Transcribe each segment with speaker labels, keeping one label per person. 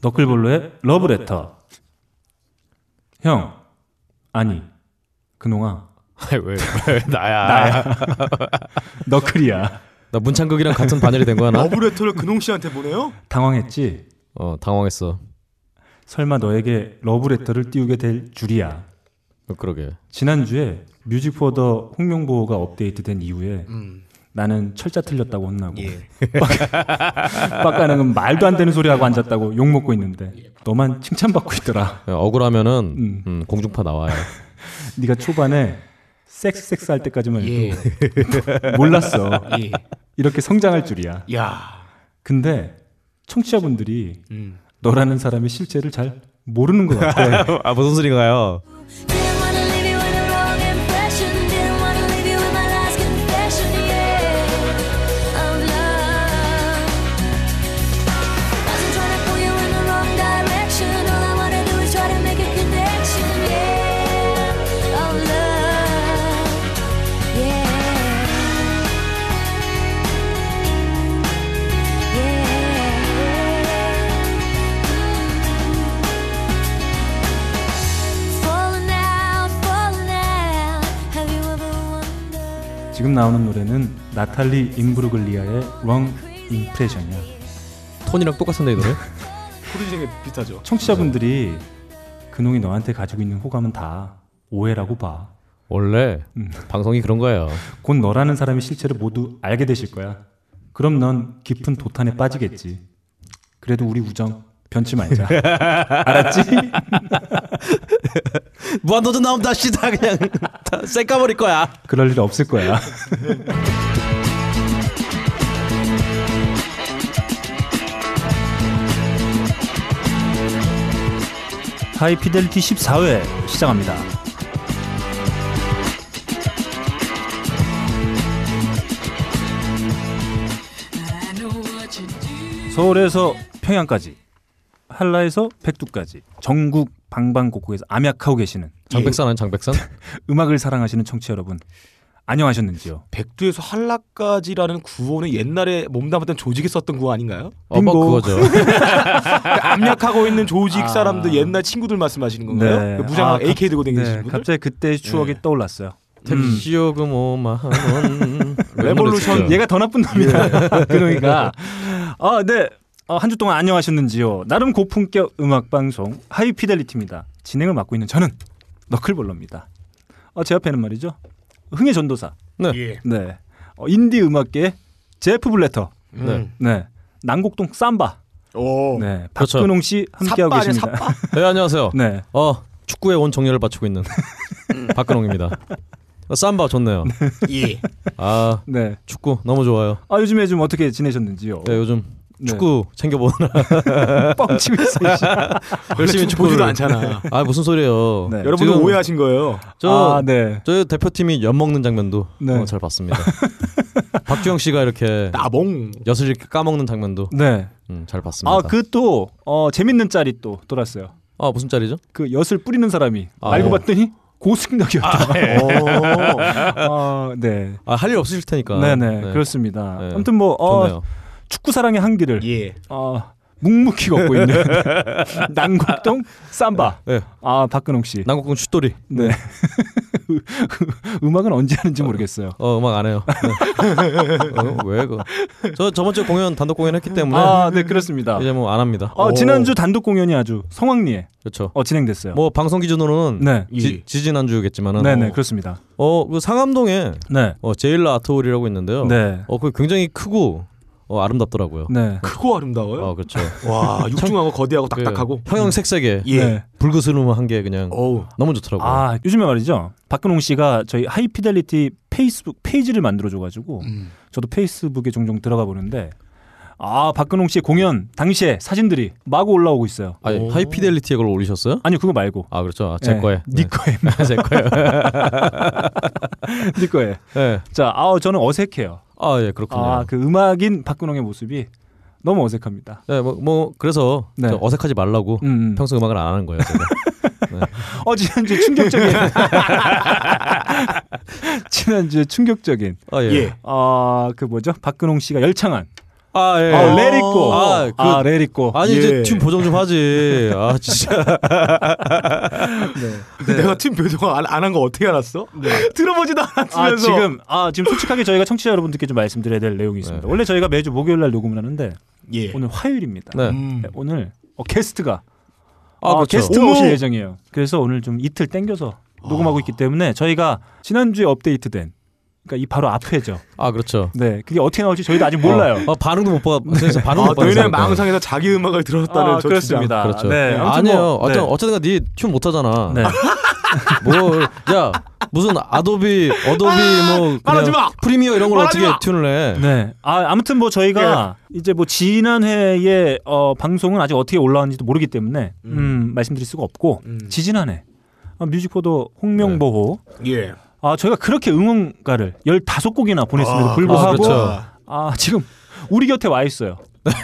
Speaker 1: 너클볼로의 러브레터. 형, 아니, 그놈아,
Speaker 2: 아이, 왜, 왜 나야.
Speaker 1: 나야. 너클이야.
Speaker 2: 나 문창극이랑 같은 반열이 된 거야 나.
Speaker 3: 러브레터를 근홍 씨한테 보내요?
Speaker 1: 당황했지?
Speaker 2: 어 당황했어.
Speaker 1: 설마 너에게 러브레터를 띄우게 될 줄이야.
Speaker 2: 어, 그러게.
Speaker 1: 지난주에 뮤직 포더 홍명보가 업데이트된 이후에 나는 철자 틀렸다고 혼나고
Speaker 3: 예.
Speaker 1: 빡가능은 말도 안 되는 소리하고 앉았다고 욕먹고 있는데 너만 칭찬받고 있더라.
Speaker 2: 어, 억울하면은
Speaker 1: 음.
Speaker 2: 음, 공중파 나와요.
Speaker 1: 네가 초반에 섹스 섹스 할 때까지만
Speaker 2: 예.
Speaker 1: 해도 몰랐어.
Speaker 3: 예.
Speaker 1: 이렇게 성장할 줄이야.
Speaker 3: 야.
Speaker 1: 근데 청취자분들이
Speaker 3: 음.
Speaker 1: 너라는 사람의 실체를 잘 모르는 것 같아.
Speaker 2: 아 무슨 소리인가요?
Speaker 4: Didn't wanna leave you with a wrong impression. Didn't wanna leave you with my last confession, yeah, of love. Wasn't trying to pull you in the wrong direction. All I wanna do is try to make a connection, yeah, of love, yeah, yeah. Falling out, falling out. Have you ever wondered?
Speaker 1: 지금 나오는 노래는 나탈리 임브루글리아의 Wrong Impression이야.
Speaker 2: 톤이랑 똑같은데 이 노래?
Speaker 3: 프로듀싱에 비슷하죠.
Speaker 1: 청취자분들이 근홍이 너한테 가지고 있는 호감은 다 오해라고 봐.
Speaker 2: 원래
Speaker 1: 음.
Speaker 2: 방송이 그런 거예요.
Speaker 1: 곧 너라는 사람의 실체를 모두 알게 되실 거야. 그럼 넌 깊은 도탄에 빠지겠지. 그래도 우리 우정 변치 말자. 알았지?
Speaker 2: 무한도전 나오면 다시 다 그냥 다 쌩까버릴 거야.
Speaker 1: 그럴 일 없을 거야. 하이피델리티 14회 시작합니다. 서울에서 평양까지, 한라에서 백두까지, 전국 방방곡곡에서 암약하고 계시는 예.
Speaker 2: 장백산 아니 장백산?
Speaker 1: 음악을 사랑하시는 청취자 여러분 안녕하셨는지요?
Speaker 3: 백두에서 한라까지라는 구호는 옛날에 몸담았던 조직이 썼던 구호 아닌가요?
Speaker 2: 어버
Speaker 1: 빙고.
Speaker 2: 그거죠.
Speaker 3: 네, 압력하고 있는 조직 사람들 옛날 친구들 말씀하시는 건가요? 아.
Speaker 2: 네.
Speaker 3: 그 무장
Speaker 1: 아,
Speaker 3: 한 AK 들고 다니시는
Speaker 1: 네,
Speaker 3: 분들?
Speaker 1: 갑자기 그때 추억이
Speaker 3: 네.
Speaker 1: 떠올랐어요.
Speaker 2: 택시요금 5만 원.
Speaker 3: 레볼루션.
Speaker 1: 얘가 더 나쁜 놈이다.
Speaker 3: 그러니까.
Speaker 1: 그놈이가. 아, 네. 한 주 동안 안녕하셨는지요? 나름 고품격 음악 방송 하이피델리티입니다. 진행을 맡고 있는 저는 너클볼러입니다. 어, 제 앞에는 말이죠. 흥의 전도사.
Speaker 3: 예.
Speaker 1: 네. 어, 인디 음악계 제프 블레터.
Speaker 3: 음.
Speaker 1: 네. 난곡동 삼바.
Speaker 3: 오.
Speaker 1: 네.
Speaker 2: 그렇죠.
Speaker 1: 박근홍 씨 함께하고
Speaker 3: 삽바 아니야,
Speaker 1: 계십니다.
Speaker 3: 삽바?
Speaker 2: 네 안녕하세요.
Speaker 1: 네.
Speaker 2: 어 축구에 온 정열을 바치고 있는 음. 박근홍입니다. 어, 쌈바 좋네요.
Speaker 3: 예.
Speaker 2: 아
Speaker 1: 네.
Speaker 2: 축구 너무 좋아요.
Speaker 1: 아 요즘에 좀 어떻게 지내셨는지요?
Speaker 2: 네, 요즘 축구 챙겨보느라
Speaker 1: 뻥치고 있어요. 씨.
Speaker 2: 열심히
Speaker 3: 축구 보지도
Speaker 2: 축구를-
Speaker 3: 않잖아.
Speaker 2: 아 무슨 소리예요.
Speaker 1: 네.
Speaker 3: 여러분들
Speaker 2: 지금
Speaker 3: 오해하신 거예요.
Speaker 2: 저
Speaker 1: 아, 네.
Speaker 2: 저희 대표팀이 엿 먹는 장면도
Speaker 1: 네.
Speaker 2: 어, 잘 봤습니다. 박주영 씨가 이렇게
Speaker 3: 나봉.
Speaker 2: 엿을 이렇게 까먹는 장면도
Speaker 1: 네.
Speaker 2: 음, 잘 봤습니다.
Speaker 1: 아, 그 또 어, 재밌는 짤이 또 돌았어요.
Speaker 2: 아, 무슨 짤이죠?
Speaker 1: 그 엿을 뿌리는 사람이
Speaker 2: 아,
Speaker 1: 알고
Speaker 2: 네.
Speaker 1: 봤더니 고승덕이었다. 네. 아, 네.
Speaker 2: 아, 할 일 없으실 테니까.
Speaker 1: 네, 네.
Speaker 2: 네.
Speaker 1: 그렇습니다.
Speaker 2: 네.
Speaker 1: 아무튼 뭐
Speaker 2: 좋네요.
Speaker 1: 어, 축구 사랑의 한기를
Speaker 3: 예.
Speaker 1: 어, 묵묵히 걷고 있는 난곡동 삼바.
Speaker 2: 네.
Speaker 1: 아, 박근홍 씨.
Speaker 2: 남국공 슛돌이.
Speaker 1: 네. 음악은 언제 하는지 모르겠어요.
Speaker 2: 어, 음악 안 해요. 네. 어, 왜 그거? 저 저번 주에 공연 단독 공연 했기 때문에
Speaker 1: 아, 네, 그렇습니다.
Speaker 2: 이제 뭐 안 합니다.
Speaker 1: 어,
Speaker 3: 오.
Speaker 1: 지난주 단독 공연이 아주 성황리에
Speaker 2: 그렇죠.
Speaker 1: 어, 진행됐어요.
Speaker 2: 뭐 방송 기준으로는
Speaker 1: 네.
Speaker 2: 지, 지난 주겠지만은
Speaker 1: 네네 그렇습니다.
Speaker 2: 어, 그 상암동에
Speaker 1: 네.
Speaker 2: 어, 제일라 아트홀이라고 있는데요.
Speaker 1: 네.
Speaker 2: 어, 그 굉장히 크고 어, 아름답더라고요.
Speaker 1: 네.
Speaker 3: 크고 아름다워요.
Speaker 2: 어, 그렇죠.
Speaker 3: 와, 육중하고 거대하고 딱딱하고.
Speaker 2: 그
Speaker 1: 음.
Speaker 2: 형형색색의
Speaker 3: 예.
Speaker 1: 네.
Speaker 2: 불그스름한 게 그냥
Speaker 3: 어우.
Speaker 2: 너무 좋더라고요.
Speaker 1: 아 요즘에 말이죠. 박근홍 씨가 저희 하이피델리티 페이스북 페이지를 만들어줘가지고
Speaker 3: 음.
Speaker 1: 저도 페이스북에 종종 들어가 보는데 아 박근홍 씨의 공연 당시에 사진들이 마구 올라오고 있어요.
Speaker 2: 아니,
Speaker 3: 오.
Speaker 2: 하이피델리티에 그걸 올리셨어요?
Speaker 1: 아니 그거 말고
Speaker 2: 아 그렇죠. 아, 제
Speaker 1: 네.
Speaker 2: 거에.
Speaker 1: 네 거에
Speaker 2: 제 거예요.
Speaker 1: 네 거에.
Speaker 2: 네.
Speaker 1: 자, 아 저는 어색해요.
Speaker 2: 아 예 그렇군요.
Speaker 1: 아 그 음악인 박근홍의 모습이 너무 어색합니다.
Speaker 2: 네, 뭐, 뭐 그래서
Speaker 1: 네.
Speaker 2: 저 어색하지 말라고
Speaker 1: 음.
Speaker 2: 평소 음악을 안 하는 거예요. 제가. 네.
Speaker 1: 어 지난주 에 충격적인 지난주 에 아, 충격적인
Speaker 2: 아 예.
Speaker 3: 예.
Speaker 1: 그 아그 뭐죠 박근홍 씨가 열창한
Speaker 2: 아 예.
Speaker 1: 아, 레리꼬.
Speaker 2: 아,
Speaker 1: 아,
Speaker 2: 그,
Speaker 1: 레리꼬.
Speaker 2: 아니
Speaker 3: 예.
Speaker 2: 이제 팀 보정 좀 하지. 아 진짜.
Speaker 3: 내가 팀 배정 안한 거 어떻게 알았어? 들어보지도
Speaker 1: 아,
Speaker 3: 않았으면서
Speaker 1: 지금 아, 지금 솔직하게 저희가 청취자 여러분들께 좀 말씀드려야 될 내용이 있습니다.
Speaker 2: 네.
Speaker 1: 원래 저희가 매주 목요일 날 녹음을 하는데
Speaker 3: 예.
Speaker 1: 오늘 화요일입니다.
Speaker 2: 네.
Speaker 3: 음.
Speaker 1: 네, 오늘 어, 게스트가
Speaker 2: 아,
Speaker 1: 어,
Speaker 2: 그렇죠.
Speaker 1: 게스트가
Speaker 3: 어머!
Speaker 1: 오실 예정이에요. 그래서 오늘 좀 이틀 땡겨서 녹음하고 있기 때문에 저희가 지난주에 업데이트된 그러니까 이 바로 앞회죠.
Speaker 2: 아 그렇죠.
Speaker 1: 네, 그게 어떻게 나올지 저희도 아직 몰라요.
Speaker 2: 어, 어, 반응도 못 봐. 그래서 반응
Speaker 3: 아,
Speaker 2: 못
Speaker 3: 너희는
Speaker 2: 받았으니까.
Speaker 3: 망상에서 자기 음악을 들었다는
Speaker 1: 아,
Speaker 3: 저 주장.
Speaker 1: 그렇습니다.
Speaker 2: 네. 그렇죠.
Speaker 1: 네, 아무튼
Speaker 2: 아니에요.
Speaker 1: 뭐, 네.
Speaker 2: 어쨌든 어쨌든가 네춤 못하잖아.
Speaker 1: 네.
Speaker 2: 뭘? 야 무슨 아도비, 어도비 뭐
Speaker 3: 말하지
Speaker 2: 그냥
Speaker 3: 마!
Speaker 2: 프리미어 이런 걸
Speaker 3: 말하지
Speaker 2: 어떻게
Speaker 3: 마!
Speaker 2: 튠을 해?
Speaker 1: 네. 아, 아무튼 뭐 저희가
Speaker 2: 예.
Speaker 1: 이제 뭐 지난 회에 어, 방송은 아직 어떻게 올라왔는지도 모르기 때문에 음, 말씀드릴 수가 없고
Speaker 3: 음.
Speaker 1: 지지난해 아, 뮤직포도
Speaker 2: 네.
Speaker 1: 홍명보호
Speaker 3: 예.
Speaker 1: 아, 저희가 그렇게 응원가를 15곡이나 보냈음에도
Speaker 3: 아,
Speaker 1: 불구하고 아,
Speaker 2: 그렇죠. 네.
Speaker 1: 지금 우리 곁에 와 있어요.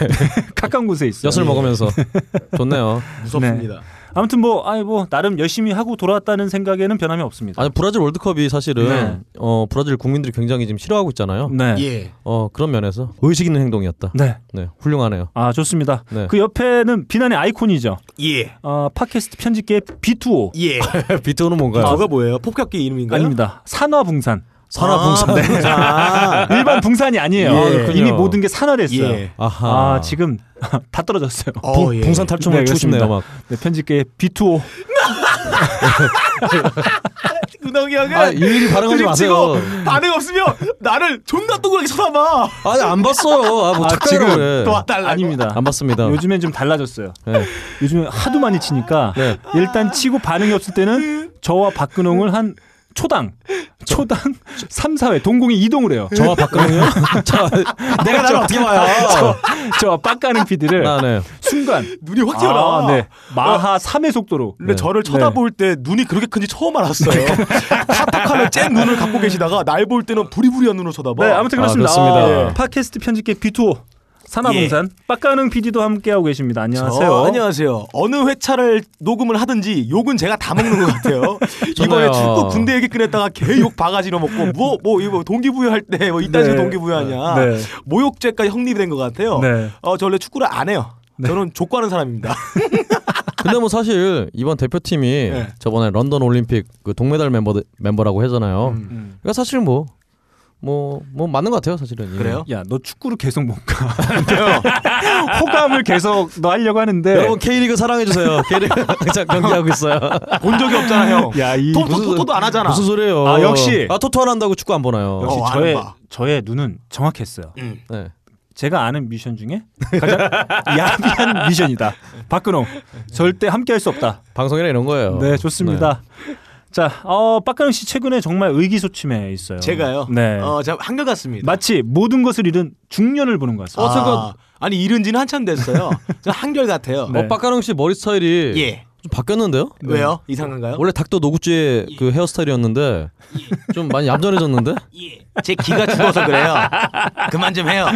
Speaker 1: 가까운 곳에 있어요. 예. 네.
Speaker 2: 엿을 먹으면서 좋네요.
Speaker 3: 무섭습니다.
Speaker 1: 아무튼 뭐 아니 뭐 나름 열심히 하고 돌아왔다는 생각에는 변함이 없습니다.
Speaker 2: 아니 브라질 월드컵이 사실은
Speaker 1: 네.
Speaker 2: 어 브라질 국민들이 굉장히 지금 싫어하고 있잖아요.
Speaker 1: 네.
Speaker 3: 예.
Speaker 2: 어 그런 면에서 의식 있는 행동이었다.
Speaker 1: 네.
Speaker 2: 네, 훌륭하네요.
Speaker 1: 아, 좋습니다.
Speaker 2: 네.
Speaker 1: 그 옆에는 비난의 아이콘이죠.
Speaker 3: 예.
Speaker 1: 아, 팟캐스트 편집계 B2O.
Speaker 3: 예.
Speaker 2: 비트오는 뭔가요?
Speaker 3: 저가 뭐예요? 폭격기 이름인가요?
Speaker 1: 아닙니다. 산화붕산.
Speaker 2: 산화봉사. 네.
Speaker 3: 아,
Speaker 1: 일반 붕산이 아니에요.
Speaker 3: 예.
Speaker 1: 아, 그렇군요. 이미
Speaker 2: 어.
Speaker 1: 모든 게 산화됐어요.
Speaker 3: 예.
Speaker 2: 아하.
Speaker 1: 아, 지금 다 떨어졌어요.
Speaker 3: 어,
Speaker 2: 봉,
Speaker 3: 예.
Speaker 2: 봉산 탈춤을
Speaker 1: 네,
Speaker 2: 추고 싶네요, 막.
Speaker 1: 네, 편집계의 B2O.
Speaker 3: 은덕이 형은
Speaker 2: 아, 일일이 반응하지
Speaker 3: 드립 치고
Speaker 2: 마세요.
Speaker 3: 반응 없으면 나를 존나 동그랗게 쳐다봐.
Speaker 2: 아니, 안 봤어요. 아, 뭐
Speaker 1: 아,
Speaker 2: 착각을
Speaker 1: 지금
Speaker 2: 해.
Speaker 3: 또 와달라.
Speaker 1: 아닙니다.
Speaker 2: 안 봤습니다.
Speaker 1: 요즘엔 좀 달라졌어요.
Speaker 2: 네.
Speaker 1: 요즘에 하도 많이 치니까
Speaker 2: 네.
Speaker 1: 일단 치고 반응이 없을 때는 저와 박근홍을 한 초당 초당 3, 4회 동공에 이동을 해요.
Speaker 2: 저와 박근혜요? 내가 나를 어떻게 봐요?
Speaker 1: 저와 빡가는 PD를
Speaker 2: 아, 네.
Speaker 1: 순간
Speaker 3: 눈이 확 튀어나와.
Speaker 1: 아, 네. 마하 3의 속도로
Speaker 3: 근데
Speaker 2: 네.
Speaker 3: 저를 쳐다볼 때 눈이 그렇게 큰지 처음 알았어요.
Speaker 1: 그러니까.
Speaker 3: 카톡하는 쨍 눈을 갖고 계시다가 날 볼 때는 부리부리한 눈으로 쳐다봐.
Speaker 1: 네, 아무튼
Speaker 2: 아,
Speaker 1: 그렇습니다.
Speaker 2: 그렇습니다.
Speaker 1: 아, 예. 팟캐스트 편집계 B2O 산화봉산
Speaker 3: 예.
Speaker 1: 빡가능 PD도 함께하고 계십니다. 안녕하세요.
Speaker 3: 어, 안녕하세요. 어느 회차를 녹음을 하든지 욕은 제가 다 먹는 것 같아요.
Speaker 2: 좋네요.
Speaker 3: 이번에 축구 군대 얘기 꺼냈다가 개욕 바가지로 먹고 뭐 뭐 이거 동기부여할 때 뭐 이딴 식으로
Speaker 1: 네.
Speaker 3: 동기부여하냐.
Speaker 1: 네.
Speaker 3: 모욕죄까지 형립이 된 것 같아요.
Speaker 1: 네.
Speaker 3: 어, 저 원래 축구를 안 해요. 저는 족구하는 사람입니다.
Speaker 2: 근데 뭐 사실 이번 대표팀이
Speaker 3: 네.
Speaker 2: 저번에 런던 올림픽 그 동메달 멤버 멤버라고 하잖아요.
Speaker 1: 음.
Speaker 3: 음.
Speaker 2: 그러니까 사실 뭐 뭐 뭐 맞는 것 같아요, 사실은. 이게.
Speaker 3: 그래요?
Speaker 1: 야, 너 축구로 계속 뭔가 호감을 계속 네. 너 하려고 하는데
Speaker 2: 여러분 K리그 사랑해 주세요. K리그 항상 경기하고 있어요.
Speaker 3: 본 적이 없잖아 형.
Speaker 1: 야, 이
Speaker 3: 토,
Speaker 2: 무슨
Speaker 3: 토, 토, 도안 하잖아.
Speaker 2: 무슨 소리예요?
Speaker 1: 아, 역시.
Speaker 2: 아 토토 안 한다고 축구 안 보나요?
Speaker 1: 역시
Speaker 3: 어, 아는
Speaker 1: 저의
Speaker 3: 바.
Speaker 1: 저의 눈은 정확했어요.
Speaker 2: 네.
Speaker 1: 제가 아는 미션 중에 가장 야비한 미션이다. 박근홍 절대 함께할 수 없다.
Speaker 2: 방송이라 이런 거예요.
Speaker 1: 네, 좋습니다. 자, 어, 박근홍 씨 최근에 정말 의기소침해 있어요.
Speaker 3: 제가요.
Speaker 1: 네.
Speaker 3: 어, 제가 한결 같습니다.
Speaker 1: 마치 모든 것을 잃은 중년을 보는 것 같습니다.
Speaker 3: 어, 제가 아니 이른 지는 한참 됐어요. 저 한결 같아요.
Speaker 1: 네.
Speaker 2: 어, 빡가릉 씨 머리 스타일이
Speaker 3: 예.
Speaker 2: 좀 바뀌었는데요?
Speaker 3: 왜요? 이상한가요?
Speaker 2: 원래 닥터 노구찌의 그 헤어스타일이었는데 좀 많이 얌전해졌는데?
Speaker 3: 예. 제 기가 죽어서 그래요. 그만 좀 해요.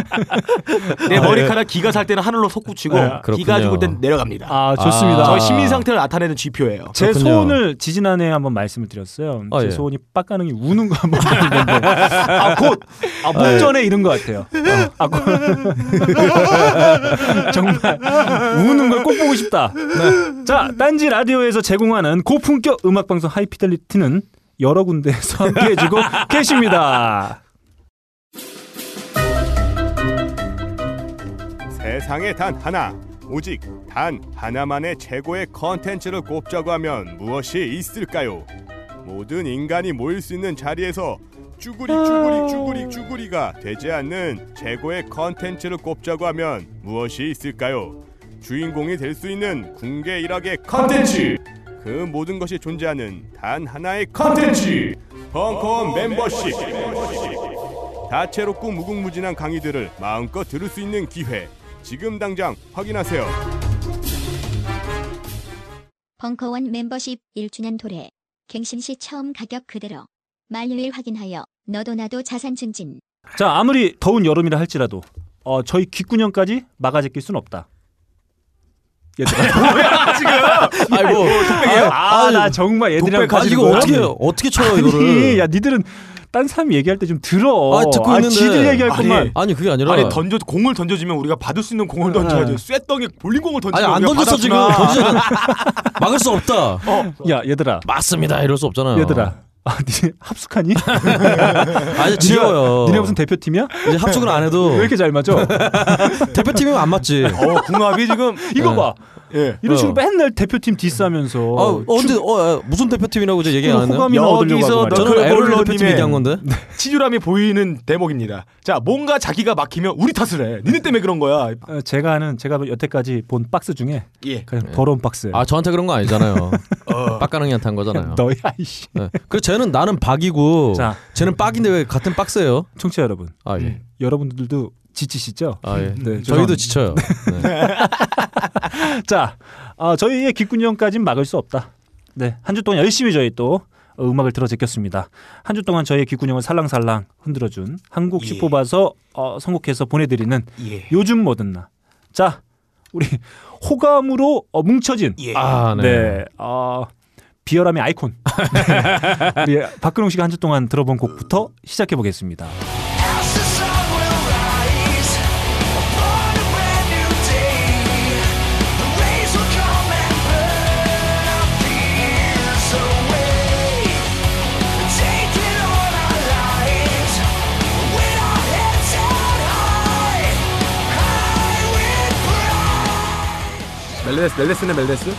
Speaker 3: 내 머리카락 기가 살 때는 하늘로 솟구치고
Speaker 1: 네,
Speaker 3: 기가
Speaker 2: 아, 네. 그렇군요.
Speaker 3: 죽을 때는 내려갑니다.
Speaker 1: 아, 좋습니다.
Speaker 3: 저의 시민 상태를 나타내는 지표예요.
Speaker 1: 제
Speaker 2: 그렇군요.
Speaker 1: 소원을 지지난해 한번 말씀을 드렸어요.
Speaker 2: 아,
Speaker 1: 제
Speaker 2: 예.
Speaker 1: 소원이 빡가능이 우는 거 한번 보는 건데. 아, 곧! 아, 목전에 이른 것 같아요. 아, 곧. 정말 우는 걸 꼭 보고 싶다. 네. 자, 딴지 라디오에서 제공하는 고품격 음악방송 하이피델리티는 여러 군데에서 함께해주고 계십니다.
Speaker 5: 세상에 단 하나 오직 단 하나만의 최고의 컨텐츠를 꼽자고 하면 무엇이 있을까요? 모든 인간이 모일 수 있는 자리에서 쭈구리 쭈구리 쭈구리 쭈구리가 되지 않는 최고의 컨텐츠를 꼽자고 하면 무엇이 있을까요? 주인공이 될 수 있는 궁계 일학의 컨텐츠 그 모든 것이 존재하는 단 하나의 컨텐츠 벙커원 멤버십 다채롭고 무궁무진한 강의들을 마음껏 들을 수 있는 기회 지금 당장 확인하세요.
Speaker 6: 벙커원 멤버십 1주년 도래. 갱신시 처음 가격 그대로. 만료일 확인하여 너도 나도 자산 증진.
Speaker 1: 자, 아무리 더운 여름이라 할지라도 어, 저희 귓구녕까지 막아 제낄 순 없다. 얘들아. 뭐,
Speaker 2: 아이고.
Speaker 1: 아, 나 정말 얘들이랑
Speaker 2: 아, 이거
Speaker 1: 가지는 거야?
Speaker 2: 어떻게 어떻게 쳐요,
Speaker 1: 아니,
Speaker 2: 이거를?
Speaker 1: 야, 니들은 딴 사람 얘기할 때 좀 들어.
Speaker 2: 아, 듣고 있는데.
Speaker 1: 지들 얘기할 것만.
Speaker 2: 아니 그게 아니라
Speaker 3: 아니 던져 공을 던져주면 우리가 받을 수 있는 공을 던져야지.
Speaker 1: 네.
Speaker 3: 쇠덩이 볼링 공을
Speaker 2: 아니
Speaker 3: 던지면
Speaker 2: 안
Speaker 3: 우리가
Speaker 2: 던졌어 지금
Speaker 3: 받았구나.
Speaker 2: 던지면 막을 수 없다
Speaker 3: 어.
Speaker 1: 야, 얘들아.
Speaker 2: 맞습니다 이럴 수 없잖아요
Speaker 1: 얘들아. 아, 니네 합숙하니?
Speaker 2: 아니 지겨워요
Speaker 1: 니네 무슨 대표팀이야?
Speaker 2: 이제 합숙을 안 해도
Speaker 1: 왜 이렇게 잘 맞아?
Speaker 2: 대표팀이면 안 맞지
Speaker 3: 어 궁합이 지금
Speaker 1: 이거
Speaker 2: 네.
Speaker 1: 봐.
Speaker 3: 예.
Speaker 1: 이런 식으로
Speaker 2: 왜요?
Speaker 1: 맨날 대표팀 디스하면서
Speaker 2: 어, 언제 어, 어, 무슨 대표팀이라고 이제 얘기 안
Speaker 1: 호감이
Speaker 2: 했나요?
Speaker 1: 호감이나 얻으려고
Speaker 3: 여기서
Speaker 1: 하고 말이야.
Speaker 3: 너-
Speaker 2: 저는
Speaker 3: 그
Speaker 2: 에롤 대표팀
Speaker 3: 언론님의-
Speaker 2: 얘기한 건데
Speaker 3: 치졸함이 보이는 대목입니다. 자 뭔가 자기가 막히면 우리 탓을 해. 니네 때문에 그런 거야.
Speaker 1: 어, 제가 아는 제가 여태까지 본 박스 중에
Speaker 3: 예.
Speaker 1: 가장 더러운 박스.
Speaker 2: 아 저한테 그런 거 아니잖아요 빡가능이한테 한 거잖아요
Speaker 1: 어. 너야 이씨.
Speaker 2: 네. 그래서 쟤는 나는 박이고
Speaker 1: 자,
Speaker 2: 쟤는 빡인데 왜 같은 박스예요?
Speaker 1: 청취자 여러분,
Speaker 2: 아 예.
Speaker 1: 여러분들도 지치시죠?
Speaker 2: 아 예.
Speaker 1: 네,
Speaker 2: 저희도
Speaker 1: 죄송합니다.
Speaker 2: 지쳐요. 네.
Speaker 1: 자, 아, 저희의 귓구녕까진 막을 수 없다. 네, 한 주 동안 열심히 저희 또 어, 음악을 들어 제꼈습니다. 한 주 동안 저희의 귓구녕을 살랑살랑 흔들어준 한 곡씩
Speaker 3: 예.
Speaker 1: 뽑아서 어, 선곡해서 보내드리는
Speaker 3: 예.
Speaker 1: 요즘 뭐든 나. 자, 우리 호감으로 어, 뭉쳐진
Speaker 3: 예.
Speaker 2: 아 네.
Speaker 1: 네. 어, 비열함의 아이콘. 네, 우리 박근홍 씨가 한 주 동안 들어본 곡부터 시작해 보겠습니다.
Speaker 3: 멜레스 멜레스네 멜레스.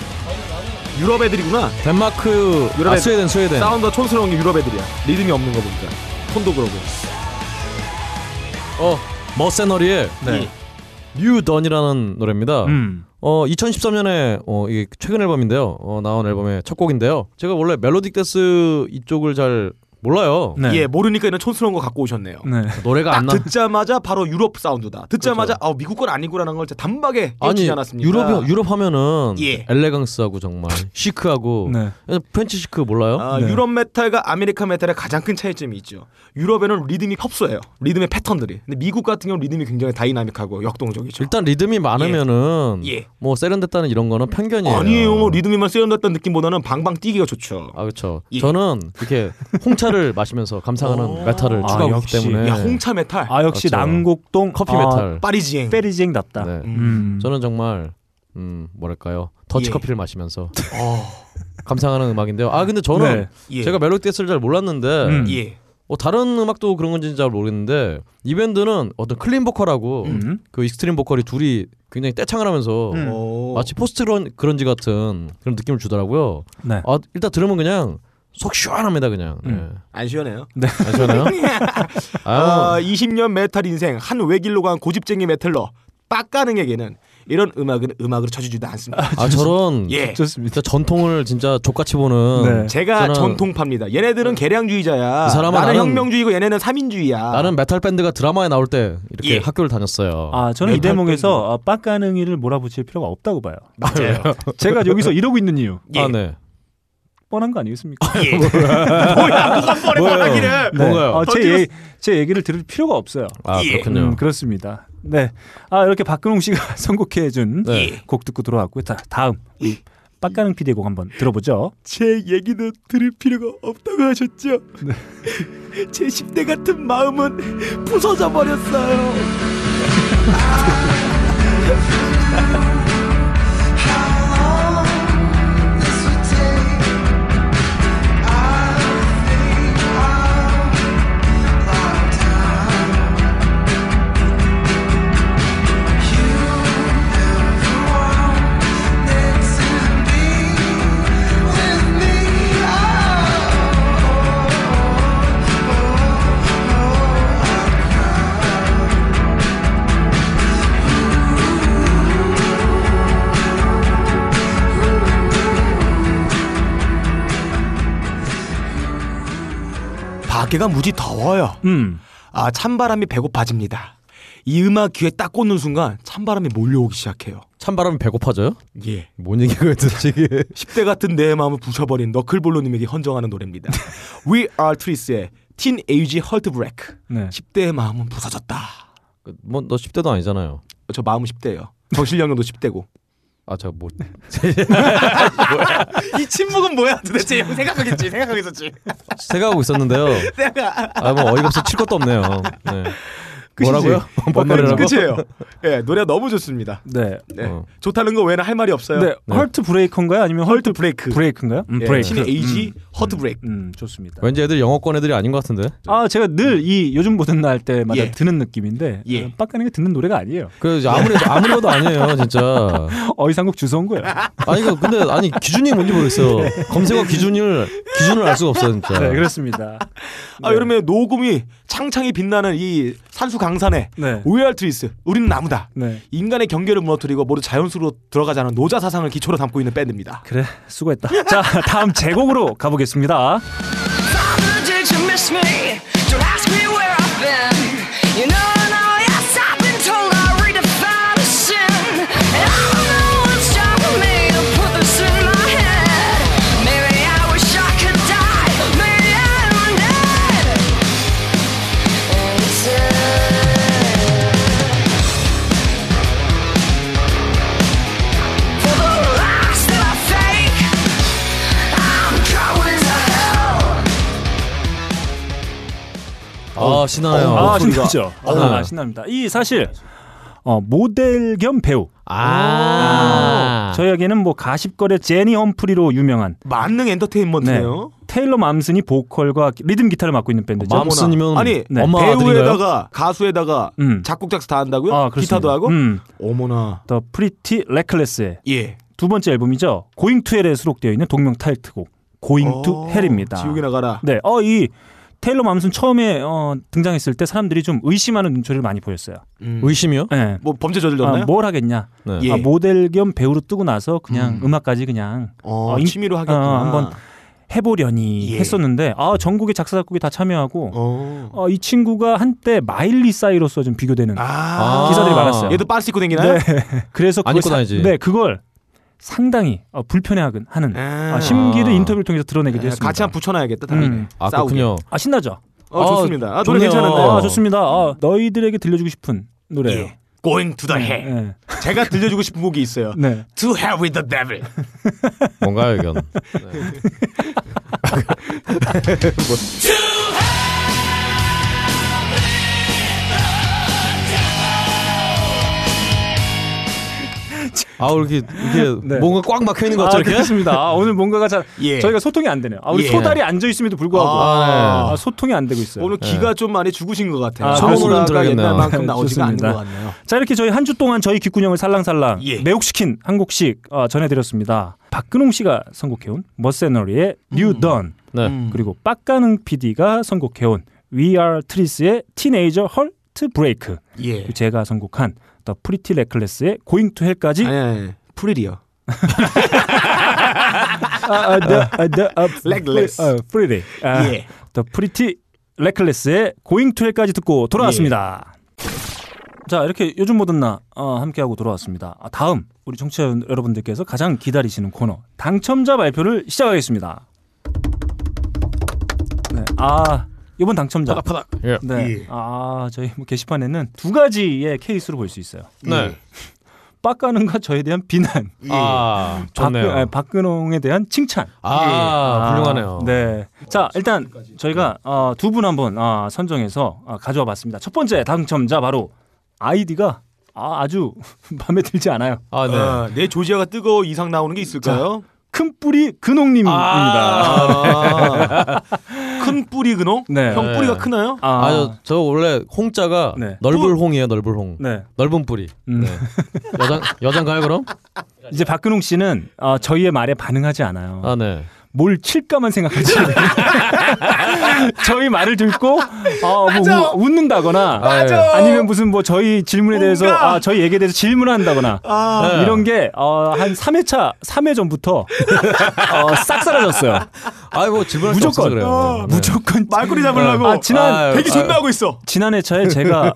Speaker 3: 유럽 애들이구나.
Speaker 2: 덴마크, 아,
Speaker 3: 유럽의
Speaker 2: 스웨덴, 스웨덴.
Speaker 3: 사운드가 촌스러운 게 유럽 애들이야. 리듬이 없는 거 보니까. 톤도 그러고.
Speaker 2: 어 머세너리의
Speaker 1: 네.
Speaker 2: 뉴던이라는 노래입니다.
Speaker 1: 음.
Speaker 2: 어 2013년에 어 이게 최근 앨범인데요. 어 나온 앨범의 첫 곡인데요. 제가 원래 멜로딕 댄스 이쪽을 잘 몰라요.
Speaker 1: 네.
Speaker 3: 예, 모르니까 이런 촌스러운 거 갖고 오셨네요.
Speaker 1: 네.
Speaker 2: 노래가 안 나. 그렇죠.
Speaker 3: 듣자마자 바로 유럽 사운드다. 듣자마자 아 미국 건 아니구라는 걸 진짜 단박에
Speaker 2: 아니
Speaker 3: 깨치지 않았습니까?
Speaker 2: 유럽 유럽 하면은
Speaker 3: 예.
Speaker 2: 엘레강스하고 정말 시크하고
Speaker 1: 네.
Speaker 2: 프렌치 시크 몰라요?
Speaker 3: 아,
Speaker 1: 네.
Speaker 3: 유럽 메탈과 아메리카 메탈의 가장 큰 차이점이 있죠. 유럽에는 리듬이 협소해요. 리듬의 패턴들이. 근데 미국 같은 경우 는 리듬이 굉장히 다이나믹하고 역동적이죠.
Speaker 2: 일단 리듬이 많으면은
Speaker 3: 예.
Speaker 2: 뭐 세련됐다는 이런 거는 편견이에요.
Speaker 3: 아니에요. 리듬이만 세련됐다는 느낌보다는 방방 뛰기가 좋죠.
Speaker 2: 아 그렇죠.
Speaker 3: 예.
Speaker 2: 저는 이렇게 홍차를 마시면서 감상하는 메탈을
Speaker 1: 아,
Speaker 2: 추가하기
Speaker 1: 역시.
Speaker 2: 때문에
Speaker 3: 야 홍차 메탈,
Speaker 1: 아 역시
Speaker 2: 그렇죠.
Speaker 1: 남곡동
Speaker 2: 커피
Speaker 1: 아,
Speaker 2: 메탈.
Speaker 3: 파리지행.
Speaker 1: 페리지앵답다.
Speaker 2: 네.
Speaker 1: 음.
Speaker 2: 저는 정말 음 뭐랄까요 더치
Speaker 3: 예.
Speaker 2: 커피를 마시면서
Speaker 3: 어,
Speaker 2: 감상하는 음악인데요. 아 근데 저는
Speaker 3: 예.
Speaker 2: 제가 멜로디 댄스를 잘 몰랐는데
Speaker 1: 네. 음.
Speaker 3: 예.
Speaker 2: 어, 다른 음악도 그런 건지 잘 모르겠는데 이 밴드는 어떤 클린 보컬하고
Speaker 1: 음.
Speaker 2: 그 익스트림 보컬이 둘이 굉장히 떼창을 하면서
Speaker 1: 음.
Speaker 3: 어.
Speaker 2: 마치 포스트 그런- 그런지 같은 그런 느낌을 주더라고요.
Speaker 1: 네.
Speaker 2: 아 일단 들으면 그냥 속 시원합니다 그냥.
Speaker 1: 음.
Speaker 2: 예.
Speaker 3: 안 시원해요.
Speaker 2: 아시나요?
Speaker 3: 아, 20년 메탈 인생 한 외길로 간 고집쟁이 메탈러 빡가능에게는 이런 음악은 음악으로 쳐주지도 않습니다.
Speaker 2: 아 저런
Speaker 3: 예.
Speaker 1: 좋습니다.
Speaker 2: 진짜 전통을 진짜 족같이 보는
Speaker 1: 네.
Speaker 3: 제가
Speaker 2: 저는-
Speaker 3: 전통파입니다. 얘네들은 계량주의자야.
Speaker 2: 이 사람은
Speaker 3: 나는,
Speaker 2: 나는-
Speaker 3: 혁명주의고 얘네는 삼인주의야.
Speaker 2: 나는 메탈 밴드가 드라마에 나올 때 이렇게
Speaker 3: 아. 예.
Speaker 2: 학교를 다녔어요.
Speaker 1: 아 저는 이
Speaker 3: 메탈
Speaker 1: 대목에서 아, 빡가능이를 몰아붙일 필요가 없다고 봐요.
Speaker 3: 맞아요.
Speaker 1: 제가 여기서 이러고 있는 이유
Speaker 3: 예.
Speaker 2: 아, 네.
Speaker 1: 뻔한 거 아니겠습니까?
Speaker 3: 예. 뭐야 누가 뻔해
Speaker 2: 뭐예요?
Speaker 3: 말하기를.
Speaker 2: 뭔가요?
Speaker 1: 어, 제,
Speaker 3: 던지고-
Speaker 1: 얘기, 제 얘기를 들을 필요가 없어요.
Speaker 2: 아
Speaker 3: 예.
Speaker 2: 그렇군요.
Speaker 1: 음, 그렇습니다. 네. 아 이렇게 박근홍 씨가 선곡해준
Speaker 2: 네.
Speaker 1: 곡 듣고 들어왔고요. 자, 다음 우리 빡가능 PD의 곡 한번 들어보죠.
Speaker 3: 제 얘기도 들을 필요가 없다고 하셨죠.
Speaker 1: 네.
Speaker 3: 제 10대 같은 마음은 부서져 버렸어요. 밖에가 무지 더워요.
Speaker 1: 음.
Speaker 3: 아 찬바람이 배고파집니다. 이 음악 귀에 딱 꽂는 순간 찬바람이 몰려오기 시작해요.
Speaker 2: 찬바람이 배고파져요?
Speaker 3: 예.
Speaker 2: 뭔 얘기가 도대체 이게?
Speaker 3: 10대 같은 내 마음을 부셔버린 너클볼로님에게 헌정하는 노래입니다. We Are Trees의 Teen Age Heart Break.
Speaker 1: 네.
Speaker 3: 10대의 마음은 부서졌다.
Speaker 2: 그, 뭐, 뭐너 10대도 아니잖아요.
Speaker 3: 저 마음은 10대예요. 정신력도 10대고.
Speaker 2: 아, 저 뭐.
Speaker 3: 이 침묵은 뭐야 도대체 형 생각하겠지 생각하고 있었지
Speaker 2: 생각하고 있었는데요. 아, 뭐 어이가 없어 칠 것도 없네요. 네.
Speaker 3: 끝이지. 어,
Speaker 2: 뭐라고요? 뭔 노래라고?
Speaker 3: 끝이에요 예 노래 너무 좋습니다
Speaker 1: 네.
Speaker 3: 네.
Speaker 2: 어.
Speaker 3: 좋다는 거 외에는 할 말이 없어요
Speaker 1: 네. 헐트 브레이커인가요? 아니면 헐트
Speaker 3: 헐트 브레이크
Speaker 1: 브레이크인가요? 음,
Speaker 3: 예,
Speaker 1: 브레이크.
Speaker 3: 신의 에이지 허트 브레이크
Speaker 1: 음, 좋습니다.
Speaker 2: 왠지 애들 영어권 애들이 아닌 것 같은데.
Speaker 1: 아, 제가
Speaker 2: 음.
Speaker 1: 늘 이 요즘 보던 날 때마다
Speaker 3: 예.
Speaker 1: 드는 느낌인데
Speaker 3: 예.
Speaker 1: 어, 빡가는 게 듣는 노래가 아니에요. 네.
Speaker 2: 그 이제 아무리 아무래도 아니에요, 진짜.
Speaker 1: 어이상국 주워 온 거예요.
Speaker 2: 아니 그 근데 아니 기준이 뭔지 모르겠어요. 검색어 기준을 기준을 알 수가 없어 요 진짜.
Speaker 1: 네, 그렇습니다.
Speaker 3: 아
Speaker 1: 네.
Speaker 3: 여름에 노금이 창창히 빛나는 이 산수 강산에
Speaker 1: 네.
Speaker 3: 오해할 트리스 우리는 나무다
Speaker 1: 네.
Speaker 3: 인간의 경계를 무너뜨리고 모두 자연수로 들어가자는 노자 사상을 기초로 담고 있는 밴드입니다
Speaker 1: 그래, 수고했다. 자, 다음 제곡으로 가보겠습니다.
Speaker 7: Father, did you miss me? Don't ask me where I've been. You know, now, yes, I've been told I redefine a sin. And I don't know what's wrong with me to put this in my head. Maybe I wish I could die. Maybe I am dead. uh, Instead. For the lies that I fake, I'm going to hell.
Speaker 2: 아 신나요.
Speaker 1: 아,
Speaker 2: 아,
Speaker 1: 신나죠. 아,
Speaker 2: 아.
Speaker 1: 신납니다. 이 사실 어, 모델 겸 배우.
Speaker 2: 아.
Speaker 1: 저희에게는 뭐 가십거래 제니 험프리로 유명한
Speaker 3: 만능 엔터테인먼트네요
Speaker 1: 테일러 맘슨이 보컬과 리듬 기타를 맡고 있는 밴드죠.
Speaker 2: 맘- 맘슨이면
Speaker 3: 아니
Speaker 1: 네.
Speaker 2: 엄마 아들인가요?
Speaker 3: 배우에다가 가수에다가
Speaker 1: 음.
Speaker 3: 작곡 작사 다 한다고요?
Speaker 1: 아, 그렇습니다.
Speaker 3: 기타도 하고?
Speaker 1: 음,
Speaker 3: 어머나
Speaker 1: The Pretty Reckless의
Speaker 3: 예
Speaker 1: 두 번째 앨범이죠. Going to Hell에 수록되어 있는 동명 타이틀곡 Going to
Speaker 3: 어,
Speaker 1: Hell입니다.
Speaker 3: 지옥에 나가라
Speaker 1: 네, 어, 이 테일러 맘슨 처음에 어, 등장했을 때 사람들이 좀 의심하는 눈초리를 많이 보였어요.
Speaker 3: 음.
Speaker 2: 의심이요?
Speaker 1: 네.
Speaker 3: 뭐 범죄 저질렀나요?
Speaker 1: 아, 뭘 하겠냐?
Speaker 2: 네.
Speaker 3: 예.
Speaker 1: 아, 모델 겸 배우로 뜨고 나서 그냥 음. 악까지 그냥
Speaker 3: 어,
Speaker 1: 어, 인-
Speaker 3: 취미로 하겠구나
Speaker 1: 어, 한번 해보려니
Speaker 3: 예.
Speaker 1: 했었는데 아 전국의 작사 작곡이 다 참여하고
Speaker 3: 어.
Speaker 1: 어, 이 친구가 한때 마일리 사이로서 좀 비교되는
Speaker 3: 아,
Speaker 1: 기사들이 많았어요.
Speaker 3: 얘도 빠스 입고 다니나요?
Speaker 1: 네. 그래서
Speaker 2: 안
Speaker 1: 그걸
Speaker 2: 입고
Speaker 1: 사-
Speaker 2: 다니지.
Speaker 1: 네, 그걸 상당히 어, 불편해하는 하는
Speaker 3: 아,
Speaker 1: 아, 심기를
Speaker 2: 아.
Speaker 1: 인터뷰를 통해서 드러내기도
Speaker 3: 예,
Speaker 1: 했습니다.
Speaker 3: 같이 한 붙여놔야겠다. 다음에.
Speaker 1: 음.
Speaker 2: 아
Speaker 3: 싸우게.
Speaker 2: 그렇군요.
Speaker 1: 아 신나죠.
Speaker 3: 어,
Speaker 2: 아,
Speaker 3: 좋습니다. 아, 노래
Speaker 2: 좋네요.
Speaker 3: 괜찮은데.
Speaker 1: 아 좋습니다. 아, 너희들에게 들려주고 싶은 노래예요.
Speaker 3: 예. Going to the hell.
Speaker 1: 네.
Speaker 3: 제가 들려주고 싶은 곡이 있어요.
Speaker 1: 네.
Speaker 3: To hell with the devil. 네.
Speaker 2: 뭔가요 이건? 아 이렇게 이렇게
Speaker 1: 네.
Speaker 2: 뭔가 꽉 막혀 있는 것
Speaker 1: 아,
Speaker 2: 같죠 이렇게?
Speaker 1: 그렇습니다. 아, 오늘 뭔가가 잘
Speaker 3: 예.
Speaker 1: 저희가 소통이 안 되네요. 아, 우리
Speaker 3: 예.
Speaker 1: 소달이 앉아 있음에도 불구하고
Speaker 2: 아,
Speaker 1: 아, 소통이 안 되고 있어요. 네.
Speaker 3: 오늘 기가 좀 많이 죽으신 것 같아요.
Speaker 1: 아,
Speaker 3: 소문
Speaker 2: 그렇습니다.
Speaker 3: 올라가
Speaker 2: 들어야겠네요.
Speaker 3: 옛날만큼 나오지가 않는 것
Speaker 1: 좋습니다.
Speaker 3: 같네요.
Speaker 1: 자 이렇게 저희 한 주 동안 저희 귓구녕을 살랑살랑
Speaker 3: 예.
Speaker 1: 매혹시킨 한 곡씩 어, 전해드렸습니다. 박근홍 씨가 선곡해온 머세너리의 New Dawn
Speaker 2: 네.
Speaker 3: 음.
Speaker 1: 그리고 빡가능 PD가 선곡해온 We Are Trees의 Teenager Heart Break
Speaker 3: 예.
Speaker 1: 그리고 제가 선곡한 The Pretty Reckless의 Going to Hell까지
Speaker 3: 아니, 아니, 아니. 프리리요.
Speaker 1: 아, 아, the, 아, the, 아,
Speaker 3: Reckless.
Speaker 1: 아, Pretty 아,
Speaker 3: 예.
Speaker 1: The Pretty Reckless의 Going to Hell까지 듣고 돌아왔습니다.
Speaker 3: 예.
Speaker 1: 자 이렇게 요즘 뭐든나 어, 함께하고 돌아왔습니다. 아, 다음 우리 청취자 여러분들께서 가장 기다리시는 코너 당첨자 발표를 시작하겠습니다. 네, 아 이번 당첨자
Speaker 2: 예.
Speaker 1: 네, 아 저희 뭐 게시판에는 두 가지의 케이스로 볼 수 있어요.
Speaker 3: 예.
Speaker 2: 네.
Speaker 1: 빡가는과 저에 대한 비난,
Speaker 2: 아 좋네요.
Speaker 1: 박근, 아니, 박근홍에 대한 칭찬.
Speaker 2: 아 훌륭하네요.
Speaker 1: 예. 네. 자, 일단 저희가 어, 두 분 한번 아, 선정해서 아, 가져와 봤습니다. 첫 번째 당첨자 바로 아이디가 아, 주 마음에 들지 않아요.
Speaker 2: 아 네.
Speaker 3: 어, 내 조지아가 뜨거워 이상 나오는 게 있을까요?
Speaker 1: 큰 뿌리 근홍님입니다.
Speaker 3: 아. 큰 뿌리 그놈?
Speaker 1: 네.
Speaker 3: 형 뿌리가 크나요?
Speaker 1: 아,
Speaker 2: 아 저 원래 홍자가
Speaker 1: 네.
Speaker 2: 넓을 홍이에요 넓을 홍.
Speaker 1: 네.
Speaker 2: 넓은 뿌리.
Speaker 1: 음.
Speaker 2: 네. 여장 여장가요 그럼?
Speaker 1: 이제 박근홍 씨는 어, 저희의 말에 반응하지 않아요.
Speaker 2: 아 네.
Speaker 1: 뭘 칠까만 생각하지. 저희 말을 듣고 어, 뭐 우- 웃는다거나
Speaker 2: 맞아.
Speaker 1: 아니면 무슨 뭐 저희 질문에 대해서
Speaker 3: 뭔가.
Speaker 1: 아, 저희 얘기에 대해서 질문한다거나
Speaker 2: 네.
Speaker 1: 이런 게한 3회차 3회 전부터 어, 싹 사라졌어요.
Speaker 2: 아이 뭐 질문할 수
Speaker 1: 무조건. 아,
Speaker 2: 없어서 그래요. 네.
Speaker 1: 무조건
Speaker 3: 말꼬리 잡으려고.
Speaker 1: 아, 지난
Speaker 2: 아유,
Speaker 3: 되게
Speaker 2: 아유.
Speaker 3: 존나 하고 있어.
Speaker 1: 지난 회차에 제가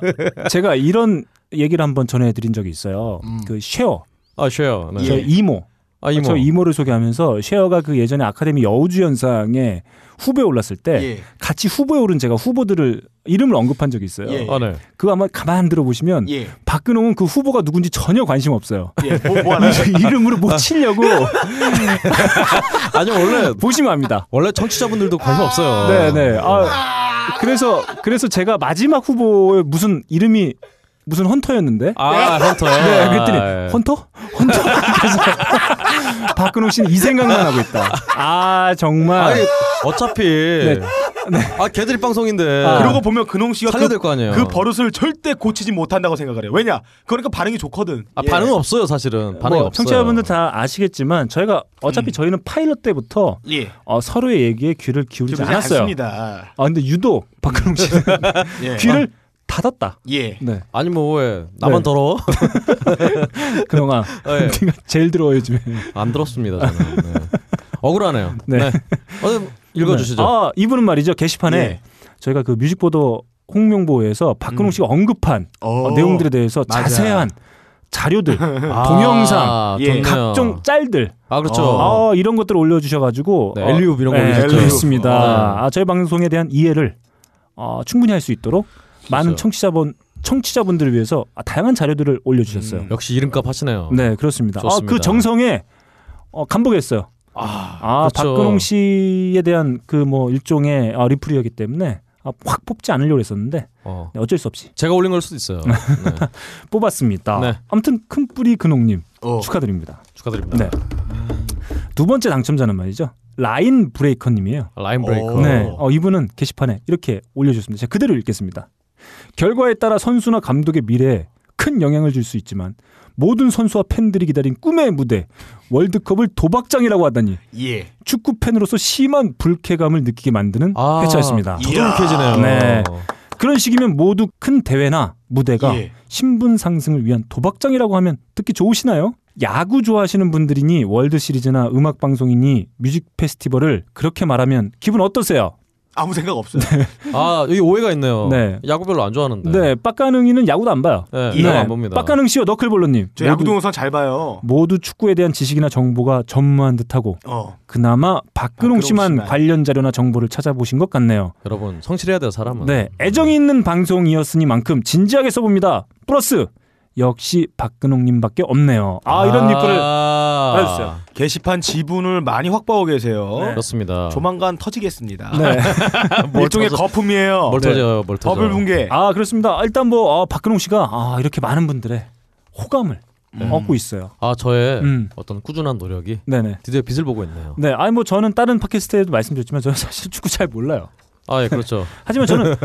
Speaker 1: 제가
Speaker 3: 음.
Speaker 1: 이런 얘기를 한번 전해 드린 적이 있어요. 그 쉐어
Speaker 2: 아 쉐어. 네.
Speaker 1: 저희 이모
Speaker 2: 아 이모.
Speaker 1: 저 이모를 소개하면서 셰어가 그 예전에 아카데미 여우주연상에 후보에 올랐을 때
Speaker 3: 예.
Speaker 1: 같이 후보에 오른 제가 후보들을 이름을 언급한 적이 있어요.
Speaker 3: 예.
Speaker 2: 아 네.
Speaker 1: 그거 아마 가만 들어보시면
Speaker 3: 예.
Speaker 1: 박근홍은 그 후보가 누군지 전혀 관심 없어요.
Speaker 3: 예. 뭐, 뭐 하나.
Speaker 1: 이름으로 못 치려고
Speaker 2: 아니 원래
Speaker 1: 보시면 압니다.
Speaker 2: 원래 청취자분들도 관심 없어요.
Speaker 1: 네네. 아, 그래서 그래서 제가 마지막 후보에 무슨 이름이 무슨 헌터였는데.
Speaker 2: 아 예. 헌터.
Speaker 1: 네, 그랬더니 헌터? 헌터? 그래서 박근홍 씨는 이 생각만 하고 있다. 아 정말. 네,
Speaker 2: 아니 어차피 아 걔들이 방송인데.
Speaker 1: 아.
Speaker 3: 그러고 보면 근홍 씨가
Speaker 2: 살려야
Speaker 3: 그,
Speaker 2: 될 거 아니에요.
Speaker 3: 그 버릇을 절대 고치지 못한다고 생각을 해요. 왜냐? 그러니까 반응이 좋거든.
Speaker 2: 아
Speaker 3: 예.
Speaker 2: 반응 없어요 사실은. 반응
Speaker 1: 뭐,
Speaker 2: 없어요. 음.
Speaker 1: 청취자분들 다 아시겠지만 저희가 어차피 저희는 파일럿 때부터
Speaker 3: 예.
Speaker 1: 어, 서로의 얘기에 귀를 기울이지
Speaker 3: 기분이
Speaker 1: 않았어요.
Speaker 3: 않습니다.
Speaker 1: 아 근데 유독 박근홍 씨는
Speaker 3: 예.
Speaker 1: 귀를 닫았다.
Speaker 3: 예.
Speaker 1: 네,
Speaker 2: 아니 뭐 왜 나만
Speaker 1: 네.
Speaker 2: 더러워?
Speaker 1: 근홍아,
Speaker 2: 네.
Speaker 1: 네가 제일 들어요 요즘에.
Speaker 2: 안 들었습니다 저는. 네. 억울하네요.
Speaker 1: 네.
Speaker 2: 네. 어, 읽어주시죠.
Speaker 1: 네. 아 이분은 말이죠 게시판에
Speaker 3: 예.
Speaker 1: 저희가 그 뮤직보도 홍명보에서 박근홍
Speaker 2: 음.
Speaker 1: 씨가 언급한
Speaker 3: 어,
Speaker 1: 어, 내용들에 대해서
Speaker 3: 맞아.
Speaker 1: 자세한 자료들,
Speaker 2: 아,
Speaker 1: 동영상,
Speaker 3: 예.
Speaker 2: 좋네요.
Speaker 1: 각종 짤들
Speaker 2: 아 그렇죠.
Speaker 1: 어, 이런 것들을 올려주셔가지고
Speaker 2: 네, 엘리웁 이런 거 올리셨죠.
Speaker 1: 그렇습니다.
Speaker 2: 아.
Speaker 1: 아, 저희 방송에 대한 이해를 어, 충분히 할 수 있도록 많은
Speaker 2: 그렇죠.
Speaker 1: 청취자분 청취자분들을 위해서 아, 다양한 자료들을 올려주셨어요.
Speaker 3: 음.
Speaker 2: 역시 이름값 하시네요.
Speaker 1: 네, 그렇습니다. 아,
Speaker 2: 좋습니다.
Speaker 1: 그 정성에 어, 감복했어요.
Speaker 3: 아,
Speaker 1: 아,
Speaker 2: 그렇죠.
Speaker 1: 박근홍 씨에 대한 그 뭐 일종의 아, 리플이었기 때문에 아, 확 뽑지 않으려고 했었는데
Speaker 2: 어.
Speaker 1: 네, 어쩔 수 없이
Speaker 2: 제가 올린 걸 수도 있어요. 네.
Speaker 1: 뽑았습니다.
Speaker 2: 네.
Speaker 1: 아무튼 큰 뿌리 근홍님
Speaker 3: 어.
Speaker 1: 축하드립니다.
Speaker 2: 축하드립니다.
Speaker 1: 네. 두 번째 당첨자는 말이죠. 라인 브레이커님이에요.
Speaker 2: 라인 브레이커.
Speaker 3: 오.
Speaker 1: 네. 어, 이분은 게시판에 이렇게 올려주셨습니다. 제가 그대로 읽겠습니다. 결과에 따라 선수나 감독의 미래에 큰 영향을 줄 수 있지만 모든 선수와 팬들이 기다린 꿈의 무대 월드컵을 도박장이라고 하다니
Speaker 3: 예.
Speaker 1: 축구 팬으로서 심한 불쾌감을 느끼게 만드는
Speaker 2: 아,
Speaker 1: 회차였습니다.
Speaker 2: 저도 불쾌해지네요.
Speaker 1: 네. 그런 식이면 모두 큰 대회나 무대가
Speaker 3: 예.
Speaker 1: 신분 상승을 위한 도박장이라고 하면 듣기 좋으시나요? 야구 좋아하시는 분들이니 월드 시리즈나 음악 방송이니 뮤직 페스티벌을 그렇게 말하면 기분 어떠세요?
Speaker 3: 아무 생각 없어요.
Speaker 2: 아 여기 오해가 있네요.
Speaker 1: 네.
Speaker 2: 야구 별로 안 좋아하는데.
Speaker 1: 네, 빡가능이는 야구도 안 봐요.
Speaker 2: 네,
Speaker 3: 예.
Speaker 2: 이름 안 봅니다.
Speaker 1: 빡가능 씨와 너클볼러님.
Speaker 3: 저 야구 동영상 잘 봐요.
Speaker 1: 모두 축구에 대한 지식이나 정보가 전무한 듯하고
Speaker 3: 어.
Speaker 1: 그나마 박근홍
Speaker 3: 박근홍
Speaker 1: 씨만
Speaker 3: 씨만.
Speaker 1: 관련 자료나 정보를 찾아보신 것 같네요.
Speaker 2: 여러분 성실해야 돼요 사람은.
Speaker 1: 네, 애정이 있는 방송이었으니만큼 진지하게 써봅니다. 플러스 역시 박근홍님밖에 없네요. 아 이런 리플을 달아주세요.
Speaker 3: 게시판 지분을 많이 확보하고 계세요.
Speaker 2: 그렇습니다.
Speaker 3: 조만간 터지겠습니다.
Speaker 1: 네.
Speaker 3: 일종의 거품이에요.
Speaker 2: 뭘
Speaker 1: 네.
Speaker 2: 터져요, 뭘 터져.
Speaker 3: 버블 붕괴.
Speaker 1: 아 그렇습니다. 아, 일단 뭐 아, 박근홍 씨가 아, 이렇게 많은 분들의 호감을 얻고 있어요.
Speaker 2: 아 저의
Speaker 1: 음.
Speaker 2: 어떤 꾸준한 노력이
Speaker 1: 네네.
Speaker 2: 드디어 빛을 보고 있네요.
Speaker 1: 네, 아니 뭐 저는 다른 팟캐스트에도 말씀드렸지만 저는 사실 축구 잘 몰라요.
Speaker 2: 아 예, 그렇죠.
Speaker 1: 하지만 저는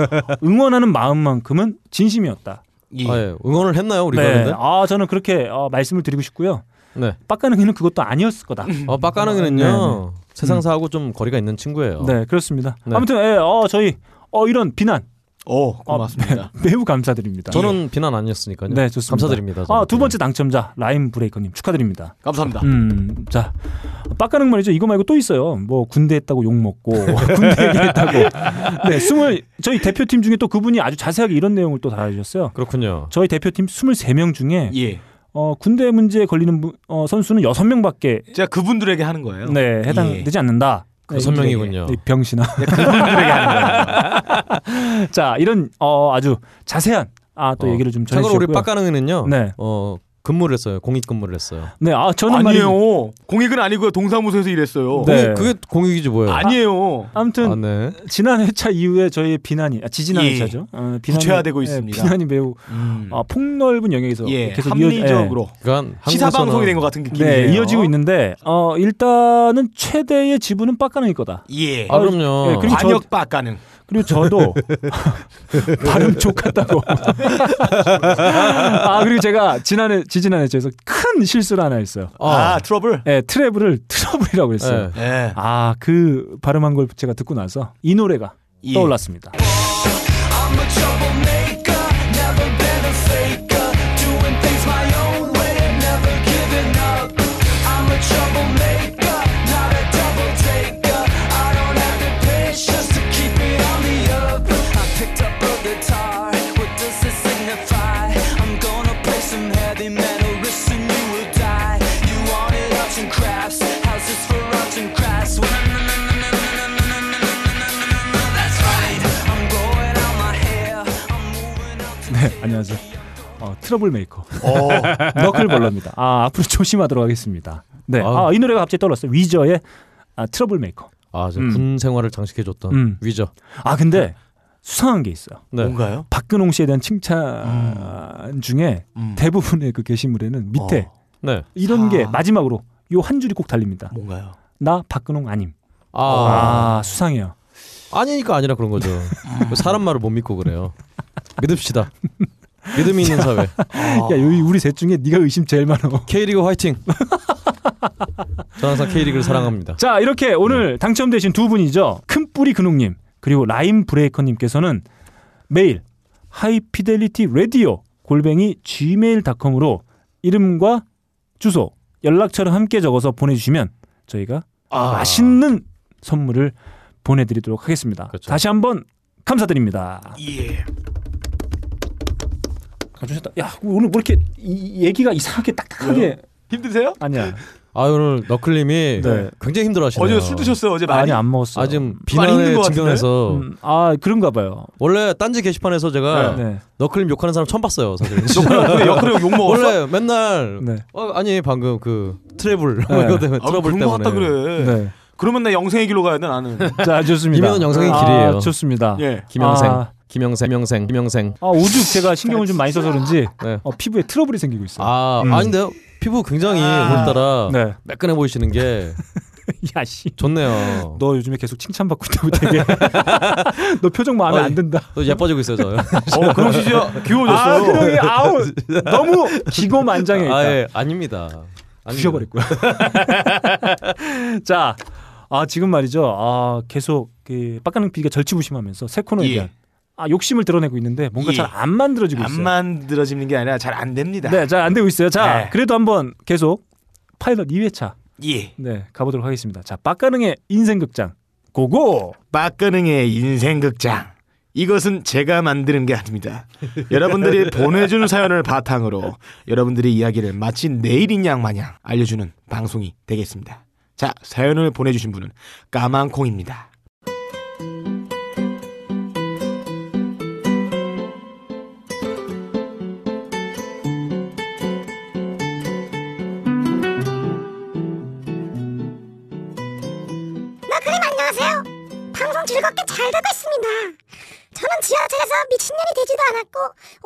Speaker 1: 응원하는 마음만큼은 진심이었다.
Speaker 3: 예.
Speaker 2: 아, 예. 응원을 했나요 우리가
Speaker 1: 네,
Speaker 2: 근데?
Speaker 1: 아 저는 그렇게 어, 말씀을 드리고 싶고요.
Speaker 2: 네.
Speaker 1: 빡가능이는 그것도 아니었을 거다.
Speaker 3: 음.
Speaker 2: 어 빡가능이는요 세상사하고 좀 거리가 있는 친구예요.
Speaker 1: 네, 그렇습니다.
Speaker 2: 네.
Speaker 1: 아무튼 예, 어, 저희 어, 이런 비난 어,
Speaker 3: 오, 어, 고맙습니다.
Speaker 1: 매우 감사드립니다. 예.
Speaker 2: 저는 비난 아니었으니까요.
Speaker 1: 네, 좋습니다.
Speaker 2: 감사드립니다. 저는.
Speaker 1: 아, 두 번째 당첨자 라임 브레이커님 축하드립니다.
Speaker 3: 감사합니다.
Speaker 1: 음, 자, 빡가는 말이죠. 이거 말고 또 있어요. 뭐 군대 했다고 욕 먹고 군대 얘기했다고. 네, 스물 저희 대표팀 중에 또 그분이 아주 자세하게 이런 내용을 또 달아주셨어요.
Speaker 2: 그렇군요.
Speaker 1: 저희 대표팀 23명 중에
Speaker 3: 예.
Speaker 1: 어, 군대 문제에 걸리는 분- 어, 선수는 6명밖에
Speaker 3: 제가 그분들에게 하는 거예요.
Speaker 1: 네, 해당되지 않는다. 네,
Speaker 2: 그 선명이군요.
Speaker 1: 이 병신아. 네. 자, 이런 어, 아주 자세한 아, 또
Speaker 2: 어,
Speaker 1: 얘기를 좀 전해
Speaker 2: 참고로 우리
Speaker 1: 주셨고요.
Speaker 2: 빡가능이는요.
Speaker 1: 네.
Speaker 2: 어 근무를 했어요. 공익 근무를 했어요.
Speaker 1: 네, 아, 저는
Speaker 3: 아니에요.
Speaker 1: 말이죠.
Speaker 3: 공익은 아니고요. 동사무소에서 일했어요.
Speaker 2: 공익-
Speaker 1: 네.
Speaker 2: 그게 공익이지 뭐예요.
Speaker 3: 아니에요.
Speaker 1: 아무튼
Speaker 2: 네. 아, 네.
Speaker 1: 지난 회차 이후에 저희의 비난이 아, 지지난
Speaker 3: 예.
Speaker 1: 회차죠. 어,
Speaker 3: 구체화되고
Speaker 1: 예,
Speaker 3: 있습니다.
Speaker 1: 비난이 매우
Speaker 3: 음.
Speaker 1: 아, 폭넓은 영역에서
Speaker 3: 예,
Speaker 1: 계속
Speaker 3: 합리적으로
Speaker 2: 그러니까
Speaker 3: 시사
Speaker 2: 한국에서는-
Speaker 3: 방송이 된 것 같은
Speaker 1: 이어, 예,
Speaker 3: 느낌이에요.
Speaker 1: 네, 이어지고 있는데 어, 일단은 최대의 지분은 빡가능일 거다.
Speaker 3: 예.
Speaker 2: 아 그럼요.
Speaker 1: 예, 그리고 저-
Speaker 3: 관역 빡가능.
Speaker 1: 그리고 저도 발음 족같다고. 아 그리고 제가 지난해 지지난 회차에서 큰 실수를 하나 했어요.
Speaker 3: 아,
Speaker 2: 아,
Speaker 3: 트러블.
Speaker 1: 예, 트래블을 트러블이라고 했어요.
Speaker 2: 예.
Speaker 3: 예.
Speaker 1: 아 그 발음한 걸 제가 듣고 나서 이 노래가
Speaker 3: 예.
Speaker 1: 떠올랐습니다.
Speaker 7: I'm a troublemaker, never been a faker. Doing things my own way, never giving up. I'm a troublemaker, not a double taker. I don't have the patience to keep it on the up. I picked up a guitar, what does it signify? I'm gonna play some heavy metal, risk and you will die. You want it out and crack.
Speaker 1: 네, 안녕하세요. 어, 트러블 메이커. 너클 벌러입니다. 아, 앞으로 조심하도록 하겠습니다. 네.
Speaker 2: 아우.
Speaker 1: 아, 이 노래가 갑자기 떠올랐어요. 위저의 아, 트러블 메이커.
Speaker 2: 아, 이제
Speaker 1: 음.
Speaker 2: 군 생활을 장식해줬던
Speaker 1: 음.
Speaker 2: 위저.
Speaker 1: 아, 근데 수상한 게 있어요.
Speaker 2: 네.
Speaker 3: 뭔가요?
Speaker 1: 박근홍 씨에 대한 칭찬
Speaker 2: 음.
Speaker 1: 중에
Speaker 3: 음.
Speaker 1: 대부분의 그 게시물에는 밑에
Speaker 3: 어,
Speaker 2: 네.
Speaker 1: 이런
Speaker 3: 아.
Speaker 1: 게 마지막으로 요 한 줄이 꼭 달립니다.
Speaker 3: 뭔가요?
Speaker 1: 나 박근홍 아님.
Speaker 2: 아,
Speaker 1: 아, 수상해요. 음.
Speaker 2: 아니니까 아니라 그런 거죠. 사람 말을 못 믿고 그래요. 믿읍시다. 믿음이 있는 사회.
Speaker 3: 아.
Speaker 1: 야, 여기 우리 셋 중에 네가 의심 제일 많아.
Speaker 2: K리그 화이팅. 저는 항상 K리그를 사랑합니다.
Speaker 1: 자, 이렇게
Speaker 3: 네.
Speaker 1: 오늘 당첨되신 두 분이죠. 큰뿌리 근홍님 그리고 라임 브레이커님께서는 메일 하이피델리티 라디오 골뱅이 gmail.com으로 이름과 주소, 연락처를 함께 적어서 보내주시면 저희가
Speaker 3: 아.
Speaker 1: 맛있는 선물을 보내드리도록 하겠습니다.
Speaker 2: 그렇죠.
Speaker 1: 다시 한번 감사드립니다. 예. 가주셨다. 야 오늘 뭐 이렇게 이 얘기가 이상하게 딱딱하게
Speaker 3: 힘드세요?
Speaker 1: 아니야.
Speaker 2: 아 오늘 너클님이
Speaker 1: 네.
Speaker 2: 굉장히 힘들어하시네요.
Speaker 3: 어제 술 드셨어요? 어제 많이?
Speaker 1: 많이 안 먹었어.
Speaker 2: 아 지금
Speaker 3: 힘든
Speaker 2: 비난의
Speaker 3: 것
Speaker 2: 진경에서
Speaker 1: 음, 아 그런가 봐요.
Speaker 2: 원래 딴지 게시판에서 제가
Speaker 1: 네.
Speaker 2: 너클님 욕하는 사람 처음 봤어요 사실.
Speaker 3: 너클 역할을 욕 먹었어?
Speaker 2: 원래 맨날
Speaker 1: 네.
Speaker 2: 어, 아니 방금 그 트래블
Speaker 1: 네.
Speaker 2: 이거 때문에
Speaker 3: 아,
Speaker 2: 트러블
Speaker 3: 그런
Speaker 2: 때문에
Speaker 3: 거 같다 그래.
Speaker 1: 네.
Speaker 3: 그러면 나 영생의 길로 가야 돼 나는.
Speaker 1: 자 좋습니다.
Speaker 2: 이면은 영상의
Speaker 1: 아,
Speaker 2: 길이에요.
Speaker 1: 좋습니다.
Speaker 3: 예.
Speaker 2: 김영생,
Speaker 1: 아.
Speaker 2: 김영생, 김영생, 김영생.
Speaker 1: 아 오죽 제가 신경을 좀 많이 써서 그런지
Speaker 2: 네.
Speaker 1: 어, 피부에 트러블이 생기고 있어요.
Speaker 2: 아
Speaker 1: 음.
Speaker 2: 아닌데요? 피부 굉장히 오늘따라
Speaker 1: 네.
Speaker 2: 매끈해 보이시는 게
Speaker 1: 야씨.
Speaker 2: 좋네요.
Speaker 1: 너 요즘에 계속 칭찬받고 있다고 되게. 너 표정 마음에
Speaker 2: 어이.
Speaker 1: 안 든다.
Speaker 2: 또 예뻐지고 있어요 저.
Speaker 3: 어, 그럼 진짜
Speaker 1: 아,
Speaker 3: 귀여워졌어.
Speaker 1: 그형이 아우 너무 기고만장해 있다.
Speaker 2: 아, 예, 아닙니다. 아닙니다.
Speaker 1: 부셔버릴 거야. 자, 아 지금 말이죠. 아 계속 그 빡가능 PD가 절치부심하면서 새 코너에
Speaker 3: 예.
Speaker 1: 대한 아 욕심을 드러내고 있는데 뭔가
Speaker 3: 예.
Speaker 1: 잘 안 만들어지고
Speaker 3: 안
Speaker 1: 있어요.
Speaker 3: 만들어지는 게 아니라 잘 안 됩니다.
Speaker 1: 네, 잘 안 되고 있어요. 자,
Speaker 3: 네.
Speaker 1: 그래도 한번 계속 파일럿 2회차
Speaker 3: 예.
Speaker 1: 네 가보도록 하겠습니다. 자, 빡가능의 인생극장 고고.
Speaker 3: 빡가능의 인생극장. 이것은 제가 만드는 게 아닙니다. 여러분들이 보내준 사연을 바탕으로 여러분들의 이야기를 마치 내일인 양 마냥 알려주는 방송이 되겠습니다. 자, 사연을 보내주신 분은 까망콩입니다.
Speaker 8: 너클님 안녕하세요. 방송 즐겁게 잘 듣고 있습니다. 저는 지하철에서 미친년이 되지도 않았고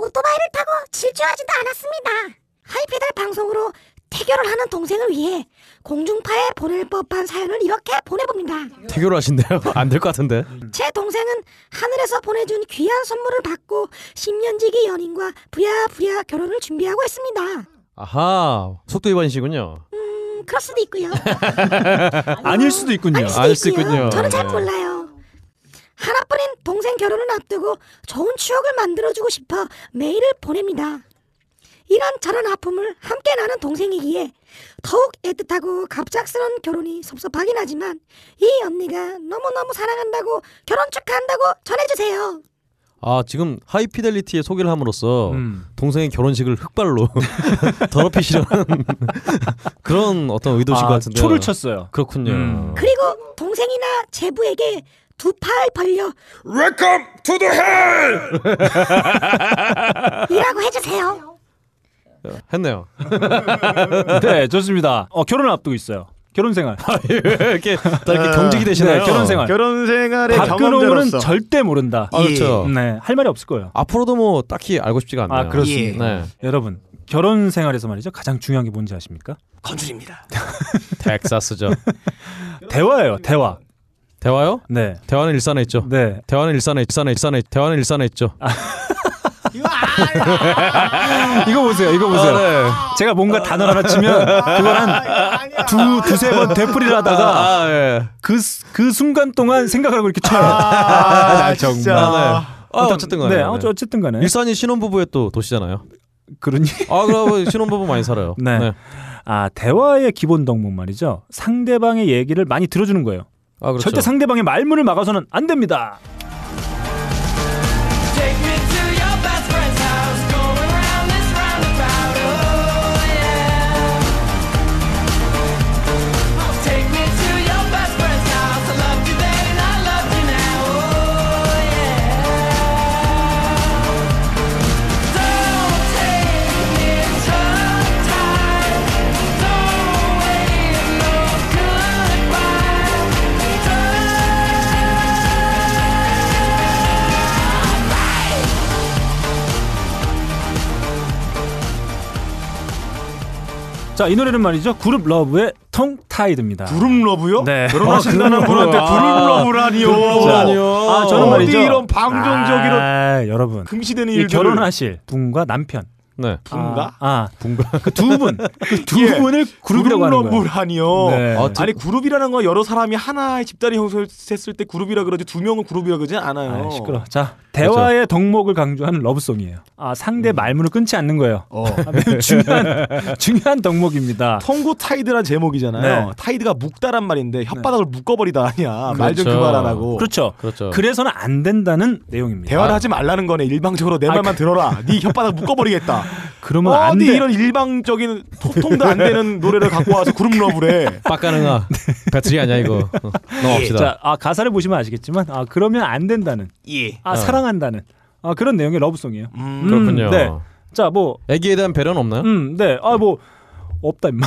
Speaker 8: 오토바이를 타고 질주하지도 않았습니다. 하이페달 방송으로 태교를 하는 동생을 위해 공중파에 보낼 법한 사연을 이렇게 보내봅니다.
Speaker 2: 태교를 하신대요? 안 될 것 같은데.
Speaker 8: 제 동생은 하늘에서 보내준 귀한 선물을 받고 10년지기 연인과 부랴부랴 결혼을 준비하고 있습니다.
Speaker 2: 아하, 속도 위반이시군요.
Speaker 8: 음, 그럴 수도 있고요.
Speaker 1: 아닐 수도 있군요. 예.
Speaker 8: 알 수도,
Speaker 2: 알 수도 있군요.
Speaker 8: 어, 저는 잘
Speaker 2: 네.
Speaker 8: 몰라요. 하나뿐인 동생 결혼을 앞두고 좋은 추억을 만들어주고 싶어 메일을 보냅니다. 이런 저런 아픔을 함께 나는 동생이기에 더욱 애틋하고 갑작스런 결혼이 섭섭하긴 하지만 이 언니가 너무너무 사랑한다고 결혼 축하한다고 전해주세요.
Speaker 2: 아, 지금 하이피델리티에 소개를 함으로써
Speaker 1: 음.
Speaker 2: 동생의 결혼식을 흑발로 더럽히시려는 그런 어떤 의도신 것
Speaker 1: 아,
Speaker 2: 같은데.
Speaker 1: 초를 쳤어요.
Speaker 2: 그렇군요.
Speaker 1: 음.
Speaker 8: 그리고 동생이나 제부에게 두 팔 벌려 Welcome to the hell! 이라고 해주세요.
Speaker 2: 했네요.
Speaker 1: 네, 좋습니다. 어, 결혼을 앞두고 있요 결혼 생활.
Speaker 2: 이렇게 다 이렇게 경직이 되시나요?
Speaker 1: 네, 결혼 생활.
Speaker 3: 결혼 생활의
Speaker 1: 박근홍은
Speaker 3: 경험자로서
Speaker 1: 절대 모른다.
Speaker 2: 아, 그렇죠.
Speaker 1: 네, 할 말이 없을 거예요.
Speaker 2: 앞으로도 뭐 딱히 알고 싶지가 않네요.
Speaker 1: 아, 그렇습니다.
Speaker 2: 네.
Speaker 1: 여러분, 결혼 생활에서 말이죠. 가장 중요한 게 뭔지 아십니까?
Speaker 3: 건줄입니다.
Speaker 2: 텍사스죠.
Speaker 1: 대화예요, 대화.
Speaker 2: 대화요?
Speaker 1: 네.
Speaker 2: 대화는 일산에 있죠.
Speaker 1: 네. 아,
Speaker 2: 대화는 일산에 일산에 일산에 대화는 일산에 있죠.
Speaker 1: 이거 보세요. 이거
Speaker 2: 아,
Speaker 1: 보세요.
Speaker 2: 네.
Speaker 1: 제가 뭔가 단어를 하나 치면 그걸 한두 두세 번 되풀이를 하다가
Speaker 2: 아, 예.
Speaker 1: 그 그 순간 동안 생각을 하고 이렇게 쳐요. 아,
Speaker 2: 아, 네. 아, 어쨌든 간에.
Speaker 1: 네,
Speaker 2: 네.
Speaker 1: 어, 어쨌든 간에.
Speaker 2: 일산이 신혼부부의 또 도시잖아요.
Speaker 1: 그러니
Speaker 2: 아, 그럼 신혼부부 많이 살아요.
Speaker 1: 네. 아, 대화의 기본 덕목 말이죠. 상대방의 얘기를 많이 들어주는 거예요.
Speaker 2: 아, 그렇죠.
Speaker 1: 절대 상대방의 말문을 막아서는 안 됩니다.
Speaker 7: Take me to your best friend's house. Going round this roundabout. Oh, yeah. Take me to your best friend's house. I loved you then and I love you now. Oh, yeah. Don't
Speaker 1: 자, 이 노래는 말이죠. 그룹 러브의 통타이드입니다.
Speaker 3: 구름 러브요?
Speaker 1: 네.
Speaker 3: 결혼하신다는 분한테 구름 러브라니요.
Speaker 1: 아, 러브죠.
Speaker 2: 아,
Speaker 1: 아, 저는 말이죠.
Speaker 3: 어디 이런 방종적이로
Speaker 1: 아, 여러분.
Speaker 3: 금시되는
Speaker 1: 이
Speaker 3: 일들을
Speaker 1: 결혼하실 분과 남편.
Speaker 2: 네.
Speaker 3: 분가?
Speaker 1: 아, 분과 그 두 분. 그 두
Speaker 3: 예.
Speaker 1: 분을 그룹이라고 하는 거예요.
Speaker 3: 러브라니요.
Speaker 1: 네.
Speaker 2: 아, 두-
Speaker 3: 아니 그룹이라는 건 여러 사람이 하나의 집단이 형성했을 때 그룹이라 그러지 두 명은 그룹이라 그러지 않아요.
Speaker 1: 아, 시끄러. 자,
Speaker 2: 그렇죠.
Speaker 1: 대화의 덕목을 강조하는 러브송이에요. 아, 상대 말문을 끊지 않는 거예요.
Speaker 3: 음. 어.
Speaker 1: 아, 매우 중요한 중요한 덕목입니다.
Speaker 3: 통고 타이드란 제목이잖아요.
Speaker 1: 네.
Speaker 3: 타이드가 묶다란 말인데 혓바닥을 묶어버리다 아니야. 말 좀
Speaker 2: 그렇죠.
Speaker 3: 그만하라고.
Speaker 1: 그렇죠.
Speaker 2: 그렇죠.
Speaker 1: 그래서는 안 된다는 내용입니다. 아, 그
Speaker 3: 대화를 하지 말라는 거네. 일방적으로 내 말만 들어라. 네 혓바닥 묶어버리겠다.
Speaker 1: 그러면 안
Speaker 3: 어디
Speaker 1: 돼.
Speaker 3: 이런 일방적인 소통도 안 되는 노래를 갖고 와서 그룹 러브래.
Speaker 2: 빡가능아. 배틀이 아니야 이거. 어, 넘어갑시다.
Speaker 1: 네. 자, 아, 가사를 보시면 아시겠지만 아, 그러면 안 된다는.
Speaker 3: 예.
Speaker 1: 아, 사랑한다는. 아, 그런 내용의 러브송이에요.
Speaker 3: 음.
Speaker 1: 음,
Speaker 2: 어. 그렇군요. 어?
Speaker 1: 네. 자, 뭐
Speaker 2: 애기에 대한 배려는 없나요? 아,
Speaker 1: 음, 네. 아, 뭐 없다 임마.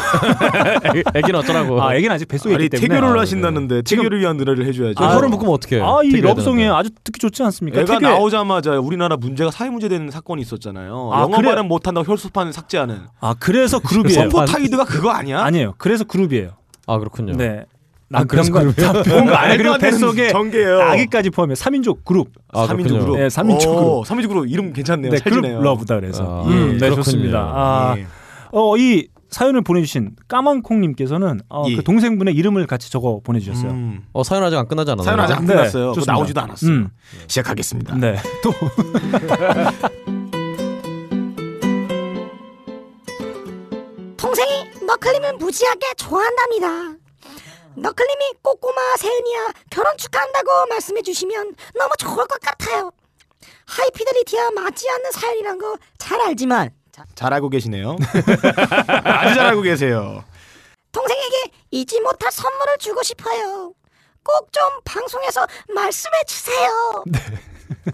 Speaker 2: 애기- 애기는 어쩌라고?
Speaker 1: 아, 애기는 아직 뱃속에
Speaker 3: 아니
Speaker 1: 있기 때문에.
Speaker 3: 태교를 하신다는데 태교를 위한 노래를 해줘야죠.
Speaker 2: 그 혀를
Speaker 1: 아,
Speaker 2: 묶으면 어떡해?
Speaker 1: 아, 이
Speaker 2: 되게
Speaker 1: 러브송이
Speaker 2: 되는데.
Speaker 1: 아주 듣기 좋지 않습니까?
Speaker 3: 애가
Speaker 1: 태교에-
Speaker 3: 나오자마자 우리나라 문제가 사회 문제 되는 사건이 있었잖아요.
Speaker 1: 아,
Speaker 3: 영어
Speaker 1: 그래?
Speaker 3: 발음 못한다고 혈소판 삭제하는.
Speaker 1: 아, 그래서 그룹이에요.
Speaker 3: 선포 타이드가 그거 아니야?
Speaker 1: 아니에요. 그래서 그룹이에요.
Speaker 2: 아 그렇군요.
Speaker 1: 네.
Speaker 2: 아, 그래서
Speaker 1: 남편과 남편과 아내 그리고 뱃속에
Speaker 3: 전개예요.
Speaker 1: 아기까지 포함해 3인조 그룹.
Speaker 2: 아,
Speaker 3: 3인조
Speaker 2: 그렇군요.
Speaker 3: 그룹.
Speaker 1: 네, 삼인조 그룹.
Speaker 3: 오, 3인조 그룹 이름 괜찮네요.
Speaker 1: 네, 그룹
Speaker 3: 찰지네요.
Speaker 1: 러브다 그래서.
Speaker 2: 아,
Speaker 1: 음,
Speaker 2: 예,
Speaker 1: 네,
Speaker 2: 그렇군요.
Speaker 1: 좋습니다. 아,
Speaker 3: 예.
Speaker 1: 어, 이 사연을 보내주신 까만콩님께서는 어,
Speaker 3: 예.
Speaker 1: 그 동생분의 이름을 같이 적어 보내주셨어요. 음.
Speaker 3: 음.
Speaker 2: 어 사연 아직 안 끝나지 않았나요?
Speaker 3: 사연 아직 안
Speaker 1: 네,
Speaker 3: 끝났어요. 그거
Speaker 1: 좋습니다. 음.
Speaker 3: 나오지도 않았어요. 예, 시작하겠습니다.
Speaker 1: 네. 또
Speaker 8: 동생이 너클림을 무지하게 좋아한답니다. 너클림이 꼬꼬마 세은이야 결혼 축하한다고 말씀해 주시면 너무 좋을 것 같아요. 하이피델리티와 맞지 않는 사연이란 거 잘 알지만 자,
Speaker 3: 잘하고 계시네요. 아주 잘하고 계세요.
Speaker 8: 동생에게 잊지 못할 선물을 주고 싶어요. 꼭 좀 방송에서 말씀해 주세요.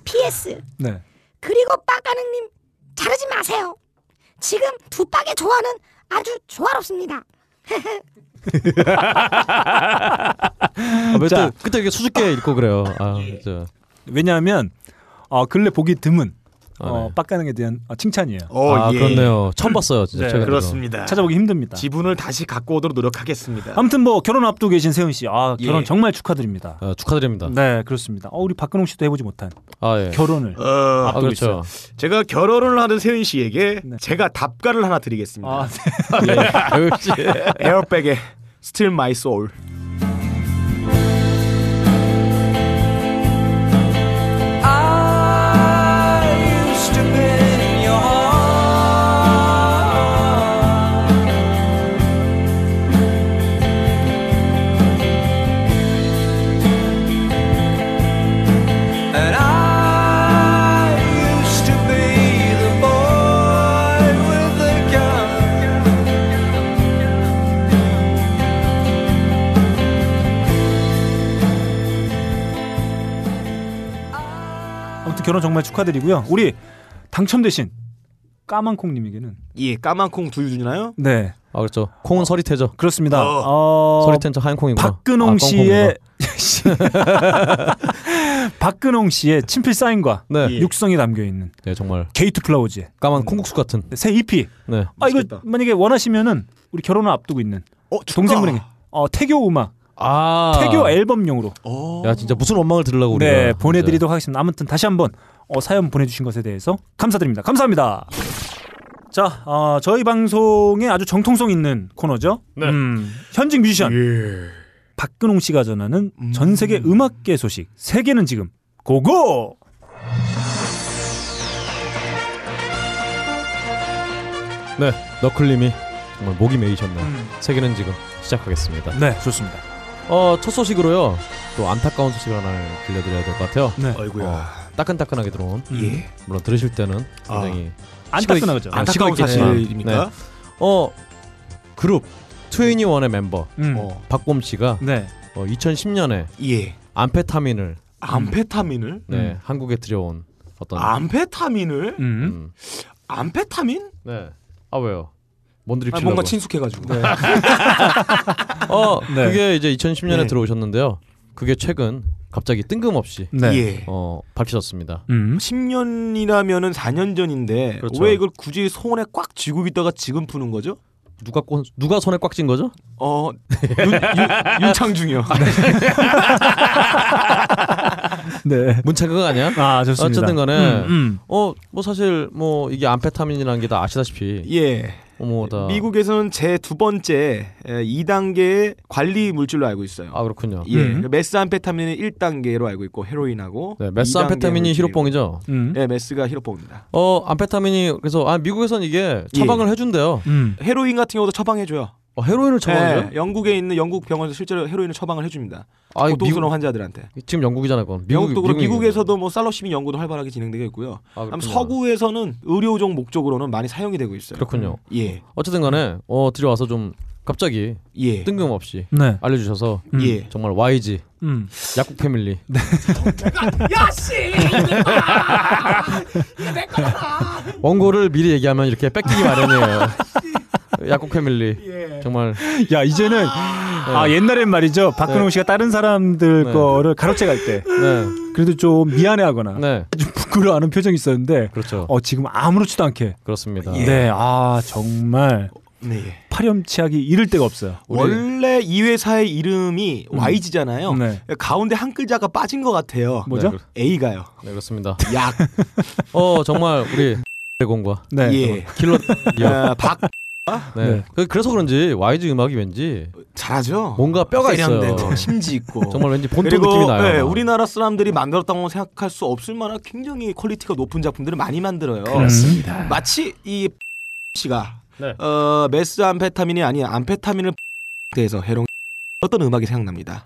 Speaker 8: PS
Speaker 1: 네.
Speaker 8: 그리고 빠가능님 자르지 마세요. 지금 두 빠게 좋아하는 아주 조화롭습니다.
Speaker 2: 아, 왜 또,
Speaker 1: 자.
Speaker 2: 그때 이게 수줍게 읽고 그래요. 아, 진짜.
Speaker 1: 왜냐하면 어, 근래 보기 드문
Speaker 2: 아,
Speaker 1: 어,
Speaker 2: 네.
Speaker 1: 빡가능에 대한 어, 칭찬이에요.
Speaker 3: 오,
Speaker 2: 아
Speaker 3: 예.
Speaker 2: 그렇네요. 처음 봤어요, 진짜.
Speaker 1: 네,
Speaker 2: 최근에.
Speaker 3: 그렇습니다.
Speaker 1: 찾아보기 힘듭니다.
Speaker 3: 지분을 다시 갖고 오도록 노력하겠습니다.
Speaker 1: 아무튼 뭐 결혼 앞두고 계신 세훈 씨, 아 결혼
Speaker 3: 예.
Speaker 1: 정말 축하드립니다.
Speaker 2: 아, 축하드립니다.
Speaker 1: 네, 그렇습니다. 어, 우리 박근홍 씨도 해보지 못한
Speaker 2: 아 예.
Speaker 1: 결혼을
Speaker 3: 어,
Speaker 2: 아
Speaker 3: 앞두고 있어요.
Speaker 2: 그렇죠.
Speaker 3: 제가 결혼을 하는 세윤 씨에게
Speaker 1: 네.
Speaker 3: 제가 답가를 하나 드리겠습니다.
Speaker 1: 아, 네.
Speaker 2: 예. 역시.
Speaker 3: 에어백의 Still My Soul.
Speaker 7: I used to be in your heart. And I used to be the boy with the gun.
Speaker 1: 아무튼 결혼 정말 축하드리고요. 우리 당첨되신 까만콩님에게는
Speaker 3: 예, 까만콩 두유 주나요?
Speaker 1: 네
Speaker 2: 아 그렇죠. 콩은 서리태죠.
Speaker 1: 그렇습니다. 어,
Speaker 2: 서리태는 하얀콩이구나.
Speaker 1: 박근홍
Speaker 2: 아, 꽁콩이구나.
Speaker 1: 씨의 박근홍 씨의 친필 사인과
Speaker 2: 네.
Speaker 3: 예.
Speaker 1: 육성이 담겨 있는
Speaker 2: 네 정말
Speaker 1: 게이트 플라워즈의
Speaker 2: 까만 콩국수 같은.
Speaker 1: 새 EP.
Speaker 2: 네.
Speaker 1: 아 이거
Speaker 3: 맛있겠다.
Speaker 1: 만약에 원하시면은 우리 결혼을 앞두고 있는
Speaker 3: 어,
Speaker 1: 동생분에게 어, 태교 음악,
Speaker 2: 아.
Speaker 1: 태교 앨범용으로
Speaker 3: 어.
Speaker 2: 야 진짜 무슨 원망을 들으려고 우리가.
Speaker 1: 네 보내드리도록 하겠습니다. 아무튼 다시 한번 어, 사연 보내주신 것에 대해서 감사드립니다. 감사합니다. 자, 어, 저희 방송에 아주 정통성 있는 코너죠. 음, 현직 뮤지션
Speaker 3: 예.
Speaker 1: 박근홍 씨가 전하는 전 세계 음악계 소식 세계는 지금 고고.
Speaker 2: 진짜. 네. 너클님이 정말 목이 메이셨네요. 세계는 지금 시작하겠습니다.
Speaker 1: 음. 네, 좋습니다.
Speaker 2: 어첫 소식으로요. 또 안타까운 소식을 하나 들려드려야 될 것 같아요. 어,
Speaker 1: 네, 음.
Speaker 3: 아이고야.
Speaker 2: 따끈따끈하게 들어온.
Speaker 3: 예.
Speaker 2: 물론 들으실 때는 굉장히
Speaker 1: 아, 안타까나죠.
Speaker 2: 아,
Speaker 3: 안타까운
Speaker 2: 시골 있겠지만.
Speaker 3: 사실입니까?
Speaker 2: 어 그룹 트웨이니 원의 멤버
Speaker 1: 음.
Speaker 3: 어.
Speaker 2: 박곰 씨가
Speaker 1: 네,
Speaker 2: 어, 2010년에
Speaker 3: 예.
Speaker 2: 암페타민을
Speaker 3: 암페타민을?
Speaker 2: 네, 한국에 들여온 어떤
Speaker 3: 암페타민을?
Speaker 1: 음.
Speaker 2: 음,
Speaker 3: 암페타민?
Speaker 2: 네. 아 왜요? 뭔들이
Speaker 3: 아,
Speaker 2: 필라고 네.
Speaker 3: 뭔가 친숙해가지고.
Speaker 2: 어
Speaker 1: 네.
Speaker 2: 그게 이제 2010년에
Speaker 3: 네.
Speaker 2: 들어오셨는데요. 그게 최근 갑자기 뜬금없이
Speaker 1: 네,
Speaker 3: 예.
Speaker 2: 어 밝혀졌습니다.
Speaker 1: 음.
Speaker 3: 10년이라면은 4년 전인데
Speaker 2: 그렇죠.
Speaker 3: 왜 이걸 굳이 손에 꽉 쥐고 있다가 지금 푸는 거죠?
Speaker 2: 누가 꼰, 누가 손에 꽉 쥔 거죠? 아,
Speaker 3: 어 윤, 윤, 윤창중이요.
Speaker 1: 네.
Speaker 2: 문체가 아니야?
Speaker 1: 아 좋습니다.
Speaker 2: 어쨌든 간에
Speaker 1: 음, 음.
Speaker 2: 어 뭐 사실 뭐 이게 암페타민이라는 게 다 아시다시피
Speaker 3: 예.
Speaker 2: 어머 다
Speaker 3: 미국에서는 제 두 번째 2단계의 관리 물질로 알고 있어요.
Speaker 2: 아 그렇군요.
Speaker 3: 예.
Speaker 1: 음.
Speaker 3: 그 메스암페타민은 1단계로 알고 있고 헤로인하고
Speaker 2: 네, 메스 암페타민이
Speaker 3: 2단계 물질이고.
Speaker 2: 히로뽕이죠.
Speaker 1: 음.
Speaker 3: 예, 메스가 히로뽕입니다. 예.
Speaker 2: 어 암페타민이 그래서 아 미국에선 이게 처방을 해준대요.
Speaker 1: 음.
Speaker 3: 헤로인 같은 경우도 처방해 줘요. 예,
Speaker 2: 어, 헤로인을 처방해줘요?
Speaker 3: 영국에 있는 영국 병원에서 실제로 헤로인을 처방을 해 줍니다.
Speaker 2: 아 이거
Speaker 3: 고통스러운
Speaker 2: 미국
Speaker 3: 환자들한테.
Speaker 2: 지금 영국이잖아요. 그건. 미국
Speaker 3: 영국도 그렇고 미국에서도 뭐 살러시민 연구도 활발하게 진행되고 있고요.
Speaker 2: 아,
Speaker 3: 아마
Speaker 2: 그렇군요.
Speaker 3: 서구에서는 의료용 목적으로는 많이 사용이 되고 있어요.
Speaker 2: 그렇군요.
Speaker 3: 예.
Speaker 2: 어쨌든간에 어 들어와서 좀 갑자기
Speaker 3: 예.
Speaker 2: 뜬금없이
Speaker 1: 네.
Speaker 2: 알려주셔서
Speaker 1: 음.
Speaker 3: 예.
Speaker 2: 정말 YG
Speaker 1: 음.
Speaker 2: 약국 패밀리
Speaker 1: 네.
Speaker 7: 야씨!
Speaker 2: 원고를 미리 얘기하면 이렇게 뺏기기
Speaker 7: 아,
Speaker 2: 마련이에요. 약국 패밀리
Speaker 7: 예.
Speaker 2: 정말
Speaker 1: 야 이제는 아 옛날엔 말이죠 박근홍 씨가 다른 사람들
Speaker 2: 네.
Speaker 1: 거를 가로채갈 때
Speaker 2: 네,
Speaker 1: 그래도 좀 미안해하거나
Speaker 2: 네
Speaker 1: 좀 부끄러워하는 표정이 있었는데
Speaker 2: 그렇죠
Speaker 1: 어 지금 아무렇지도 않게
Speaker 2: 그렇습니다.
Speaker 1: 네 아 정말
Speaker 3: 네. 예.
Speaker 1: 파렴치하기 이를 데가 없어요.
Speaker 2: 우리- 음.
Speaker 3: 원래 이 회사의 이름이 YG잖아요.
Speaker 1: 네.
Speaker 3: 가운데 한 글자가 빠진 것 같아요.
Speaker 1: 뭐죠?
Speaker 2: 네,
Speaker 3: A가요.
Speaker 2: 네 그렇습니다.
Speaker 3: 약.
Speaker 2: 어 정말 우리 대공과
Speaker 1: 네.
Speaker 3: 예.
Speaker 2: 킬러 리어.
Speaker 3: 아, 박
Speaker 2: 네.
Speaker 1: 네.
Speaker 2: 그- 그래서 그런지 YG 음악이 왠지
Speaker 3: 잘하죠.
Speaker 2: 뭔가 뼈가 있어요.
Speaker 3: 세련되고 심지 있고.
Speaker 2: 정말 왠지 본토
Speaker 3: 그리고
Speaker 2: 느낌이 나요.
Speaker 3: 예, 우리나라 사람들이 만들었다고 생각할 수 없을 만한 굉장히 퀄리티가 높은 작품들을 많이 만들어요.
Speaker 1: 그렇습니다.
Speaker 3: 마치 이 씨가
Speaker 2: 네.
Speaker 3: 어, 메스 암페타민이 아닌 암페타민을 대해서 해롱 어떤 음악이 생각납니다.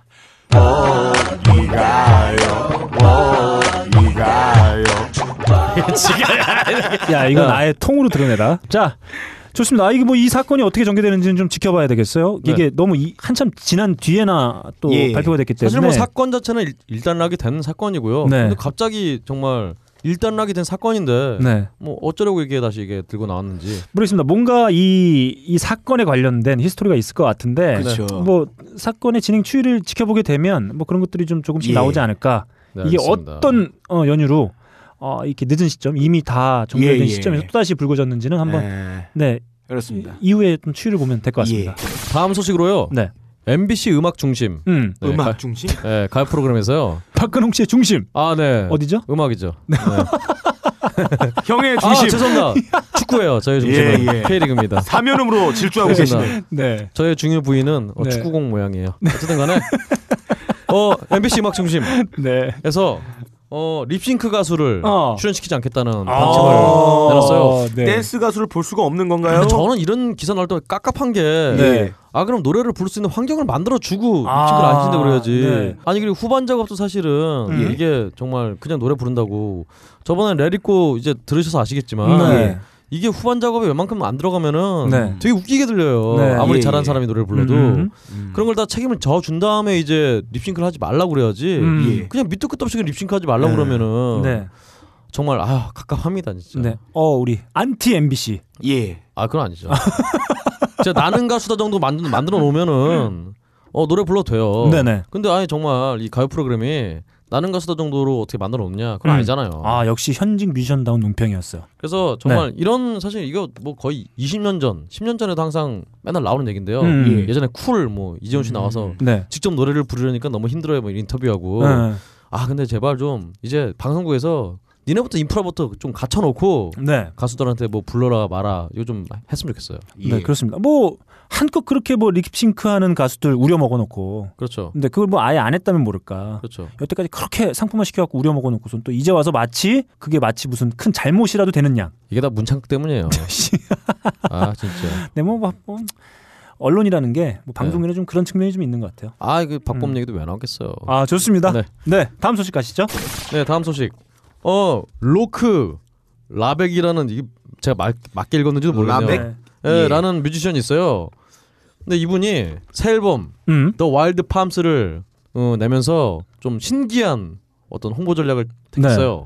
Speaker 1: 야 이건 아예 통으로 드러내라. 자 좋습니다. 아, 이게 뭐 이 사건이 어떻게 전개되는지는 좀 지켜봐야 되겠어요.
Speaker 2: 네.
Speaker 1: 이게 너무 이- 한참 지난 뒤에나 또
Speaker 3: 예.
Speaker 1: 발표가 됐기 때문에
Speaker 2: 사실 뭐 사건 자체는 일- 일단락이 된 사건이고요.
Speaker 1: 네.
Speaker 2: 근데 갑자기 정말 일단락이 된 사건인데
Speaker 1: 네
Speaker 2: 뭐 어쩌려고 이게 다시 이게 들고 나왔는지
Speaker 1: 모르겠습니다. 뭔가 이, 이 사건에 관련된 히스토리가 있을 것 같은데
Speaker 3: 그렇죠.
Speaker 1: 뭐 사건의 진행 추이를 지켜보게 되면 뭐 그런 것들이 좀 조금씩
Speaker 3: 예.
Speaker 1: 나오지 않을까.
Speaker 2: 네,
Speaker 1: 이게
Speaker 2: 알겠습니다.
Speaker 1: 어떤 어, 연유로 어, 이렇게 늦은 시점 이미 다 종료된
Speaker 3: 예, 예.
Speaker 1: 시점에서 또 다시 불거졌는지는 한번
Speaker 3: 예,
Speaker 1: 네
Speaker 3: 그렇습니다.
Speaker 1: 이후에 좀 추이를 보면 될 것 같습니다.
Speaker 2: 예. 다음 소식으로요.
Speaker 1: 네.
Speaker 2: MBC 음악 중심
Speaker 1: 음
Speaker 2: 네,
Speaker 3: 음악
Speaker 2: 가,
Speaker 3: 중심.
Speaker 2: 네, 가요 프로그램에서요.
Speaker 1: 박근홍 씨의 중심
Speaker 2: 아 네.
Speaker 1: 어디죠?
Speaker 2: 음악이죠. 네.
Speaker 3: 형의
Speaker 2: 아
Speaker 3: 중심.
Speaker 2: 죄송합니다. 축구예요. 저희 중심은
Speaker 3: 예, 예.
Speaker 2: K리그입니다.
Speaker 3: 사면음으로 질주하고 계시네.
Speaker 2: 죄송합니다.
Speaker 1: 네.
Speaker 2: 저의 중요 부위는 어,
Speaker 1: 네.
Speaker 2: 축구공 모양이에요. 어쨌든 간에 어, MBC 음악 중심에서
Speaker 1: 네.
Speaker 2: 어, 립싱크 가수를
Speaker 1: 어.
Speaker 2: 출연시키지 않겠다는
Speaker 1: 아,
Speaker 2: 방침을 내놨어요.
Speaker 1: 네.
Speaker 3: 댄스 가수를 볼 수가 없는 건가요?
Speaker 2: 근데 저는 이런 기사 나올 때 깝깝한 게.
Speaker 3: 네.
Speaker 2: 아 그럼 노래를 부를 수 있는 환경을 만들어 주고
Speaker 1: 아,
Speaker 2: 립싱크를 안 친다 그래야지.
Speaker 1: 네.
Speaker 2: 아니 그리고 후반 작업도 사실은
Speaker 1: 음.
Speaker 2: 이게 정말 그냥 노래 부른다고 저번에 레리코 이제 들으셔서 아시겠지만
Speaker 1: 네.
Speaker 2: 이게 후반 작업에 웬만큼 안 들어가면은
Speaker 1: 네.
Speaker 2: 되게 웃기게 들려요.
Speaker 1: 네.
Speaker 2: 아무리
Speaker 3: 예,
Speaker 2: 잘하는
Speaker 3: 예.
Speaker 2: 사람이 노래를 불러도
Speaker 1: 음,
Speaker 3: 음.
Speaker 2: 그런 걸 다 책임을 져 준 다음에 이제 립싱크를 하지 말라고 그래야지.
Speaker 1: 음.
Speaker 3: 예.
Speaker 2: 그냥 밑도 끝도 없이 그냥 립싱크하지 말라고
Speaker 3: 네.
Speaker 2: 그러면은
Speaker 1: 네.
Speaker 2: 정말 아 갑갑합니다 진짜.
Speaker 1: 네. 어 우리 안티 MBC.
Speaker 3: 예.
Speaker 2: 아 그건 아니죠. 진짜 나는 가수다 정도 만들, 만들어 놓으면은 어 노래 불러도 돼요.
Speaker 1: 네네.
Speaker 2: 근데 아니 정말 이 가요 프로그램이 나는 가수다 정도로 어떻게 만들어 놓냐 그건
Speaker 1: 음.
Speaker 2: 아니잖아요.
Speaker 1: 아 네. 역시 현직 뮤지션다운 논평이었어요.
Speaker 2: 그래서 정말 이런 사실 이거 뭐 거의 20년 전, 10년 전에도 항상 맨날 나오는 얘긴데요.
Speaker 1: 음.
Speaker 3: 예.
Speaker 2: 예전에 쿨 뭐 이재훈 씨 나와서
Speaker 1: 네.
Speaker 2: 직접 노래를 부르려니까 너무 힘들어요. 뭐 인터뷰하고 아 근데 제발 좀 이제 방송국에서 니네부터 인프라부터 좀 갖춰놓고
Speaker 1: 네.
Speaker 2: 가수들한테 뭐 불러라 마라 이거 좀 했으면 좋겠어요.
Speaker 1: 네,
Speaker 3: 예.
Speaker 1: 그렇습니다. 뭐 한껏 그렇게 뭐 립싱크하는 가수들 우려 먹어놓고,
Speaker 2: 그렇죠.
Speaker 1: 근데 그걸 뭐 아예 안 했다면 모를까.
Speaker 2: 그렇죠.
Speaker 1: 여태까지 그렇게 상품화 시켜갖고 우려 먹어놓고선 또 이제 와서 마치 그게 마치 무슨 큰 잘못이라도 되는 양.
Speaker 2: 이게 다 문창 때문이에요. 아 진짜.
Speaker 1: 네, 뭐, 뭐, 뭐 언론이라는 게
Speaker 2: 네.
Speaker 1: 뭐 방송이나 좀 그런 측면이 좀 있는 것 같아요.
Speaker 2: 아그 박범
Speaker 1: 음.
Speaker 2: 얘기도 왜 나왔겠어요.
Speaker 1: 아 좋습니다.
Speaker 2: 네.
Speaker 1: 네. 다음 소식 가시죠.
Speaker 2: 네 다음 소식. 어 로크 라백이라는 이게 제가 막, 맞게 읽었는지도 모르겠네요.
Speaker 3: 라백?
Speaker 1: 네.
Speaker 2: 예,
Speaker 3: 예.
Speaker 2: 라는 뮤지션이 있어요. 근데 이분이 새 앨범
Speaker 1: 음.
Speaker 2: The Wild Palms를 어, 내면서 좀 신기한 어떤 홍보 전략을 택했어요.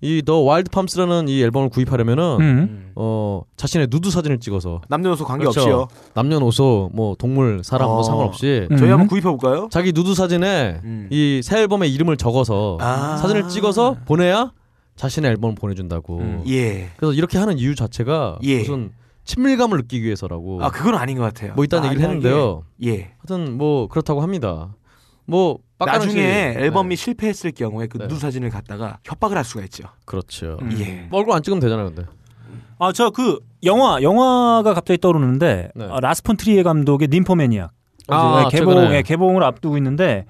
Speaker 1: 네.
Speaker 2: 이 The Wild Palms라는 이 앨범을 구입하려면은
Speaker 1: 음.
Speaker 3: 음.
Speaker 2: 어 자신의 누드 사진을 찍어서
Speaker 3: 남녀노소 관계
Speaker 2: 그렇죠.
Speaker 3: 없이요.
Speaker 2: 남녀노소 뭐 동물 사람 뭐
Speaker 3: 어.
Speaker 2: 상관없이
Speaker 1: 음.
Speaker 3: 저희 한번 구입해 볼까요?
Speaker 2: 자기 누드 사진에
Speaker 3: 음.
Speaker 2: 이 새 앨범의 이름을 적어서
Speaker 3: 아.
Speaker 2: 사진을 찍어서 보내야 자신의 앨범을 보내준다고.
Speaker 1: 음.
Speaker 3: 예.
Speaker 2: 그래서 이렇게 하는 이유 자체가
Speaker 3: 예.
Speaker 2: 무슨 친밀감을 느끼기 위해서라고
Speaker 3: 아 그건 아닌 것 같아요.
Speaker 2: 뭐 있다는 얘기를
Speaker 3: 만약에-
Speaker 2: 했는데요.
Speaker 3: 예.
Speaker 2: 하여튼 뭐 그렇다고 합니다. 뭐 빡가는
Speaker 3: 나중에
Speaker 2: 씨- 네,
Speaker 3: 앨범이 실패했을 경우에 그
Speaker 2: 네.
Speaker 3: 누드 사진을 갖다가 협박을 할 수가 있죠.
Speaker 2: 그렇죠.
Speaker 1: 음.
Speaker 3: 예.
Speaker 2: 뭐 얼굴 안 찍으면 되잖아요, 근데.
Speaker 1: 아 저 그 영화 영화가 갑자기 떠오르는데
Speaker 2: 네.
Speaker 1: 아, 라스폰 트리에 감독의 ним포매니악
Speaker 2: 아,
Speaker 1: 이제 개봉
Speaker 2: 최근에.
Speaker 1: 예, 개봉을 앞두고 있는데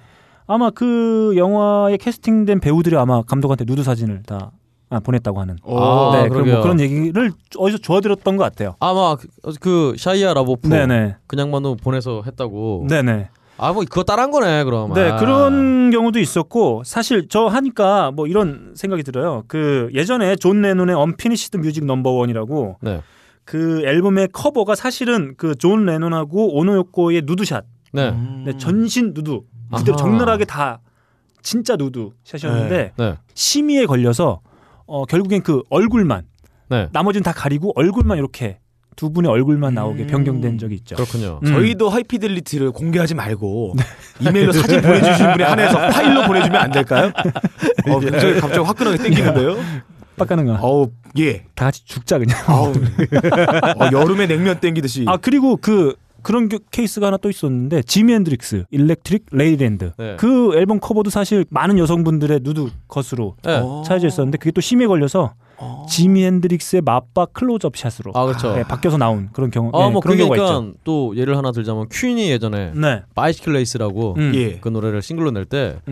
Speaker 1: 아마 그 영화에 캐스팅된 배우들이 아마 감독한테 누드 사진을 다 아, 보냈다고 하는
Speaker 2: 아,
Speaker 1: 네, 그런,
Speaker 2: 그러게요.
Speaker 1: 뭐 그런 얘기를 어디서 주워들었던 것 같아요.
Speaker 2: 아마 그, 그 샤이아 라보프
Speaker 1: 네네
Speaker 2: 그냥만도 보내서 했다고.
Speaker 1: 네네
Speaker 2: 아 뭐 그거 따라한 거네 그럼.
Speaker 1: 네
Speaker 2: 아.
Speaker 1: 그런 경우도 있었고 사실 저 하니까 뭐 이런 생각이 들어요. 그 예전에 존 레논의 언피니시드 뮤직 넘버 원이라고
Speaker 2: 네.
Speaker 1: 그 앨범의 커버가 사실은 그 존 레논하고 오노요코의 누드샷
Speaker 2: 네.
Speaker 3: 음.
Speaker 1: 네, 전신 누드 그대로
Speaker 2: 아하.
Speaker 1: 적나라하게 다 진짜 누드 샷이었는데
Speaker 2: 네.
Speaker 1: 심의에 걸려서 어, 결국엔 그 얼굴만
Speaker 2: 네.
Speaker 1: 나머지는 다 가리고 얼굴만 이렇게 두 분의 얼굴만 나오게
Speaker 3: 음.
Speaker 1: 변경된 적이 있죠.
Speaker 2: 그렇군요.
Speaker 1: 음. 네.
Speaker 3: 저희도 하이피델리티를 공개하지 말고 이메일로 사진 보내주신 분에 한해서 파일로 보내주면 안 될까요? 어, 굉장히 갑자기 화끈하게 땡기는데요.
Speaker 1: 예. 빡가는가?
Speaker 3: 어우 예.
Speaker 1: 다 같이 죽자 그냥.
Speaker 3: 아우 어, 여름에 냉면 땡기듯이.
Speaker 1: 아 그리고 그 그런 게- 케이스가 하나 또 있었는데 지미 앤드릭스 일렉트릭 레이랜드
Speaker 2: 네.
Speaker 1: 그 앨범 커버도 사실 많은 여성분들의 누드 컷으로
Speaker 2: 네.
Speaker 3: 어.
Speaker 1: 차여져 있었는데 그게 또 심의에 걸려서
Speaker 3: 어.
Speaker 1: 지미 앤드릭스의 맞박 클로즈업 샷으로
Speaker 2: 아 그렇죠.
Speaker 1: 네, 바뀌어서 나온 그런 경우
Speaker 2: 아,
Speaker 1: 네,
Speaker 2: 뭐
Speaker 1: 그런
Speaker 2: 그게
Speaker 1: 경우가 있죠.
Speaker 2: 그러니까 또 예를 하나 들자면 퀸이 예전에
Speaker 1: 네.
Speaker 2: 바이시클 레이스라고
Speaker 1: 음.
Speaker 3: 예.
Speaker 2: 그 노래를 싱글로 낼 때 그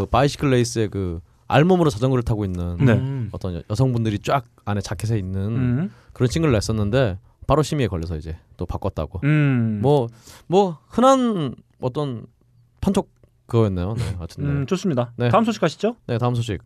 Speaker 1: 음.
Speaker 2: 바이시클 레이스의 그 알몸으로 자전거를 타고 있는
Speaker 1: 네.
Speaker 3: 음.
Speaker 2: 어떤 여- 여성분들이 쫙 안에 자켓에 있는
Speaker 1: 음.
Speaker 2: 그런 싱글을 냈었는데 바로 심의에 걸려서 이제 또 바꿨다고.
Speaker 1: 음.
Speaker 2: 뭐 뭐 흔한 어떤 판촉 그거였나요? 네, 하여튼 네.
Speaker 1: 음, 좋습니다.
Speaker 2: 네.
Speaker 1: 다음 소식 가시죠.
Speaker 2: 네, 다음 소식.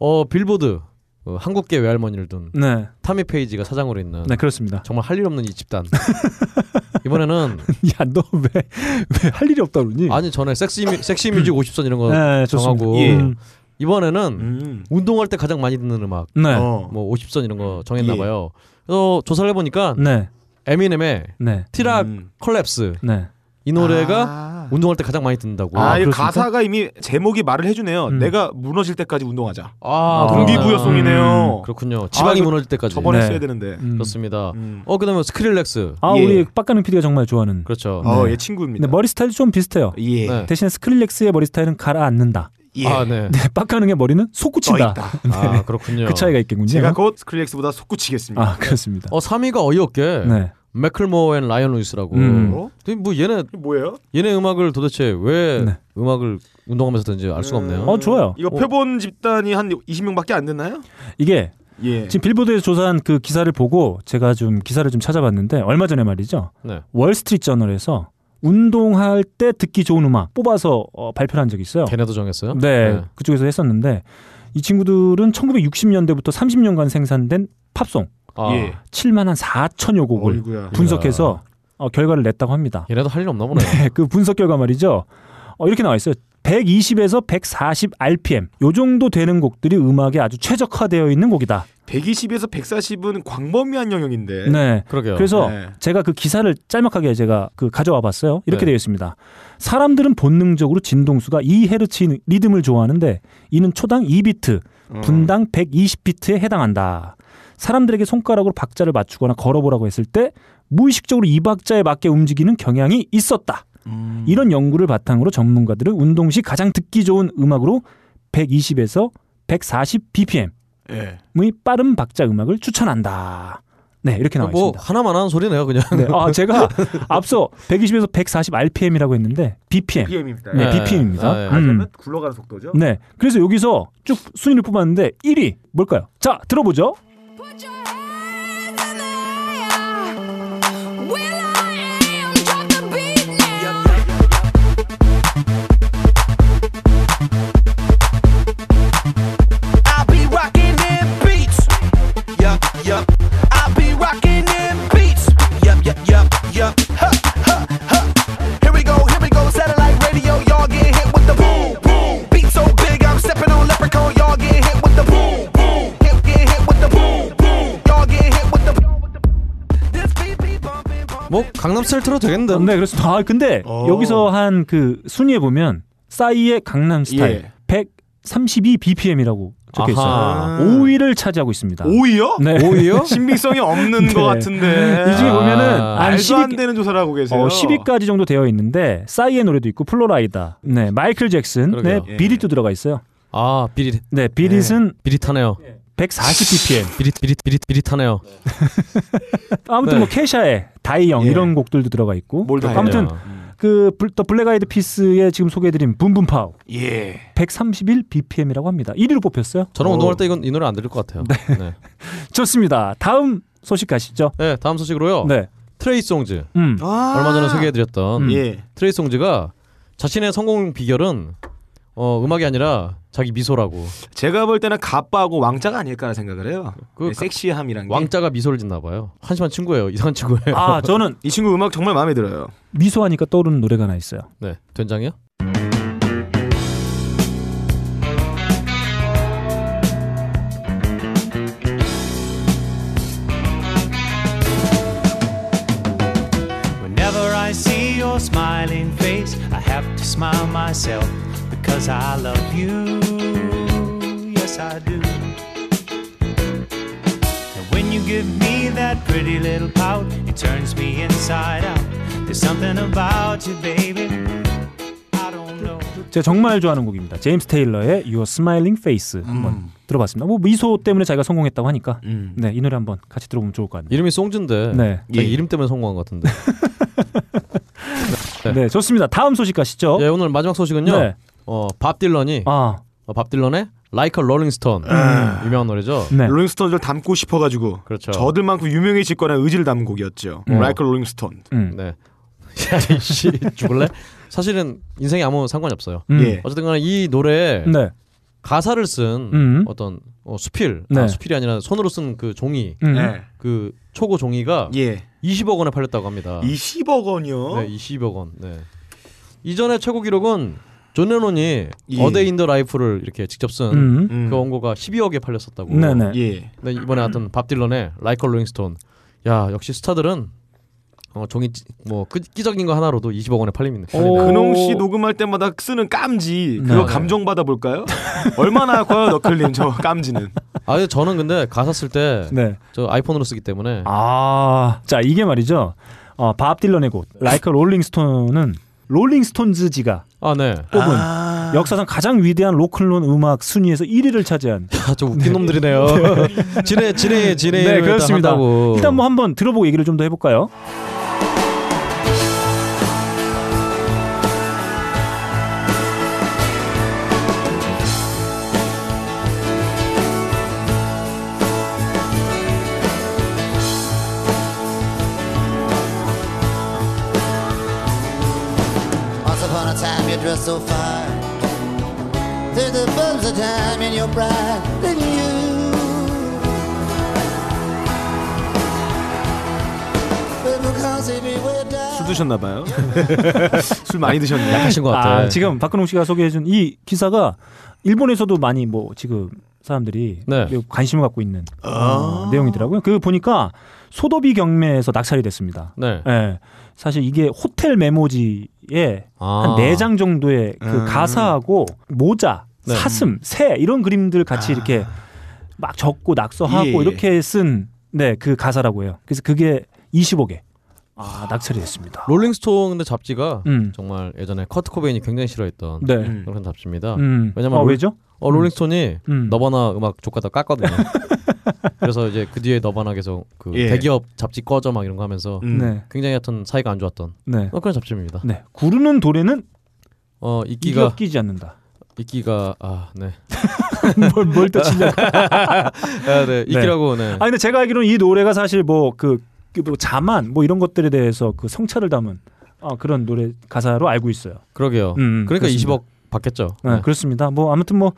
Speaker 2: 어 빌보드 어, 한국계 외할머니를 둔
Speaker 1: 네.
Speaker 2: 타미 페이지가 사장으로 있는
Speaker 1: 네, 그렇습니다.
Speaker 2: 정말 할 일 없는 이 집단. 이번에는
Speaker 1: 야, 너 왜 왜 할 일이 없다 그러니?
Speaker 2: 아니 전에 섹시 뮤, 섹시 뮤직 50선 이런 거
Speaker 1: 네, 좋습니다.
Speaker 2: 정하고
Speaker 3: 예.
Speaker 1: 음.
Speaker 2: 이번에는
Speaker 3: 음.
Speaker 2: 운동할 때 가장 많이 듣는 음악
Speaker 1: 네.
Speaker 3: 어.
Speaker 2: 뭐 50선 이런 거 정했나
Speaker 3: 예.
Speaker 2: 봐요. 그래서 조사를 해 보니까
Speaker 1: 네.
Speaker 2: 에미넴의
Speaker 1: 네.
Speaker 2: 티락
Speaker 3: 음.
Speaker 2: 콜랩스
Speaker 1: 네.
Speaker 2: 이 노래가
Speaker 3: 아.
Speaker 2: 운동할 때 가장 많이 듣는다고.
Speaker 3: 아,
Speaker 1: 아,
Speaker 3: 이
Speaker 1: 그렇습니까?
Speaker 3: 가사가 이미 제목이 말을 해주네요.
Speaker 1: 음.
Speaker 3: 내가 무너질 때까지 운동하자.
Speaker 2: 아, 음,
Speaker 3: 동기부여송이네요. 아,
Speaker 2: 그렇군요. 지방이
Speaker 3: 이거
Speaker 2: 무너질 때까지.
Speaker 3: 저번에
Speaker 1: 네.
Speaker 3: 써야 되는데.
Speaker 1: 음.
Speaker 2: 그렇습니다.
Speaker 3: 음.
Speaker 2: 어 그다음에 스크릴렉스.
Speaker 1: 아,
Speaker 3: 예.
Speaker 1: 우리 빡가는 PD가 정말 좋아하는.
Speaker 2: 그렇죠.
Speaker 3: 어,
Speaker 1: 네.
Speaker 3: 예 친구입니다.
Speaker 1: 근데 머리 스타일이 좀 비슷해요.
Speaker 3: 예.
Speaker 2: 네.
Speaker 1: 대신에 스크릴렉스의 머리 스타일은 가라앉는다.
Speaker 3: 예.
Speaker 2: 아 네.
Speaker 1: 네, 빡가는의 머리는 솟구친다.
Speaker 3: 떠있다.
Speaker 2: 아 그렇군요.
Speaker 1: 그 차이가 있겠군요.
Speaker 3: 제가 곧 스크릴렉스보다 속구치겠습니다.
Speaker 1: 아, 그렇습니다.
Speaker 2: 어 3위가 어이없게
Speaker 1: 네.
Speaker 2: 맥클모어 앤 라이언 루이스라고.
Speaker 1: 음.
Speaker 3: 어?
Speaker 2: 근데 뭐 얘네
Speaker 3: 이게 뭐예요?
Speaker 2: 얘네 음악을 도대체 왜
Speaker 1: 네.
Speaker 2: 음악을 운동하면서 듣는지 알 수가 없네요.
Speaker 1: 어, 좋아요.
Speaker 3: 이거 표본 집단이 한 20명밖에 안 됐나요?
Speaker 1: 이게
Speaker 3: 예.
Speaker 1: 지금 빌보드에서 조사한 그 기사를 보고 제가 좀 기사를 좀 찾아봤는데 얼마 전에 말이죠.
Speaker 2: 네.
Speaker 1: 월스트리트 저널에서 운동할 때 듣기 좋은 음악 뽑아서 어, 발표를 한 적이 있어요.
Speaker 2: 걔네도 정했어요?
Speaker 1: 네, 그쪽에서 했었는데 이 친구들은 1960년대부터 30년간 생산된 팝송
Speaker 2: 아,
Speaker 3: 예.
Speaker 1: 7만 한 4천여 곡을
Speaker 3: 어이구야.
Speaker 1: 분석해서 어, 결과를 냈다고 합니다.
Speaker 2: 얘네도 할 일 없나 보네.
Speaker 1: 네, 그 분석 결과 말이죠. 어, 이렇게 나와 있어요. 120에서 140 RPM 요 정도 되는 곡들이 음악에 아주 최적화되어 있는 곡이다.
Speaker 3: 120에서 140은 광범위한 영역인데.
Speaker 1: 네.
Speaker 2: 그러게요.
Speaker 1: 그래서
Speaker 3: 네.
Speaker 1: 제가 그 기사를 짤막하게 제가 그 가져와 봤어요. 이렇게
Speaker 2: 네.
Speaker 1: 되어 있습니다. 사람들은 본능적으로 진동수가 2헤르츠인 리듬을 좋아하는데 이는 초당 2비트,
Speaker 2: 음.
Speaker 1: 분당 120비트에 해당한다. 사람들에게 손가락으로 박자를 맞추거나 걸어보라고 했을 때 무의식적으로 이 박자에 맞게 움직이는 경향이 있었다.
Speaker 2: 음.
Speaker 1: 이런 연구를 바탕으로 전문가들은 운동 시 가장 듣기 좋은 음악으로 120에서 140 BPM의
Speaker 3: 예.
Speaker 1: 빠른 박자 음악을 추천한다. 네, 이렇게 나와
Speaker 2: 뭐
Speaker 1: 있습니다.
Speaker 2: 하나만 하는 소리네요, 그냥.
Speaker 1: 네, 아 제가 앞서 120에서 140 RPM이라고 했는데 BPM,
Speaker 3: PM입니다.
Speaker 1: 네,
Speaker 2: 네.
Speaker 1: BPM입니다.
Speaker 2: 네.
Speaker 1: 음.
Speaker 3: 그러면 굴러가는 속도죠.
Speaker 1: 네, 그래서 여기서 쭉 순위를 뽑았는데 1위 뭘까요? 자, 들어보죠.
Speaker 4: Put your hands in the air. Will I am drop the beat now.
Speaker 9: I'll be rocking them beats. Yup, yup. I'll be rocking them beats. Yup, yup, yup, yup. Huh, huh, huh. Here we go, here we go. Satellite radio, y'all get hit with the boom, boom. Beat so big, I'm stepping on leprechaun. Y'all get hit with the boom, boom. Hit, get hit with the boom, boom. Y'all get hit with the. This beat be bumping, bumping.
Speaker 2: 뭐 강남 스타일 틀어도 되겠는데.
Speaker 1: 네, 그렇습니다. 아, 근데
Speaker 3: 어.
Speaker 1: 여기서 한 그 순위에 보면 싸이의 강남 스타일
Speaker 3: 예.
Speaker 1: 132 BPM이라고 적혀 있어요.
Speaker 2: 아하.
Speaker 1: 5위를 차지하고 있습니다.
Speaker 3: 오이요?
Speaker 1: 네.
Speaker 2: 5위요?
Speaker 3: 신빙성이 없는
Speaker 1: 네.
Speaker 3: 것 같은데
Speaker 1: 이 중에
Speaker 2: 아,
Speaker 1: 보면은 안
Speaker 3: 말도
Speaker 1: 10위
Speaker 3: 안 되는 조사를 하고 계세요.
Speaker 1: 어, 10위까지 정도 되어 있는데 싸이의 노래도 있고 플로라이다. 네, 마이클 잭슨.
Speaker 2: 그러게요.
Speaker 3: 예.
Speaker 1: 네, 비릿도 들어가 있어요.
Speaker 2: 아 비릿
Speaker 1: 네, 비릿은
Speaker 2: 비릿하네요.
Speaker 1: 140bpm.
Speaker 2: 비릿 비릿 비릿 비릿하네요.
Speaker 1: 아무튼
Speaker 2: 네.
Speaker 1: 뭐 캐샤의 다이영
Speaker 3: 예.
Speaker 1: 이런 곡들도 들어가 있고.
Speaker 3: 뭘 다이영.
Speaker 1: 아무튼 그더 블랙 아이드 피스에 지금 소개해드린 붐붐파우
Speaker 2: 네.
Speaker 3: 예.
Speaker 1: 131bpm이라고 합니다. 1위로 뽑혔어요.
Speaker 2: 저는
Speaker 3: 오.
Speaker 2: 운동할 때 이건 이 노래 안 들을 것 같아요. 네.
Speaker 1: 좋습니다. 다음 소식 가시죠.
Speaker 2: 네, 다음 소식으로요.
Speaker 1: 네.
Speaker 2: 트레이송즈
Speaker 1: 음.
Speaker 9: Ah.
Speaker 3: 아.
Speaker 2: Hmm. 얼마 전에 소개해드렸던
Speaker 1: 음.
Speaker 3: 예.
Speaker 2: 트레이송즈가 자신의 성공 비결은 어, 음악이 아니라 자기 미소라고
Speaker 3: 제가 볼 때는 가빠하고 왕자가 아닐까라는 생각을 해요.
Speaker 2: 그
Speaker 3: 네,
Speaker 2: 가-
Speaker 3: 섹시함이란 게.
Speaker 2: 왕자가 미소를 짓나 봐요. 한심한 친구예요. 이상한 친구예요.
Speaker 1: 아, 저는
Speaker 3: 이 친구 음악 정말 마음에 들어요.
Speaker 1: 미소하니까 떠오르는 노래가 하나 있어요.
Speaker 2: 네, 된장이요?
Speaker 1: 음.
Speaker 10: Whenever I see your smiling face, I have to smile myself because I love you. Yes, I do. And when you give me that pretty little pout, it turns me inside out. There's something about you, baby. I don't know.
Speaker 1: 제가 정말 좋아하는 곡입니다. 제임스 테일러의 Your Smiling Face 한번 들어봤습니다. 뭐 미소 때문에 자기가 성공했다고 하니까
Speaker 3: 음.
Speaker 1: 네, 이 노래 한번 같이 들어보면 좋을 것 같네요.
Speaker 2: 이름이 송즈인데
Speaker 1: 네.
Speaker 2: 자기
Speaker 3: 예.
Speaker 2: 이름 때문에 성공한 것 같은데. 네.
Speaker 1: 네, 좋습니다. 다음 소식 가시죠.
Speaker 2: 예, 오늘 마지막 소식은요.
Speaker 1: 네.
Speaker 2: 어, 밥 딜런이
Speaker 1: 아,
Speaker 2: 어, 밥 딜런의 Like a Rolling Stone 유명한 노래죠.
Speaker 1: 네.
Speaker 3: 롤링스톤들 닮고 싶어가지고
Speaker 2: 그렇죠.
Speaker 3: 저들만큼 유명해질 거라는 의지를 담은 곡이었죠.
Speaker 1: 음.
Speaker 3: 라이크 롤링스톤.
Speaker 1: 음.
Speaker 2: 네. 야, 이씨 죽을래? 사실은 인생에 아무 상관이 없어요.
Speaker 1: 음.
Speaker 3: 예.
Speaker 2: 어쨌든 간에 이 노래에
Speaker 1: 네.
Speaker 2: 가사를 쓴
Speaker 1: 음.
Speaker 2: 어떤 어, 수필,
Speaker 1: 네.
Speaker 2: 아, 수필이 아니라 손으로 쓴 그 종이,
Speaker 1: 음.
Speaker 3: 네.
Speaker 2: 그 초고 종이가
Speaker 3: 예.
Speaker 2: 20억 원에 팔렸다고 합니다.
Speaker 3: 20억 원이요.
Speaker 2: 네, 20억 원. 네. 이전의 최고 기록은 존 레논이
Speaker 3: 예.
Speaker 2: 어데이 인더 라이프를 이렇게 직접 쓴 그
Speaker 1: 음.
Speaker 3: 음.
Speaker 2: 원고가 12억에 팔렸었다고.
Speaker 1: 네, 네.
Speaker 3: 예.
Speaker 2: 근데 이번에 어떤 밥 딜런의 라이컬 로잉스톤. 야, 역시 스타들은 어, 종이 찌- 뭐 끼- 끼적인 거 하나로도 20억 원에 팔립니다.
Speaker 1: 오.
Speaker 3: 근홍 씨 녹음할 때마다 쓰는 깜지
Speaker 1: 네,
Speaker 3: 그거
Speaker 1: 네.
Speaker 3: 감정 받아볼까요? 얼마나 과요 너클님 저 깜지는
Speaker 2: 아, 근데 저는 근데 가사 쓸 때 저
Speaker 1: 네.
Speaker 2: 아이폰으로 쓰기 때문에
Speaker 1: 아, 자 이게 말이죠. 어, 밥 딜런의 곡 라이크 롤링스톤은 롤링스톤즈지가
Speaker 2: 아, 네.
Speaker 1: 뽑은 역사상 가장 위대한 로큰론 음악 순위에서 1위를 차지한.
Speaker 2: 아, 저 웃긴 놈들이네요. 지네 지네 지네
Speaker 1: 네,
Speaker 2: 일단
Speaker 1: 그렇습니다.
Speaker 2: 한다고.
Speaker 1: 일단 뭐 한번 들어보고 얘기를 좀 더 해볼까요?
Speaker 11: Once upon a time you dressed so fine There's the buzz of time in your pride Then you But because if you were
Speaker 3: 술
Speaker 11: down
Speaker 3: 드셨나 봐요. 술 많이 드셨네.
Speaker 2: 하신 것 같아.
Speaker 1: 아, 지금 박근홍 씨가 소개해준 이 기사가 일본에서도 많이 뭐 지금 사람들이 그
Speaker 2: 네.
Speaker 1: 관심을 갖고 있는
Speaker 3: 아.
Speaker 1: 어, 내용이더라고요. 그 보니까 소도비 경매에서 낙찰이 됐습니다.
Speaker 2: 네.
Speaker 1: 예. 사실 이게 호텔 메모지에
Speaker 2: 아.
Speaker 1: 한 네 장 정도의 그
Speaker 3: 음.
Speaker 1: 가사하고 모자,
Speaker 2: 네. 아.
Speaker 1: 사슴, 새 이런 그림들 같이 이렇게 막 적고 낙서하고
Speaker 3: 예, 예.
Speaker 1: 이렇게 쓴 네 그 가사라고 해요. 그래서 그게 20억에 아 낙찰이 됐습니다.
Speaker 2: 롤링스톤 근데 잡지가
Speaker 1: 음.
Speaker 2: 정말 예전에 커트 코베인이 굉장히 싫어했던
Speaker 1: 네.
Speaker 3: 음.
Speaker 2: 그런 잡지입니다.
Speaker 1: 음.
Speaker 2: 왜냐면
Speaker 1: 아,
Speaker 2: 롤-
Speaker 1: 왜죠?
Speaker 2: 어 롤링스톤이
Speaker 1: 음.
Speaker 2: 너바나 음악 조카다 깠거든요. 그래서 이제 그 뒤에 너바나 계속 그
Speaker 3: 예.
Speaker 2: 대기업 잡지 꺼져 막 이런 거 하면서
Speaker 3: 음.
Speaker 1: 네.
Speaker 2: 굉장히 하여튼 사이가 안 좋았던
Speaker 1: 네.
Speaker 2: 어, 그런 잡지입니다.
Speaker 1: 네. 구르는 도래는
Speaker 2: 어
Speaker 1: 이가
Speaker 2: 이끼가
Speaker 1: 끼지 않는다.
Speaker 2: 이끼가 아 네.
Speaker 1: 뭘 뭘또 치려고.
Speaker 2: 아, 네. 이끼라고 네.
Speaker 1: 아 근데 제가 알기로는 이 노래가 사실 뭐그 뭐 자만 뭐 이런 것들에 대해서 그 성찰을 담은 아, 그런 노래 가사로 알고 있어요.
Speaker 2: 그러게요.
Speaker 1: 음, 음,
Speaker 2: 그러니까
Speaker 1: 그렇습니다.
Speaker 2: 20억 받겠죠.
Speaker 1: 네,
Speaker 2: 네.
Speaker 1: 그렇습니다. 뭐 아무튼 뭐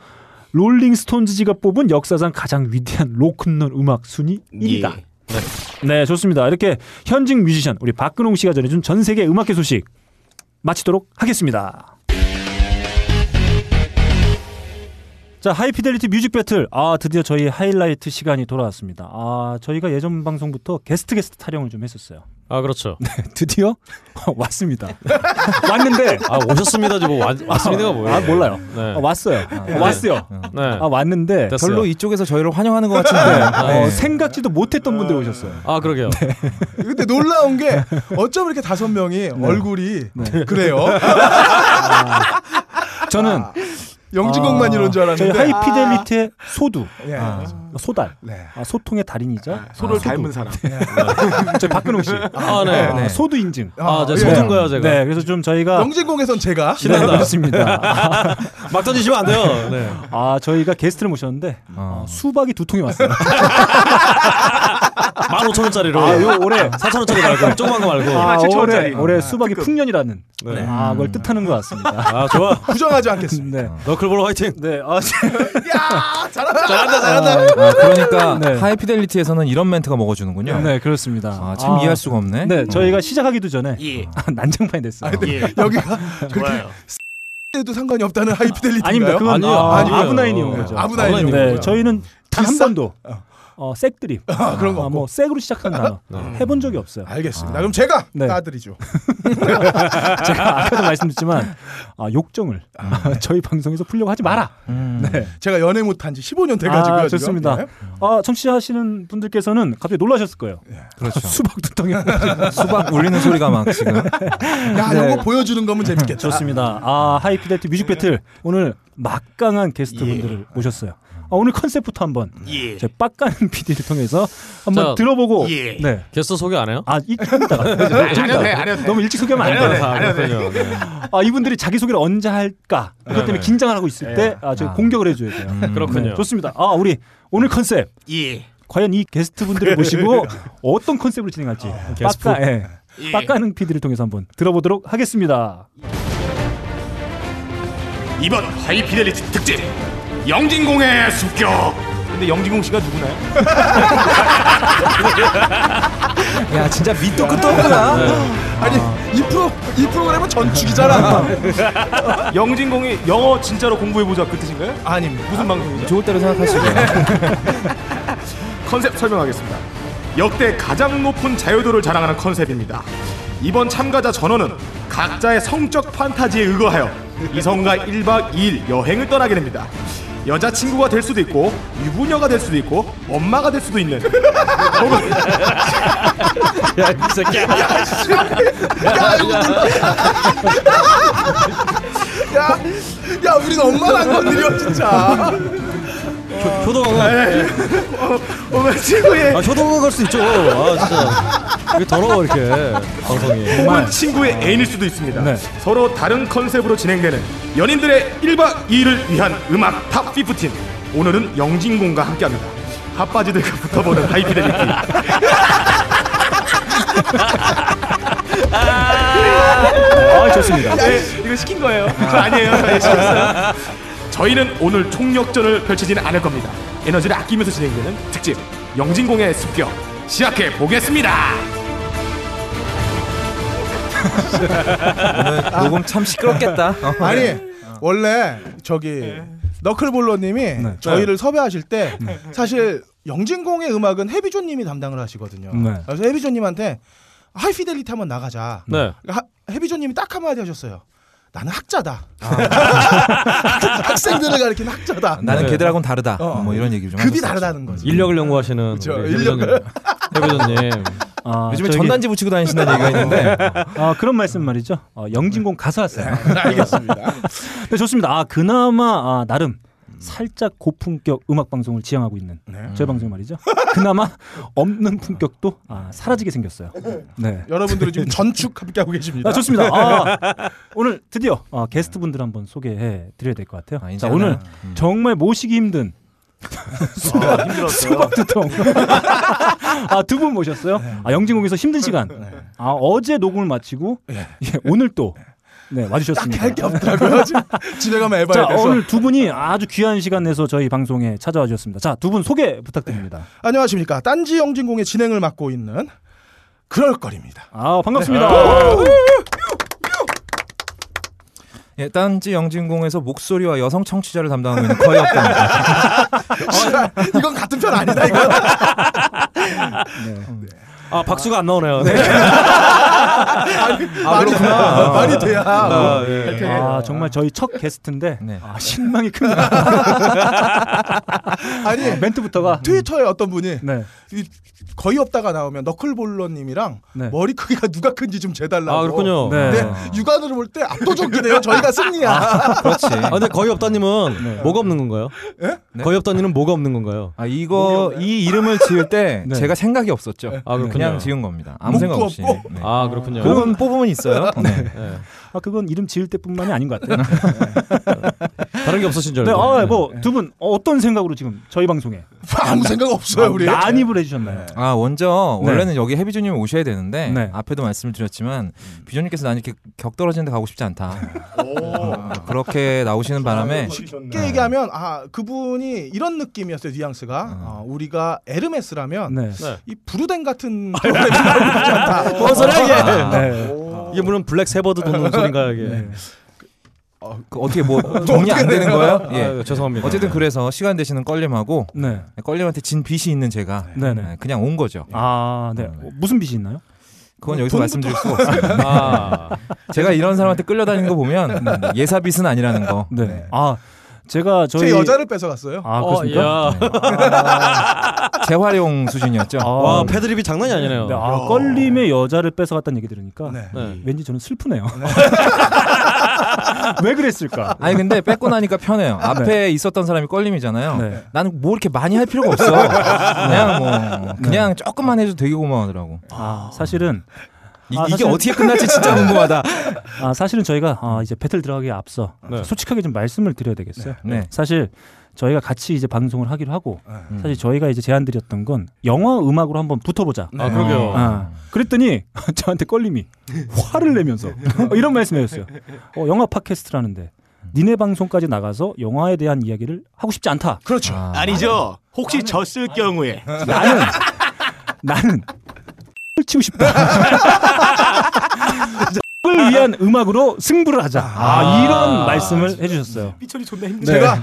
Speaker 1: 롤링스톤즈지가 뽑은 역사상 가장 위대한 로큰롤 음악 순위 1위다.
Speaker 3: 예.
Speaker 1: 네, 좋습니다. 이렇게 현직 뮤지션 우리 박근홍 씨가 전해준 전 세계 음악계 소식 마치도록 하겠습니다. 자, 하이피델리티 뮤직 배틀. 아, 드디어 저희 하이라이트 시간이 돌아왔습니다. 아, 저희가 예전 방송부터 게스트 게스트 타령을 좀 했었어요.
Speaker 2: 아 그렇죠.
Speaker 1: 드디어 왔습니다. 왔는데
Speaker 2: 아 오셨습니다지 뭐 왔, 왔습니다가 뭐예요?
Speaker 1: 아 몰라요.
Speaker 2: 네.
Speaker 1: 어, 왔어요.
Speaker 2: 네.
Speaker 1: 어, 왔어요.
Speaker 2: 네.
Speaker 1: 아 왔는데
Speaker 2: 됐어요.
Speaker 1: 별로
Speaker 12: 별로
Speaker 1: 이-
Speaker 12: 이쪽에서 저희를 환영하는 것 같은데.
Speaker 1: 어,
Speaker 12: 네.
Speaker 1: 생각지도 못했던 분들 오셨어요.
Speaker 2: 아 그러게요.
Speaker 12: 근데 놀라운 게 어쩜 이렇게 다섯 명이
Speaker 1: 네.
Speaker 12: 얼굴이 그래요.
Speaker 1: 저는
Speaker 12: 영진공만
Speaker 1: 아,
Speaker 12: 이런 줄 알았는데. 아.
Speaker 1: 저희 하이피델리티의 소두,
Speaker 12: 예.
Speaker 1: 아, 소달, 아, 소통의 달인이죠.
Speaker 3: 소를
Speaker 1: 아, 소두.
Speaker 3: 닮은 사람.
Speaker 1: 저희 박근홍 씨.
Speaker 2: 아, 네.
Speaker 1: 아, 소두 인증.
Speaker 2: 아, 제 소준
Speaker 1: 네.
Speaker 2: 거예요, 제가.
Speaker 1: 네, 그래서 좀 저희가
Speaker 12: 영진공에선 제가
Speaker 1: 네, 그렇습니다.
Speaker 2: 막 던지시면 안 돼요. 네.
Speaker 1: 아 저희가 게스트를 모셨는데 아, 수박이 두 통이 왔어요.
Speaker 2: 15,000원짜리로.
Speaker 1: 아, 요 올해
Speaker 2: 4,000원짜리 말고 조그만 거 말고.
Speaker 1: 아, 올해,
Speaker 3: 17,000원짜리.
Speaker 1: 올해 수박이 풍년이라는
Speaker 2: 네.
Speaker 1: 아, 그걸 뜻하는 것 같습니다.
Speaker 2: 아, 좋아.
Speaker 12: 부정하지 않겠습니다.
Speaker 1: 네.
Speaker 2: 너클볼로 화이팅.
Speaker 1: 네. 아,
Speaker 2: 잘한다, 잘한다.
Speaker 12: 아, 그러니까
Speaker 1: 네.
Speaker 12: 하이피델리티에서는 이런 멘트가 먹어주는군요.
Speaker 1: 네, 그렇습니다.
Speaker 12: 아, 참 이해할 수가 없네.
Speaker 2: 음.
Speaker 1: 네, 저희가 시작하기도 전에
Speaker 3: 예.
Speaker 1: 아, 난장판이 됐어요. 아,
Speaker 3: 예.
Speaker 12: 여기가
Speaker 3: 좋아요.
Speaker 12: 그때도 상관이 없다는 하이피델리티인가요?
Speaker 1: 닙니다 그건
Speaker 2: 아니에요.
Speaker 1: 아,
Speaker 2: 아니에요.
Speaker 1: 아브나인이온 거죠.
Speaker 12: 아브나인이
Speaker 2: 온
Speaker 1: 네,
Speaker 2: 거죠.
Speaker 1: 저희는 단 한
Speaker 12: 비싸?
Speaker 1: 번도 어, 색드립.
Speaker 12: 아, 그런 거
Speaker 1: 아,
Speaker 12: 없고. 네.
Speaker 1: 뭐 색으로 시작한 단어 해본 적이 없어요.
Speaker 12: 알겠습니다. 그럼 제가
Speaker 1: 네.
Speaker 12: 따드리죠.
Speaker 1: 제가 아까도 말씀드렸지만 아, 욕정을 저희 방송에서 풀려고 하지 마라.
Speaker 2: 음.
Speaker 1: 네.
Speaker 12: 음. 제가 연애 못한 지 15년 돼가지고요.
Speaker 1: 아, 좋습니다.
Speaker 12: 지금. 네.
Speaker 1: 아, 청취하시는 분들께서는 갑자기 놀라셨을 거예요.
Speaker 12: 그렇죠.
Speaker 1: 수박 두통이
Speaker 12: 수박 울리는 소리가 막 지금. 야,
Speaker 1: 네.
Speaker 12: 이거 보여주는 거면 재밌겠다.
Speaker 1: 좋습니다. 아 하이피델티 뮤직
Speaker 12: 네.
Speaker 1: 배틀 오늘 막강한
Speaker 12: 예.
Speaker 1: 게스트분들을 모셨어요. 아, 오늘 컨셉부터 한번
Speaker 3: 예.
Speaker 1: 제 빡가는 PD를 통해서 한번
Speaker 2: 자,
Speaker 1: 들어보고
Speaker 3: 예.
Speaker 1: 네.
Speaker 2: 게스트 소개 안 해요?
Speaker 1: 아, 이, 좀 이따가.
Speaker 2: 그렇죠.
Speaker 1: 좀
Speaker 3: 해도 돼,
Speaker 1: 이따가.
Speaker 3: 안 해도 돼.
Speaker 1: 너무 일찍 소개하면 안
Speaker 3: 안 해도
Speaker 1: 돼요.
Speaker 3: 네, 네,
Speaker 2: 그렇군요. 네.
Speaker 1: 아, 이분들이 자기소개를 언제 할까? 그것 때문에 긴장을 하고 있을 때, 아, 저희 공격을 해줘야 돼요.
Speaker 2: 그렇군요.
Speaker 1: 네, 좋습니다. 아, 우리 오늘 컨셉.
Speaker 3: 예.
Speaker 1: 과연 이 게스트분들을 모시고 어떤 컨셉으로 진행할지.
Speaker 2: 게스트.
Speaker 1: 빡가, 예. 빡가는 PD를 통해서 한번 들어보도록 하겠습니다.
Speaker 3: 이번 하이피델리티 특집 영진공의 습격. 근데 영진공 씨가 누구나요?
Speaker 12: 야, 진짜 밑도 끝도 없구나. 아니, 이, 프로, 이 프로그램은 전축이잖아.
Speaker 3: 영진공이 영어 진짜로 공부해 보자 그 뜻인가요?
Speaker 12: 아닙니다.
Speaker 3: 무슨 방송이죠? 네.
Speaker 12: 좋을 대로 생각하시고.
Speaker 3: 컨셉 설명하겠습니다. 역대 가장 높은 자유도를 자랑하는 컨셉입니다. 이번 참가자 전원은 각자의 성적 판타지에 의거하여 이성과 1박 2일 여행을 떠나게 됩니다. 여자친구가 될 수도 있고 유부녀가 될 수도 있고 엄마가 될 수도 있는 혹은
Speaker 2: 야, 이 새끼야.
Speaker 12: 야, 야, 우린 엄마를 안 건드려, 진짜.
Speaker 2: 효도가
Speaker 3: 엄마 친구의
Speaker 2: 아, 효도가 갈 수 있죠. 아, 진짜. 이게 더러워 이렇게 방송이.
Speaker 3: 혹은 친구의 애인일 수도 있습니다. 서로 다른 컨셉으로 진행되는 연인들의 1박 2일을 위한 음악 탑 15. 오늘은 영진공과 함께합니다. 핫바지들과 붙어보는 하이피델리티.
Speaker 1: 아, 좋습니다.
Speaker 3: 이거 시킨 거예요. 저 아니에요. 저 시켰어요. 저희는 오늘 총력전을 펼치지는 않을 겁니다. 에너지를 아끼면서 진행되는 특집 영진공의 습격 시작해 보겠습니다.
Speaker 12: 오늘 녹음 참 시끄럽겠다. 어, 아니, 원래 저기
Speaker 1: 네.
Speaker 12: 너클볼러님이 저희를 섭외하실 때 사실 영진공의 음악은 해비조님이 담당을 하시거든요.
Speaker 1: 네.
Speaker 12: 그래서 해비조님한테 하이피델리티 한번 나가자. 그러니까
Speaker 2: 네.
Speaker 12: 하- 해비조님이 딱 한마디 하셨어요. 나는 학자다. 학생들을 가리키는 학자다.
Speaker 2: 네.
Speaker 12: 걔들하고는 다르다. 뭐 이런 얘기를 좀 급이 다르다는 거지.
Speaker 2: 인력을 연구하시는
Speaker 12: 그쵸,
Speaker 2: 우리
Speaker 12: 인력을.
Speaker 2: 해비전님. 해비전님.
Speaker 1: 아,
Speaker 12: 요즘에
Speaker 1: 저기-
Speaker 12: 전단지 붙이고 다니신다는 얘기가 있는데
Speaker 1: 아, 그런 말씀 말이죠. 어, 영진공 가서 왔어요.
Speaker 12: 네,
Speaker 1: 알겠습니다. 네, 좋습니다. 아, 그나마 아, 나름 살짝 고품격 음악 방송을 지향하고 있는
Speaker 12: 네.
Speaker 1: 저희 방송이 말이죠. 그나마 없는 품격도 아, 사라지게 생겼어요. 네.
Speaker 12: 여러분들이 지금 전축 함께하고 계십니다. 네.
Speaker 1: 아, 좋습니다. 아, 오늘 드디어 아, 게스트 분들 한번 소개해 드려야 될 것 같아요. 자, 오늘
Speaker 12: 음.
Speaker 1: 정말 모시기 힘든
Speaker 12: 아,
Speaker 1: 수박 두통. 아, 두 분 모셨어요?
Speaker 12: 네.
Speaker 1: 아, 영진공에서 힘든 시간. 아, 어제 녹음을 마치고 예, 오늘 또 네, 와주셨습니다.
Speaker 12: 네. 할게 없더라고요. 지금 집에 가면
Speaker 1: 자,
Speaker 12: 에바야 돼서.
Speaker 1: 오늘 두 분이 아주 귀한 시간 내서 저희 방송에 찾아와 주셨습니다. 자, 두 분 소개 부탁드립니다.
Speaker 12: 네. 안녕하십니까. 그러니까 딴지 영진공의 진행을 맡고 있는 그럴거리입니다.
Speaker 1: 아, 반갑습니다.
Speaker 12: 네. 예, 딴지 영진공에서 목소리와 여성 청취자를 담당하고 있는 거의 없다.
Speaker 2: 아.
Speaker 12: 이건 같은 편 아니다 이거.
Speaker 2: 아 박수가 안 나오네요.
Speaker 1: 아, 그렇구나.
Speaker 12: 말이 돼야.
Speaker 1: 아,
Speaker 12: 뭐, 할 테니까.
Speaker 1: 아, 정말 저희 첫 게스트인데
Speaker 12: 네.
Speaker 1: 아, 실망이 큽니다.
Speaker 12: 아니 음.
Speaker 1: 아, 멘트부터가
Speaker 12: 트위터에 어떤 분이
Speaker 1: 네.
Speaker 12: 이- 거의 없다가 나오면 너클볼러님이랑
Speaker 1: 네.
Speaker 12: 머리 크기가 누가 큰지 좀 재달라고.
Speaker 2: 아, 그렇군요.
Speaker 12: 네.
Speaker 2: 네.
Speaker 12: 육안으로 볼 때 압도적이네요. 저희가 승리야.
Speaker 2: 그렇지. 아, 근데 거의 없다님은 뭐가 없는 건가요?
Speaker 12: 예? 네?
Speaker 2: 거의 없다님은 뭐가 없는 건가요?
Speaker 13: 아 이거 이 이름을 지을 때
Speaker 2: 네.
Speaker 13: 제가 생각이 없었죠.
Speaker 2: 아, 그렇군요.
Speaker 13: 그냥 지은 겁니다. 아무 생각
Speaker 1: 목도
Speaker 13: 없이. 네.
Speaker 1: 없고?
Speaker 2: 아 그렇군요.
Speaker 13: 뽑으면, 뽑으면 있어요. 네.
Speaker 1: 아 그건 이름 지을 때뿐만이 아닌 것 같아요. 다른
Speaker 2: 게 없으신 줄
Speaker 1: 네,
Speaker 2: 알고.
Speaker 1: 아,
Speaker 13: 예.
Speaker 1: 뭐두 분 어떤 생각으로 지금 저희 방송에
Speaker 12: 아무 생각 없어요, 우리.
Speaker 1: 난입을 해주셨나요?
Speaker 13: 아 먼저
Speaker 1: 네.
Speaker 13: 원래는 여기 해비조님 오셔야 되는데
Speaker 1: 네.
Speaker 13: 앞에도 말씀을 드렸지만 비조님께서 난 이렇게 격 떨어지는 데 가고 싶지 않다. 아, 그렇게 나오시는 바람에
Speaker 12: 쉽게 얘기하면 아 그분이 이런 느낌이었어요 뉘앙스가 아, 우리가 에르메스라면
Speaker 1: 네.
Speaker 13: 네.
Speaker 12: 이 부르덴 같은 프로그램이 나오고 싶지 않다.
Speaker 2: 뭔 소리야, 이게?
Speaker 12: 네.
Speaker 2: 이게 물론 블랙 세버드
Speaker 3: 네.
Speaker 2: 도는 소린가요 이게?
Speaker 13: 그 어떻게 뭐 정리 안 되는 거예요? 예,
Speaker 2: 아유, 죄송합니다.
Speaker 13: 어쨌든
Speaker 2: 네.
Speaker 13: 그래서 시간 되시는 껄림하고
Speaker 1: 네.
Speaker 13: 껄림한테 진 빚이 있는 제가
Speaker 1: 네, 네.
Speaker 13: 네, 그냥 온 거죠.
Speaker 1: 아, 네. 무슨 빚이 있나요? 어, 아.
Speaker 13: 그건 여기서 말씀드릴 수가
Speaker 1: 요
Speaker 13: 없습니다. 네. 제가 이런 사람한테 끌려다니는 거 보면 예사빚은 아니라는 거.
Speaker 1: 네. 아, 제가 저희
Speaker 12: 제 여자를 뺏어갔어요.
Speaker 1: 아, 그렇습니까?
Speaker 13: 네. 아, 재활용 수준이었죠.
Speaker 1: 와,
Speaker 2: 패드립이 장난이 아니네요.
Speaker 1: 아. 네, 아, 껄림의 여자를 뺏어갔다는 얘기 들으니까
Speaker 12: 네.
Speaker 2: 네.
Speaker 1: 왠지 저는 슬프네요. 왜 그랬을까? 아,
Speaker 13: 아니 근데 네, 뺏고 나니까 편해요.
Speaker 1: 네.
Speaker 13: 아, 앞에 있었던 사람이 껄림이잖아요. 나는 뭐 이렇게 많이 할 필요가 없어. 그냥
Speaker 1: 네.
Speaker 13: 뭐 그냥 조금만 해도 되게 고마워하더라고.
Speaker 1: 아, 사실은
Speaker 13: 이- 이게 어떻게 끝날지 진짜 궁금하다.
Speaker 1: 아, 사실은 저희가 아, 이제 배틀 들어가기에 앞서
Speaker 13: 네.
Speaker 1: 솔직하게 좀 말씀을 드려야 되겠어요.
Speaker 13: 네. 네.
Speaker 1: 사실 저희가 같이 이제 방송을 하기로 하고
Speaker 13: 음.
Speaker 1: 사실 저희가 이제 제안드렸던 건 영화 음악으로 한번 붙어보자.
Speaker 13: 아, 그러게요.
Speaker 1: 아, 그랬더니 저한테 껄림이 화를 내면서 어, 이런 말씀해줬어요. 어, 영화 팟캐스트라는데 니네 방송까지 나가서 영화에 대한 이야기를 하고 싶지 않다.
Speaker 12: 그렇죠.
Speaker 3: 아니죠. 혹시 졌을 경우에
Speaker 1: 나는 나는 을 치고 싶다. 을 위한 음악으로 승부를 하자. 아,
Speaker 13: 아.
Speaker 1: 이런 말씀을 해주셨어요.
Speaker 3: 삐처리 존나
Speaker 1: 네.
Speaker 3: 힘드네요.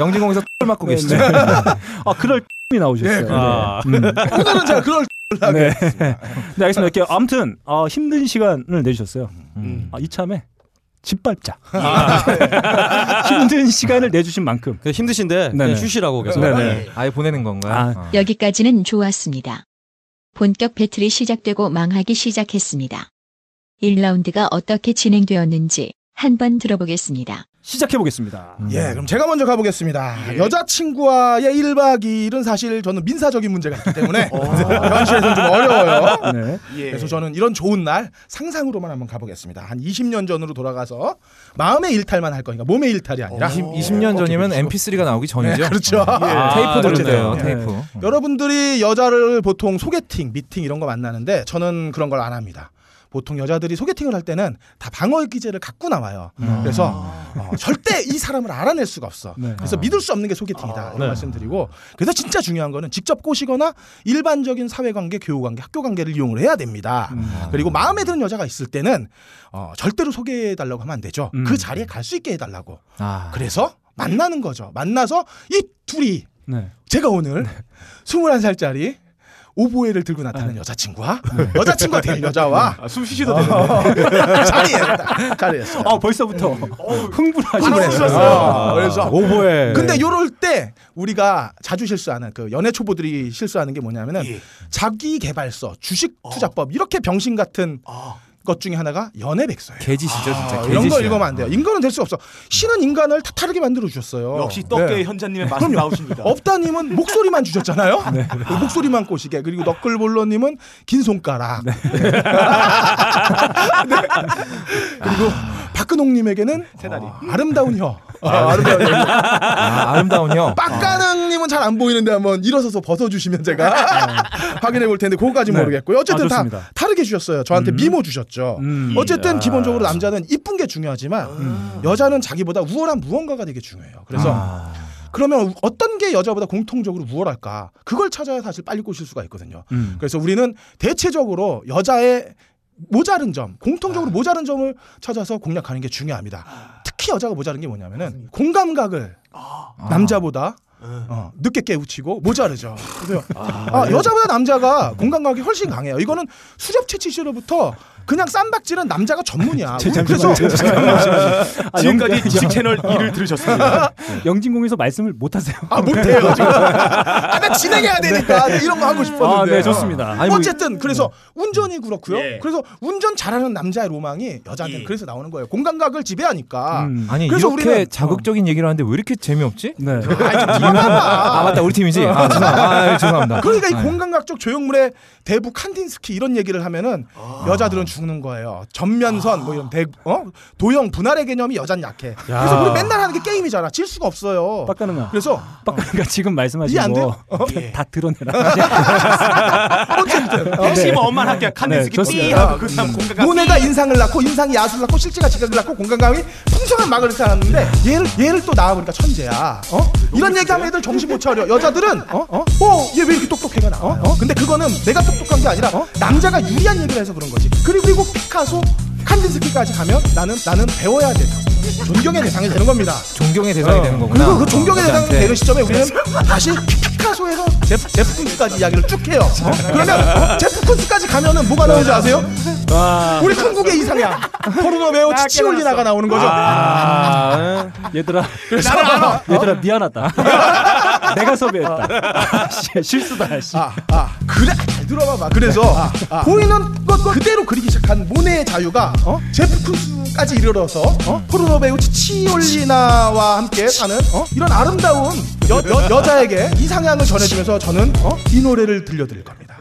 Speaker 13: 영진공에서 을 맞고
Speaker 1: 네,
Speaker 13: 계시죠.
Speaker 1: 네. 아 그럴 이 나오셨어요. 음.
Speaker 13: 네, 그래요. 아.
Speaker 12: 예, 오늘은 제가 그럴
Speaker 1: 네. 네, 알겠습니다. 이렇게 아무튼 어, 힘든 시간을 내주셨어요.
Speaker 12: 음.
Speaker 1: 아, 이참에 짓밟자. 힘든 시간을 내주신 만큼.
Speaker 2: 그 힘드신데
Speaker 1: 네네.
Speaker 2: 쉬시라고 계속.
Speaker 1: 네네.
Speaker 13: 아예 보내는 건가요? 아.
Speaker 6: 여기까지는 좋았습니다. 본격 배틀이 시작되고 망하기 시작했습니다. 1라운드가 어떻게 진행되었는지 한번 들어보겠습니다.
Speaker 1: 시작해 보겠습니다. 예.
Speaker 12: 예, 그럼 제가 먼저 가보겠습니다. 여자친구와의 1박 2일은 사실 저는 민사적인 문제가 있기 때문에 현실에서는 어, 좀 어려워요.
Speaker 3: 네.
Speaker 12: 예.
Speaker 3: 예.
Speaker 1: 예.
Speaker 12: 그래서 저는 이런 좋은 날 상상으로만 한번 가보겠습니다. 한 20년 전으로 돌아가서 마음의 일탈만 할 거니까 몸의 일탈이 아니라 어,
Speaker 13: 20, 년 전이면 MP3가 나오기 전이죠.
Speaker 12: 그렇죠. 네, 그렇죠.
Speaker 13: 아, 테이프 들을 때요.
Speaker 12: 네.
Speaker 13: 테이프.
Speaker 12: 여러분들이 여자를 보통 소개팅, 미팅 이런 거 만나는데 저는 그런 걸 안 합니다. 보통 여자들이 소개팅을 할 때는 다 방어 기제를 갖고 나와요.
Speaker 13: 음.
Speaker 12: 그래서 어, 절대 이 사람을 알아낼 수가 없어.
Speaker 13: 네.
Speaker 12: 그래서 믿을 수 없는 게 소개팅이다. 이런
Speaker 13: 네.
Speaker 12: 말씀드리고 그래서 진짜 중요한 거는 직접 꼬시거나 일반적인 사회관계, 교우관계, 학교관계를 이용을 해야 됩니다.
Speaker 13: 아.
Speaker 12: 그리고 마음에 드는 여자가 있을 때는 어, 절대로 소개해달라고 하면 안 되죠.
Speaker 13: 음.
Speaker 12: 그 자리에 갈 수 있게 해달라고.
Speaker 13: 아.
Speaker 12: 그래서 만나는 거죠. 만나서 이 둘이
Speaker 1: 네.
Speaker 12: 제가 오늘 21살짜리 오보에를 들고
Speaker 1: 아.
Speaker 12: 나타난 여자친구와
Speaker 1: 네.
Speaker 12: 여자친구가 될 여자와 어.
Speaker 3: 아, 숨 쉬셔도
Speaker 12: 되는데
Speaker 3: 잘이에요.
Speaker 12: 잘이에요.
Speaker 1: 아 벌써부터
Speaker 12: 네.
Speaker 1: 흥분하시네요. 아,
Speaker 12: 흥분했어요. 그래서
Speaker 2: 오보에.
Speaker 12: 아, 근데 요럴 때 우리가 자주 실수하는 그 연애 초보들이 실수하는 게 뭐냐면은
Speaker 1: 예.
Speaker 12: 자기 개발서, 주식
Speaker 1: 어.
Speaker 12: 투자법 이렇게 병신 같은
Speaker 1: 아.
Speaker 12: 것 중에 하나가 연애 백서예요.
Speaker 13: 개지시죠, 진짜.
Speaker 12: 아, 이런 걸
Speaker 13: 개지시야.
Speaker 12: 읽으면 안 돼요. 인간은 될 수 없어. 신은 인간을 타타르게 만들어 주셨어요. 네.
Speaker 3: 역시 떡게 현자님의 맛은
Speaker 12: 그럼요.
Speaker 3: 나오십니다.
Speaker 12: 업다님은 목소리만 주셨잖아요. 그 목소리만 꼬시게 그리고 너클볼러님은 긴 손가락. 네. 그리고 박근홍님에게는 어, 아름다운 혀. 아, 아름다운 혀.
Speaker 13: 아, 아름다운요.
Speaker 12: 빡가능님은 잘 안 보이는데 한번 일어서서 벗어주시면 제가 확인해 볼 텐데 그거까지
Speaker 13: 네.
Speaker 12: 모르겠고요. 어쨌든
Speaker 13: 아,
Speaker 12: 다
Speaker 13: 좋습니다.
Speaker 12: 다르게 주셨어요. 저한테 미모 주셨죠.
Speaker 13: 음.
Speaker 12: 어쨌든
Speaker 13: 아.
Speaker 12: 기본적으로 남자는 이쁜 게 중요하지만
Speaker 2: 음.
Speaker 4: 음.
Speaker 12: 여자는 자기보다 우월한 무언가가 되게 중요해요. 음. 그래서
Speaker 2: 아.
Speaker 4: 아.
Speaker 12: 그러면 어떤 게 여자보다 공통적으로 우월할까? 그걸 찾아야 사실 빨리 꼬실 수가 있거든요.
Speaker 1: 음.
Speaker 12: 그래서 우리는 대체적으로 여자의 모자른 점, 공통적으로 모자른 점을 찾아서 공략하는 게 중요합니다. 특히 여자가 모자른 게 뭐냐면은 공감각을 남자보다
Speaker 2: 음.
Speaker 12: 어, 늦게 깨우치고 모자르죠. 그래서
Speaker 14: 아,
Speaker 12: 아,
Speaker 4: 네.
Speaker 14: 예.
Speaker 12: 여자보다 남자가 공감 가기 훨씬 강해요. 이거는 수렵 채취시로부터 그냥 쌈박질은 남자가 전문이야.
Speaker 1: 제-
Speaker 12: 우리
Speaker 1: 잠시만요. 잠시만요. 아,
Speaker 12: 지금까지
Speaker 1: 영진- 어.
Speaker 12: 지식 채널 일을 들으셨습니다.
Speaker 1: 영진공에서 말씀을 못 하세요.
Speaker 12: 아 못해요 지금. 아나 진행해야 되니까
Speaker 1: 네.
Speaker 12: 이런 거 하고
Speaker 1: 아,
Speaker 12: 싶었는데.
Speaker 1: 네, 좋습니다. 아니, 뭐-
Speaker 12: 어쨌든 그래서 운전이 그렇고요.
Speaker 1: 예.
Speaker 12: 그래서 운전 잘하는 남자의 로망이 여자한테 는 그래서 나오는 거예요. 공감각을 지배하니까.
Speaker 13: 음, 아니
Speaker 12: 그래서
Speaker 13: 이렇게
Speaker 12: 우리는 어.
Speaker 13: 자극적인 얘기를 하는데 왜 이렇게 재미없지?
Speaker 1: 네. 아,
Speaker 13: 아 맞다 우리 팀이지. 아, 죄송합니다. 아, 죄송합니다.
Speaker 12: 그러니까 이
Speaker 13: 아,
Speaker 12: 공감각 쪽 조형물의 대부 칸딘스키 이런 얘기를 하면은 여자들은 죽는 거예요. 전면선 뭐 이런 대 어? 도형 분할의 개념이 여잔 약해. 그래서 우리 맨날 하는 게 게임이잖아. 질 수가 없어요.
Speaker 1: 빡가능아.
Speaker 12: 그래서
Speaker 1: 그러니까 지금 말씀하신
Speaker 12: 이해 안 돼요?
Speaker 1: 거 다 드러내라.
Speaker 12: 어?
Speaker 1: 핵심
Speaker 3: 뭐
Speaker 1: 엄만 할게요. 칸딘스키 삐 하고 그 다음
Speaker 12: 아, 공감각 모네가 인상을 낳고 인상이 야수를 낳고 실제가 지각을 낳고 공감감이 풍성한 막을 쌓았는데 얘를 얘를 또 낳아보니까 천재야. 어? 이런 얘기하면 애들 정신 못 차려. 여자들은 어? 어? 어? 얘 왜 이렇게 똑똑해가 나? 어? 어? 근데 그거는 내가 똑똑한 게 아니라 남자가 유리한 얘기를 해서 그런 거지. 그리고 그리고 피카소 칸딘스키까지 가면 나는 나는 배워야 돼. 존경의 대상이 되는 겁니다.
Speaker 13: 존경의 대상이 되는 거구나. 네.
Speaker 12: 그리고 그 존경의 대상
Speaker 13: 남자한테.
Speaker 12: 되는 시점에 우리는 다시 피카소에서 제프, 제프 콘스까지 이야기를 쭉 해요. 어? 그러면 제프 콘스까지 가면은 뭐가 나오는지 아세요?
Speaker 1: 와.
Speaker 12: 우리 큰국의 이상향 포르노 배우 치치올리나가 나오는 거죠. 아,
Speaker 1: 아, 얘들아. 얘들아 미안하다. 내가 섭외했다. 아, 씨, 실수다. 씨.
Speaker 12: 그래 잘 들어봐봐. 그래서
Speaker 1: 아, 아.
Speaker 12: 보이는 것 그대로 그리기 시작한 모네의 자유가 어? 제프 쿤스까지 이르러서 어? 포르노 배우 치치올리나와 함께 사는 어? 이런 아름다운 여, 여, 여자에게 이상향을 전해주면서 저는 어? 이 노래를 들려드릴 겁니다.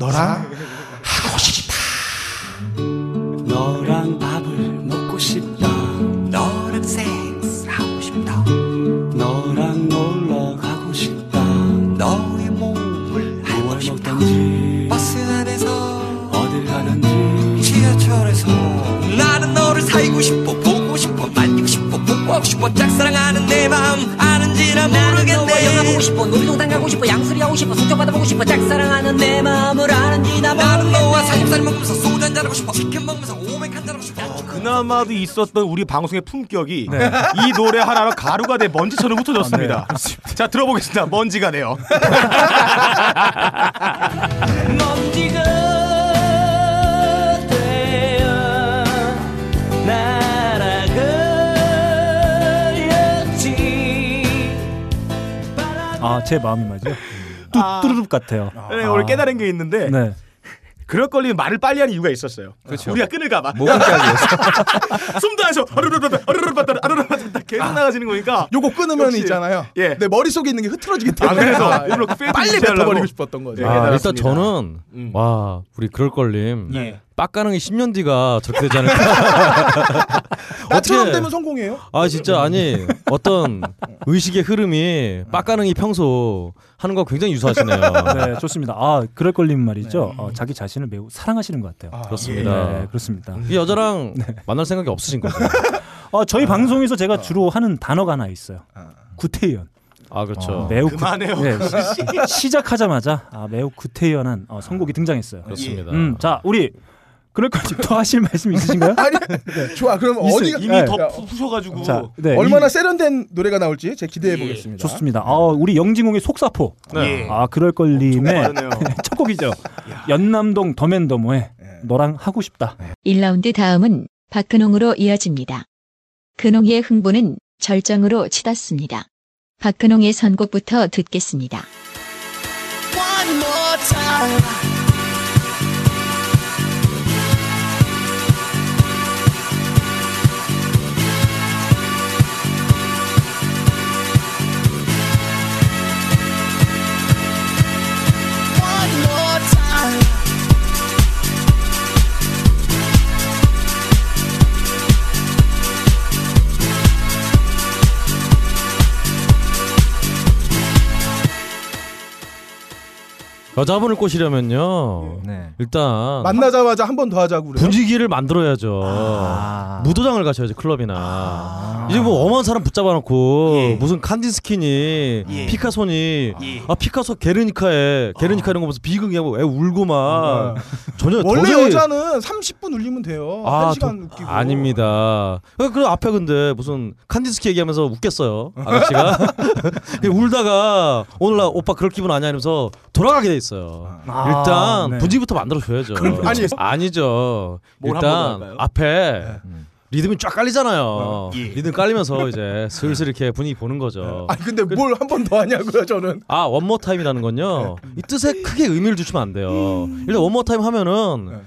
Speaker 12: 너랑
Speaker 15: 너랑 밥을 먹고 싶다 너랑 섹스하고 싶다 너랑 놀러 가고 싶다 너의 몸을 알고 싶다 버스 안에서 어딜 가든지 지하철에서
Speaker 9: 나는 너를 살고 싶어 보고 싶어 만지고 싶어 뽀뽀하고 싶어 짝사랑하는 내 맘 아는지 난 모르겠네
Speaker 16: 영화 보고 싶어 놀이동산 가고 싶어 양수리 하고 싶어 숙청 받아보고 싶어 짝사랑하는 내 마음을 아는지 나
Speaker 9: 나는
Speaker 16: 모르겠네
Speaker 9: 너와 삼겹살 먹으면서 소주 한잔 하고 싶어 치킨 먹으면서 오백 한잔 하고 싶어
Speaker 3: 그나마도 있었던 우리 방송의 품격이
Speaker 9: 네.
Speaker 3: 이 노래 하나로 가루가 돼 먼지처럼 흩어졌습니다. 자 들어보겠습니다. 먼지가 돼요.
Speaker 15: 먼지가 되어 날아가렸지
Speaker 1: 아, 제 마음이 맞아. 뚜뚜루룩 같아요.
Speaker 3: 네, 오늘 깨달은 게 있는데
Speaker 1: 네.
Speaker 3: 그럴 걸리면 말을 빨리 하는 이유가 있었어요. 우리가 끈을 가봐. 숨도 안 쉬어. 아르르르르 아르르르르 아르르르르 계속 나가지는 거니까.
Speaker 12: 아.
Speaker 3: 예.
Speaker 12: 요거 끊으면 있잖아요. 내 머릿속에 있는 게 흐트러지기 때문에
Speaker 3: 아, 그래서
Speaker 12: 아,
Speaker 3: 일부러 그 페이지
Speaker 12: 빨리
Speaker 3: 유지하려고. 예.
Speaker 12: 뱉어버리고 싶었던 거죠.
Speaker 2: 아, 일단 저는
Speaker 12: 음.
Speaker 2: 와 우리 그럴 걸님
Speaker 12: 네.
Speaker 2: 빡가능이 10년 뒤가 저렇게 되지 않을까.
Speaker 12: 나처럼 되면 성공이에요.
Speaker 2: 아 진짜 아니 어떤 의식의 흐름이 빡가능이 평소 하는 거 굉장히 유사하시네요.
Speaker 1: 네, 좋습니다. 아, 그럴 걸림 말이죠. 어, 자기 자신을 매우 사랑하시는 것 같아요.
Speaker 12: 예,
Speaker 2: 그렇습니다.
Speaker 1: 네, 그렇습니다.
Speaker 2: 이 여자랑
Speaker 12: 네.
Speaker 2: 만날 생각이 없으신 거예요.
Speaker 1: 어,
Speaker 12: 아.
Speaker 1: 저희 방송에서 제가 주로 하는 단어가 하나 있어요. 구태연.
Speaker 2: 아 그렇죠.
Speaker 1: 어, 매우 구-
Speaker 2: 그만해요.
Speaker 1: 네, 시- 시작하자마자 아, 매우 구태연한 어,
Speaker 12: 아.
Speaker 1: 선곡이 등장했어요.
Speaker 2: 그렇습니다.
Speaker 1: 음, 자, 우리 그럴 걸님 더 하실 말씀 있으신가요?
Speaker 12: 아니, 좋아. 그럼
Speaker 1: 있어요.
Speaker 12: 어디가
Speaker 1: 이미 더
Speaker 12: 푸셔가지고
Speaker 1: 자, 네,
Speaker 12: 얼마나
Speaker 1: 이-
Speaker 12: 세련된 노래가 나올지 제 기대해 보겠습니다.
Speaker 1: 좋습니다. 아, 우리 영진공의 속사포.
Speaker 12: 네.
Speaker 1: 아, 그럴 걸님의
Speaker 12: 정말
Speaker 1: 첫 곡이죠. 연남동 더맨더머의
Speaker 12: 예.
Speaker 1: 너랑 하고 싶다.
Speaker 17: 1라운드 다음은 박근홍으로 이어집니다. 근홍의 흥분은 절정으로 치닫습니다. 박근홍의 선곡부터 듣겠습니다.
Speaker 9: One more time. One more time.
Speaker 2: 여자분을 꼬시려면요. 일단
Speaker 12: 만나자마자 한 예. 번 더 하자고 그래요. 아.
Speaker 2: 분위기를 만들어야죠. 무도장을 가셔야지 클럽이나 이제 뭐 엄한 사람 붙잡아놓고
Speaker 12: 예.
Speaker 2: 무슨 칸딘스키니 피카소니 아 피카소 게르니카에 게르니카 이런 거 보면서 비극이하고 애 울고 막 전혀
Speaker 12: 아. 원래
Speaker 2: 도저히-
Speaker 12: 여자는 30분 울리면 돼요.
Speaker 2: 아,
Speaker 12: 한 시간
Speaker 2: 도-
Speaker 12: 웃기고.
Speaker 2: 아닙니다. 그, 그 앞에 근데 무슨 칸디스키 얘기하면서 웃겼어요. 아가씨가 울다가 오늘 나 오빠 그럴 기분 아니야 이러면서 돌아가게 돼 있어요.
Speaker 13: 아,
Speaker 2: 일단
Speaker 13: 네.
Speaker 2: 분위기부터 만들어 줘야죠.
Speaker 13: 그럼 뭐
Speaker 2: 아니 아니죠.
Speaker 13: 뭘한번더
Speaker 2: 일단
Speaker 13: 할까요? 네. 어, 예.
Speaker 2: 앞에 리듬이 쫙 깔리잖아요. 리듬 깔리면서 이제 슬슬 이렇게 분위기 보는
Speaker 13: 네.
Speaker 2: 거죠.
Speaker 12: 아니 근데 뭘 한 번 더 하냐고요 저는.
Speaker 2: 아 원모 타임이라는 건요
Speaker 13: 네.
Speaker 2: 이 뜻에 크게 의미를 주시면 안 돼요. 일단 원모 타임 하면은
Speaker 13: 음. 네.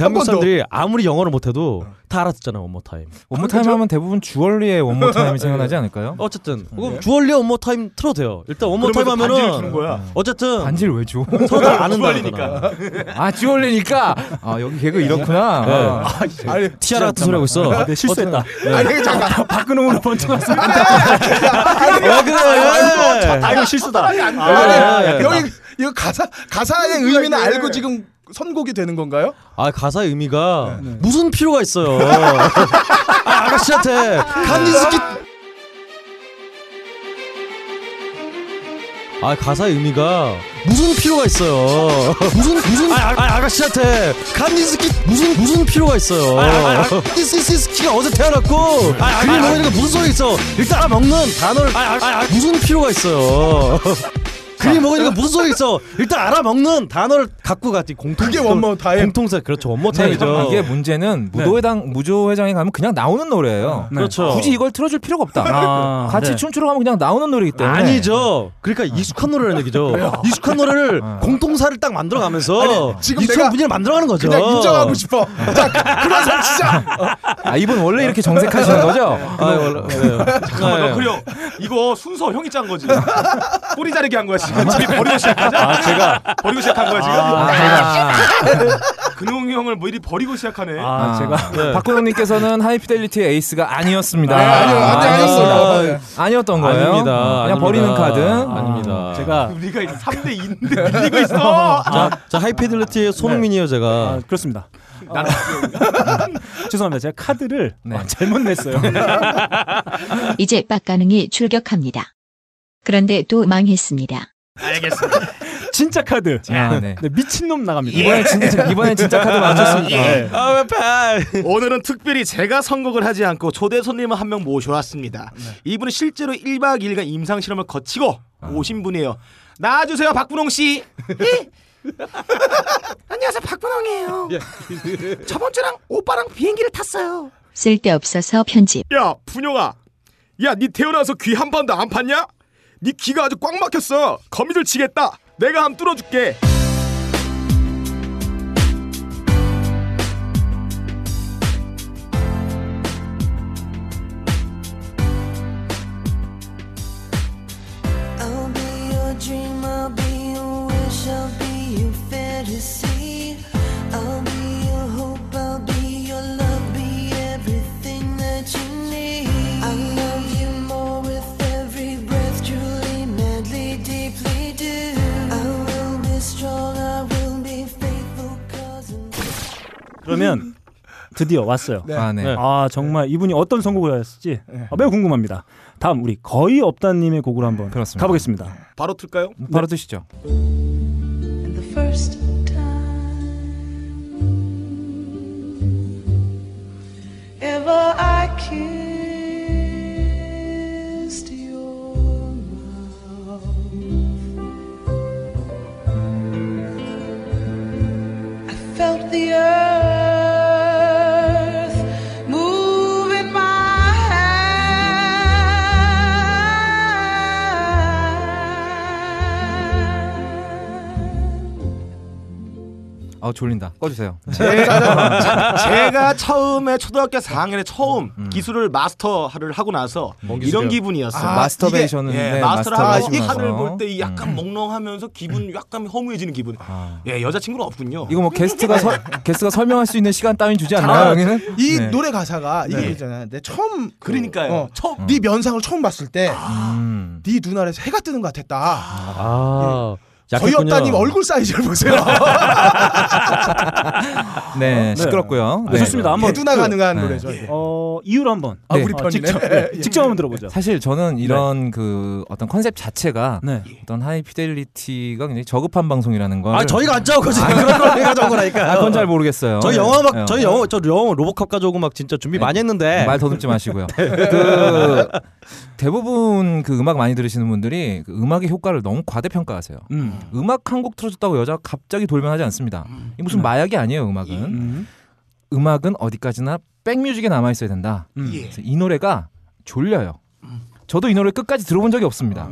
Speaker 13: 한번 더.
Speaker 2: 대한민국 사람들이 아무리 영어를 못해도 다 알아듣잖아요 원모 타임.
Speaker 13: 원모 타임 하면 대부분 주얼리의 원모 타임이 생각나지 않을까요? 네.
Speaker 2: 어쨌든 그거 주얼리 원모 타임 틀어도 돼요. 일단 원모 타임
Speaker 13: 그러면서
Speaker 2: 하면은
Speaker 13: 반지를 주는 거야.
Speaker 2: 어쨌든
Speaker 13: 반지를 왜 줘?
Speaker 2: 서로 다 아는
Speaker 13: 주얼리니까. 아 주얼리니까. 아 여기 개그 이렇구나.
Speaker 2: 네.
Speaker 13: 아,
Speaker 12: 아니,
Speaker 2: 티아라 같은 소리 하고 있어.
Speaker 13: 아, 네, 실수했다.
Speaker 2: 네.
Speaker 13: 아니
Speaker 12: 잠깐. 네.
Speaker 13: 박근홍으로 번쩍 왔어.
Speaker 12: 왜
Speaker 13: 그래?
Speaker 2: 네.
Speaker 12: 아 이거 실수다.
Speaker 2: 아, 예, 예.
Speaker 12: 여기 이거 가사 가사의 의미는 알고 지금 선곡이 되는 건가요?
Speaker 2: 아 가사의 의미가 무슨 필요가 있어요. 아, 아가씨한테 간디스키. 아 가사의 의미가 무슨 필요가 있어요. 무슨 무슨 아, 아, 아가씨한테 간디스키 무슨 무슨 필요가 있어요.
Speaker 15: 아, 아, 아.
Speaker 2: 디스키가 어제 태어났고
Speaker 15: 아, 아,
Speaker 2: 그게
Speaker 15: 아,
Speaker 2: 뭐니까
Speaker 15: 아.
Speaker 2: 무슨 소리 있어. 일단 알아먹는 단어를 무슨 필요가 있어요. 그게 먹으니까 무슨 소리 있어? 일단 알아먹는 단어를 갖고 갔지 공통
Speaker 12: 그게 원모 타임.
Speaker 2: 공통사 그렇죠 원모
Speaker 13: 네,
Speaker 2: 타임이죠.
Speaker 13: 이게 문제는 무도회당 무조회장에 가면 그냥 나오는 노래예요.
Speaker 2: 네. 그렇죠.
Speaker 13: 굳이 이걸 틀어줄 필요가 없다.
Speaker 2: 아,
Speaker 13: 같이
Speaker 2: 네.
Speaker 13: 춤추러 가면 그냥 나오는 노래이기 때문에.
Speaker 2: 아니죠. 그러니까 익숙한 노래라는
Speaker 13: 아,
Speaker 2: 얘기죠. 익숙한 노래를 공통사를 딱 만들어가면서
Speaker 13: 지금
Speaker 2: 익숙한
Speaker 13: 내가
Speaker 2: 분위기를 만들어가는 거죠.
Speaker 13: 그냥 인정하고
Speaker 12: 싶어.
Speaker 13: 그래서 진짜. 아 이분 원래 이렇게 정색하시는 거죠?
Speaker 2: 아, 원래, 네.
Speaker 14: 잠깐만
Speaker 13: 네.
Speaker 14: 아, 너클형 이거 순서 형이 짠 거지 꼬리 자르기 한 거야 지금 집이 버리고 시작하자
Speaker 13: 아, 제가?
Speaker 14: 버리고 시작한 거야 지금
Speaker 13: 아, 제가.
Speaker 14: 근홍이 형을 뭐 이리 버리고 시작하네
Speaker 13: 아, 제가 박근홍님께서는 하이피델리티의 에이스가 아니었습니다.
Speaker 14: 아, 아니요, 아니, 아니었어요.
Speaker 13: 아, 아니었던 거예요.
Speaker 2: 아닙니다.
Speaker 13: 그냥
Speaker 2: 아닙니다.
Speaker 13: 버리는 카드.
Speaker 2: 아닙니다. 제가
Speaker 14: 우리가 이제 3대 2인데 밀리고
Speaker 12: 아.
Speaker 14: 있어
Speaker 2: 자, 자 하이피델리티의 손흥민이요 제가.
Speaker 1: 아, 그렇습니다. 죄송합니다. 제가 카드를 어, 잘못 냈어요.
Speaker 17: 이제 빡가능이 출격합니다. 그런데 또 망했습니다.
Speaker 1: 알겠습니다. 진짜 카드.
Speaker 13: 아,
Speaker 1: 네, 미친놈 나갑니다.
Speaker 13: 이번엔 진짜- 이번엔 진짜 카드 맞췄습니다.
Speaker 1: 예.
Speaker 2: 아, 팔.
Speaker 3: 오늘은 특별히 제가 선곡을 하지 않고 초대 손님을 한 명 모셔왔습니다. 이분은 실제로 1박 2일간 임상 실험을 거치고 오신 분이에요. 나와주세요, 박분홍 씨.
Speaker 8: 안녕하세요 박분홍이에요. 저번 주랑 오빠랑 비행기를 탔어요.
Speaker 17: 쓸데없어서 편집.
Speaker 14: 야 분영아 야니 태어나서 귀 한 번도 안 팠냐? 니 귀가 아주 꽉 막혔어 거미줄 치겠다 내가 함 뚫어줄게
Speaker 4: I'll be your dream, I'll be your wish, I'll be your fantasy. I'll be your hope, I'll be your love, be everything that you need. I love you more with every breath, truly, madly, deeply do. I will be strong, I will be faithful, cause I'm
Speaker 1: 그러면 드디어 왔어요.
Speaker 13: 네. 아, 네.
Speaker 1: 아, 정말 이분이 어떤 선곡을 하셨을지
Speaker 13: 네.
Speaker 1: 아, 매우 궁금합니다. 다음 우리 거의 없다님의 곡으로 한번 가보겠습니다.
Speaker 3: 네.
Speaker 14: 바로 틀까요?
Speaker 13: 바로 드시죠.
Speaker 4: the first time ever I kissed your mouth. I felt the earth move in my hand.
Speaker 13: 아 졸린다. 꺼주세요. 음.
Speaker 3: 제가, 제가 처음에 초등학교 4학년에 처음 기술을 마스터를 하고 나서
Speaker 13: 기술이요?
Speaker 3: 이런 기분이었어요.
Speaker 13: 아, 마스터베이션을
Speaker 3: 이게, 예,
Speaker 13: 했는데 마스터를
Speaker 3: 마스터를 하고
Speaker 13: 하시고
Speaker 3: 이
Speaker 13: 나서.
Speaker 3: 하늘 볼 때 약간 몽롱하면서 기분 약간 허무해지는 기분. 예, 여자친구는 없군요.
Speaker 13: 이거 뭐 게스트가 서, 게스트가 설명할 수 있는 시간 따윈 주지
Speaker 3: 자,
Speaker 13: 않나요, 여기는?
Speaker 12: 이
Speaker 13: 네.
Speaker 12: 노래 가사가 이게
Speaker 13: 네.
Speaker 12: 있잖아. 내 처음 어,
Speaker 3: 그러니까요.
Speaker 12: 처음
Speaker 13: 네.
Speaker 12: 네 면상을 처음 봤을 때 네 눈알에서 해가 뜨는 것 같았다.
Speaker 2: 아
Speaker 12: 거의
Speaker 13: 약했군요.
Speaker 12: 없다님 얼굴 사이즈를 보세요.
Speaker 13: 네, 시끄럽고요. 네.
Speaker 1: 어? 좋습니다. 한번 그-
Speaker 12: 개두나 가능한
Speaker 13: 네.
Speaker 12: 노래죠.
Speaker 1: 어, 이유를 한번
Speaker 13: 아, 우리
Speaker 1: 어,
Speaker 13: 편이네.
Speaker 1: 직접,
Speaker 13: 예, 예.
Speaker 1: 직접 한번 들어보죠. 네.
Speaker 13: 사실 저는 이런 그 어떤 컨셉 자체가 어떤 하이 피델리티가 굉장히 저급한 방송이라는 걸.
Speaker 2: 아 저희가 안 짜고 지금
Speaker 13: 아,
Speaker 2: 그런 걸 우리가 온 거라니까.
Speaker 13: 아, 그건 잘 모르겠어요.
Speaker 2: 저희
Speaker 13: 네.
Speaker 2: 영화
Speaker 13: 네.
Speaker 2: 막 저희 영화 저 영화 로보캅 가져오고 막 진짜 준비 많이 했는데 네.
Speaker 13: 말 더듬지 마시고요. 그 대부분 그 음악 많이 들으시는 분들이 그 음악의 효과를 너무 과대평가하세요.
Speaker 1: 음.
Speaker 13: 음. 악 한 곡 틀어줬다고 여자 가 갑자기 돌면 하지 않습니다. 이게 무슨 마약이 아니에요, 음악은. 음악은 어디까지나 백뮤직에 남아 있어야 된다.
Speaker 1: 음. 예.
Speaker 13: 그래서 이 노래가 졸려요. 저도 이 노래 끝까지 들어본 적이 없습니다.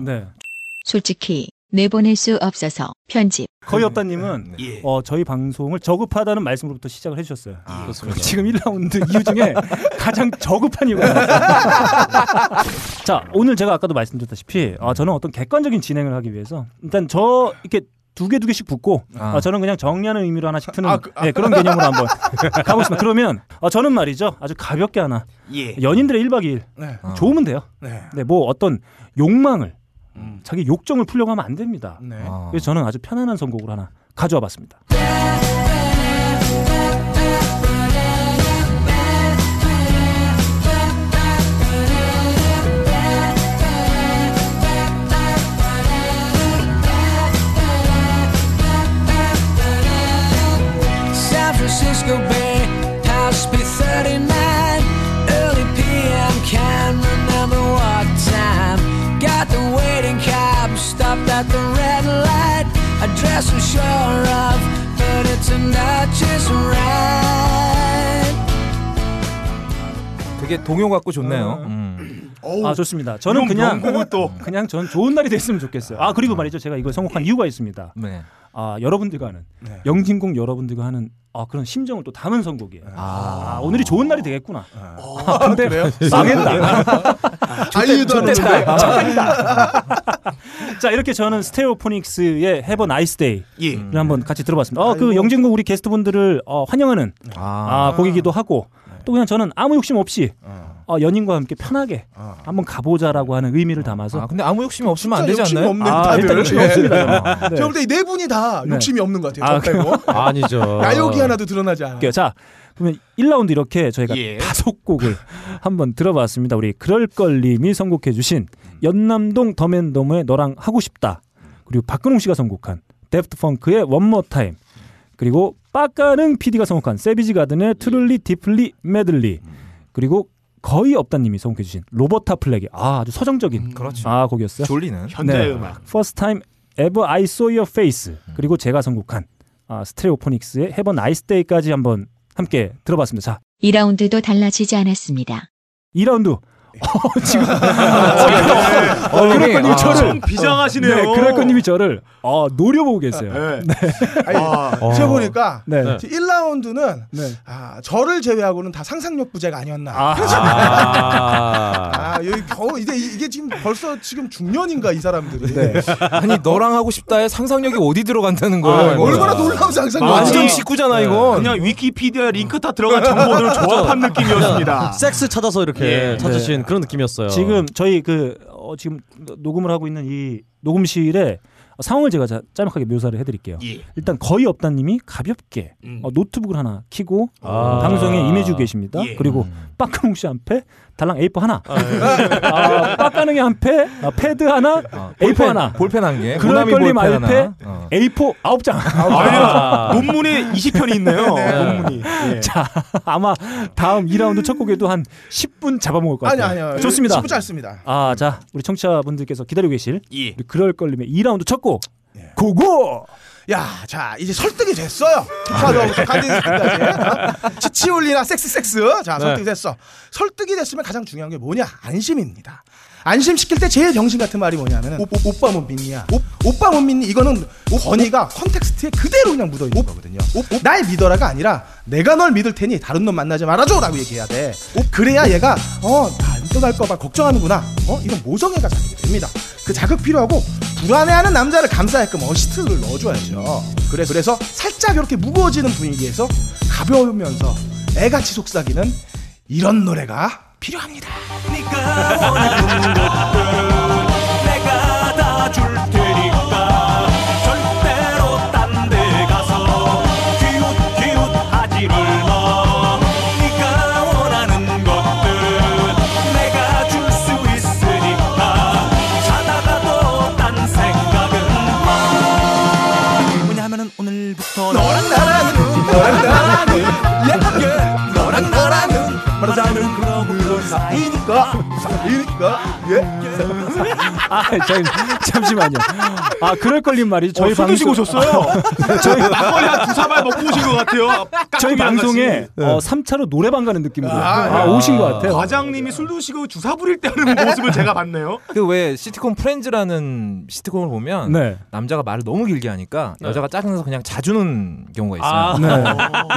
Speaker 17: 솔직히 내보낼 수 없어서 편집.
Speaker 1: 거의
Speaker 13: 네.
Speaker 1: 없다님은
Speaker 13: 예.
Speaker 1: 어, 저희 방송을 저급하다는 말씀으로부터 시작을 해주셨어요.
Speaker 13: 아,
Speaker 1: 그러니까
Speaker 13: 그렇습니다.
Speaker 1: 지금 1라운드 이유 중에 가장 저급한 이유가 자 오늘 제가 아까도 말씀드렸다시피
Speaker 13: 음.
Speaker 1: 아, 저는 어떤 객관적인 진행을 하기 위해서 일단 저 이렇게 두 개 두 개씩 붙고
Speaker 13: 아.
Speaker 1: 아, 저는 그냥 정리하는 의미로 하나씩 트는
Speaker 13: 아, 그- 아.
Speaker 1: 예, 그런 개념으로 한번 가보겠습니다. 그러면 아, 저는 말이죠 아주 가볍게 하나
Speaker 3: 예.
Speaker 1: 연인들의 1박 2일
Speaker 12: 네.
Speaker 13: 어.
Speaker 1: 좋으면 돼요.
Speaker 12: 네.
Speaker 1: 네, 뭐 어떤 욕망을
Speaker 13: 음.
Speaker 1: 자기 욕정을 풀려고 하면 안 됩니다.
Speaker 13: 네.
Speaker 4: 어.
Speaker 1: 그래서 저는 아주 편안한 선곡으로 하나 가져와 봤습니다.
Speaker 15: San Francisco Bay, House B39, early PM, can't remember what time. Got the waiting cab, stopped at the red light. A dress I'm sure of, but it's not just right.
Speaker 13: 되게 동요 같고 좋네요.
Speaker 1: 아 좋습니다. 저는
Speaker 13: 이런
Speaker 1: 그냥
Speaker 13: 명곡을
Speaker 1: 그냥 전 좋은 날이 됐으면 좋겠어요. 아 그리고 말이죠, 제가 이걸 선곡한 이유가 있습니다.
Speaker 13: 네.
Speaker 1: 아 여러분들과 하는
Speaker 13: 네.
Speaker 1: 영진공 여러분들과 하는 아 그런 심정을 또 담은 선곡이에요. 아, 오늘이 좋은 날이 되겠구나. 아, 근데 아,
Speaker 12: 그래요?
Speaker 1: 망했다.
Speaker 12: 알리도 안
Speaker 1: 좋댔다.
Speaker 12: 오는데.
Speaker 1: 착각이다. 자 이렇게 저는 스테레오포닉스의 Have a Nice Day를 한번 같이 들어봤습니다. 어, 그 영진공 우리 게스트분들을 어, 환영하는 아, 곡이기도 하고 또 그냥 저는 아무 욕심 없이 어, 연인과 함께 편하게 한번 가보자라고 하는 의미를 담아서.
Speaker 13: 근데 아무 욕심 없으면
Speaker 12: 진짜 욕심이 없네.
Speaker 1: 아,
Speaker 12: 다들.
Speaker 1: 일단 욕심이
Speaker 12: 예.
Speaker 1: 없습니다. 저는. 네.
Speaker 12: 제가 볼때네 분이 다
Speaker 1: 네.
Speaker 12: 욕심이 없는 것 같아요.
Speaker 1: 아,
Speaker 12: 저 빼고.
Speaker 1: 그래요? 어. 아니죠.
Speaker 12: 야욕이 하나도 드러나지 않아.
Speaker 1: 할게요. 자, 그러면 1라운드 이렇게 저희가 다섯 곡을 한번 들어봤습니다. 우리 그럴걸님이 선곡해 주신 연남동 더맨덤의 너랑 하고 싶다. 그리고 박근홍 씨가 선곡한 데프트 펑크의 원머 타임. 그리고 빠까는 PD가 선곡한 세비지 가든의 트룰리 디플리 메들리. 그리고 거의 없다님이 선곡해 주신 로버타 플렉의 아 아주 서정적인 아 곡이었어요.
Speaker 13: 졸리는.
Speaker 1: 네.
Speaker 13: 현대음악.
Speaker 1: First time ever I saw your face.
Speaker 13: 음.
Speaker 1: 그리고 제가 선곡한 아, 스트레오포닉스의 Have a nice day까지 한번 함께 들어봤습니다. 자,
Speaker 17: 2라운드도 달라지지 않았습니다.
Speaker 1: 2라운드.
Speaker 13: 네. 어, 어,
Speaker 1: 아, 그럴 그러니까 거님이
Speaker 13: 아,
Speaker 1: 저를
Speaker 13: 좀 비장하시네요.
Speaker 1: 네, 그럴 거님이 저를 어, 노려보고 계세요. 네.
Speaker 12: 아니, 제가 보니까
Speaker 1: 네.
Speaker 12: 1라운드는
Speaker 1: 네.
Speaker 12: 아, 저를 제외하고는 다 상상력 부재가 아니었나.
Speaker 2: 아.
Speaker 12: 아, 여기 겨우 이게 이게 지금 벌써 지금 중년인가 이 사람들이.
Speaker 1: 네.
Speaker 13: 아니 너랑 하고 싶다에 상상력이 어디 들어간다는 거예요.
Speaker 12: 아,
Speaker 13: 이거.
Speaker 12: 얼마나 놀라운 상상력.
Speaker 13: 완전
Speaker 3: 네.
Speaker 13: 식구잖아 이거.
Speaker 2: 그냥
Speaker 3: 예, 위키피디아 링크 다
Speaker 2: 들어간 정보들을 조합한
Speaker 1: 느낌이었습니다.
Speaker 3: 어,
Speaker 2: 섹스 찾아서 이렇게
Speaker 12: 예.
Speaker 2: 찾으신 그런 느낌이었어요.
Speaker 1: 지금 저희 그 어, 지금 녹음을 하고 있는 이 녹음실에 상황을 제가 자- 짤막하게 묘사를 해드릴게요.
Speaker 3: 예.
Speaker 1: 일단 거의 없다님이 가볍게
Speaker 3: 음.
Speaker 1: 어, 노트북을 하나 키고
Speaker 13: 아.
Speaker 1: 방송에 임해주고 계십니다.
Speaker 13: 예.
Speaker 1: 그리고 빠까몽 씨한 패, 달랑 A4 하나,
Speaker 3: 예.
Speaker 1: 아, 빠까능이 한 패, 아, 패드 하나, A4
Speaker 13: 볼펜,
Speaker 1: 하나,
Speaker 13: 볼펜 한 개.
Speaker 1: 그럴
Speaker 13: 모나미
Speaker 1: 걸리
Speaker 13: 볼펜
Speaker 1: 말패,
Speaker 13: 하나. 어.
Speaker 1: A4 아홉 장.
Speaker 13: 아.
Speaker 3: 논문에 20편이 있네요. 논문이. 예.
Speaker 1: 네. 자, 아마 다음 2라운드 첫 곡에도 한 10분 잡아먹을 것 같아요.
Speaker 12: 아니, 아니요.
Speaker 1: 좋습니다.
Speaker 12: 10분 짧습니다.
Speaker 1: 아, 자, 우리 청취자분들께서 기다리고 계실
Speaker 14: 예.
Speaker 1: 우리 그럴 걸림의 2라운드 첫 곡. 고고!
Speaker 12: 예. 야, 자 이제 설득이 됐어요. 자, 너부터 간디스까지 치치올리나 섹스 섹스. 자,
Speaker 14: 네.
Speaker 12: 설득이 됐어. 설득이 됐으면 가장 중요한 게 뭐냐? 안심입니다. 안심 시킬 때 제일 병신 같은 말이 뭐냐면은 오, 빠못 믿냐? 오, 빠못 믿니? 이거는 권위가 컨텍스트에 그대로 그냥 묻어 있는 거거든요. 날 믿어라가 아니라 내가 널 믿을 테니 다른 놈 만나지 말아줘라고 얘기해야 돼. 어, 그래야 얘가 어안 떠날 거봐 걱정하는구나. 어 이건 모성애가 자극이 됩니다. 그 자극 필요하고 불안해하는 남자를 감싸게끔 어시트를 넣어줘야죠. 그래 그래서 살짝 이렇게 무거워지는 분위기에서 가벼우면서 애같이 속삭이는 이런 노래가 필요합니다.
Speaker 15: 내가 다 줄 테니까 절대
Speaker 12: 사이니까 사이니까 예.
Speaker 1: 아, 저희, 잠시만요. 아, 그럴 걸린 말이 저희 네,
Speaker 12: 어, 술 드시고 오셨어요?
Speaker 1: 저희
Speaker 12: 막걸리 한두
Speaker 14: 사발 먹고 오신 것 같아요. 깍두기 한
Speaker 1: 저희 방송에
Speaker 14: 잔씩.
Speaker 3: 네.
Speaker 1: 어, 3차로 노래방 가는 느낌으로 아, 오신 것 같아요.
Speaker 14: 과장님이 술 드시고 주사 부릴 때 하는 모습을 제가 봤네요.
Speaker 13: 그 왜 시트콤 프렌즈라는 시트콤을 보면
Speaker 1: 네.
Speaker 13: 남자가 말을 너무 길게 하니까 여자가 짜증나서 그냥 자주는 경우가 있어요.
Speaker 1: 아.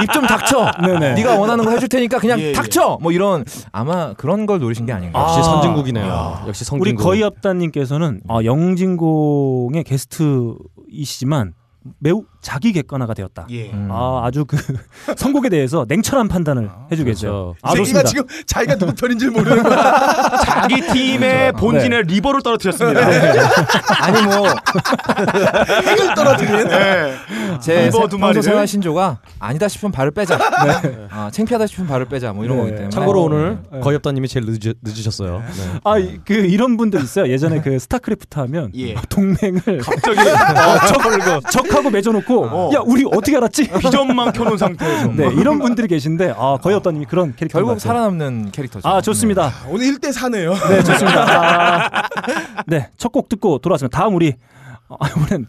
Speaker 13: 입 좀 닥쳐.
Speaker 1: 네, 네.
Speaker 13: 네가 원하는 거 해줄 테니까 그냥
Speaker 1: 예, 예.
Speaker 13: 닥쳐. 뭐 이런 아마 그런 걸 노리신 게 아닌가.
Speaker 1: 역시 아. 선진국이네요.
Speaker 13: 역시
Speaker 1: 우리 거의 없다님께서는 어, 영진공의 게스트이시지만 매우 자기 객관화가 되었다. 아, 아주 그 선곡에 대해서 냉철한 판단을 해주고 계세요. 아,
Speaker 12: 이 새끼가 지금
Speaker 1: 좋습니다.
Speaker 12: 자기가 누구 편인지 모르는 거야.
Speaker 14: 자기
Speaker 3: 네.
Speaker 14: 팀의 본진의 리버를 떨어뜨렸습니다.
Speaker 13: 아니 뭐
Speaker 12: 핵을 떨어뜨리는.
Speaker 13: 네.
Speaker 2: 네.
Speaker 13: 제
Speaker 14: 리버 두 마리를.
Speaker 13: 방송생활 신조가 아니다 싶으면 발을 빼자. 아, 창피하다 싶으면 발을 빼자. 뭐 이런
Speaker 2: 네.
Speaker 13: 거기 때문에.
Speaker 2: 참고로 오늘
Speaker 13: 네.
Speaker 2: 거의 없다님이 제일 늦으, 늦으셨어요. 네.
Speaker 1: 아, 이- 그 이런 분들 있어요. 예전에 그 스타크래프트 하면 동맹을 갑자기 적, 적하고 맺어놓고 야 우리 어떻게 알았지?
Speaker 14: 비전만 켜놓은 상태에서.
Speaker 1: 네 이런 분들이 계신데 아 거의 어떤님이 그런 캐릭터
Speaker 13: 결국 살아남는 캐릭터죠.
Speaker 1: 아 좋습니다.
Speaker 12: 오늘 1대 4네요.
Speaker 1: 네 좋습니다. 네 첫 곡 듣고 돌아왔습니다. 다음 우리 어, 아, 이번엔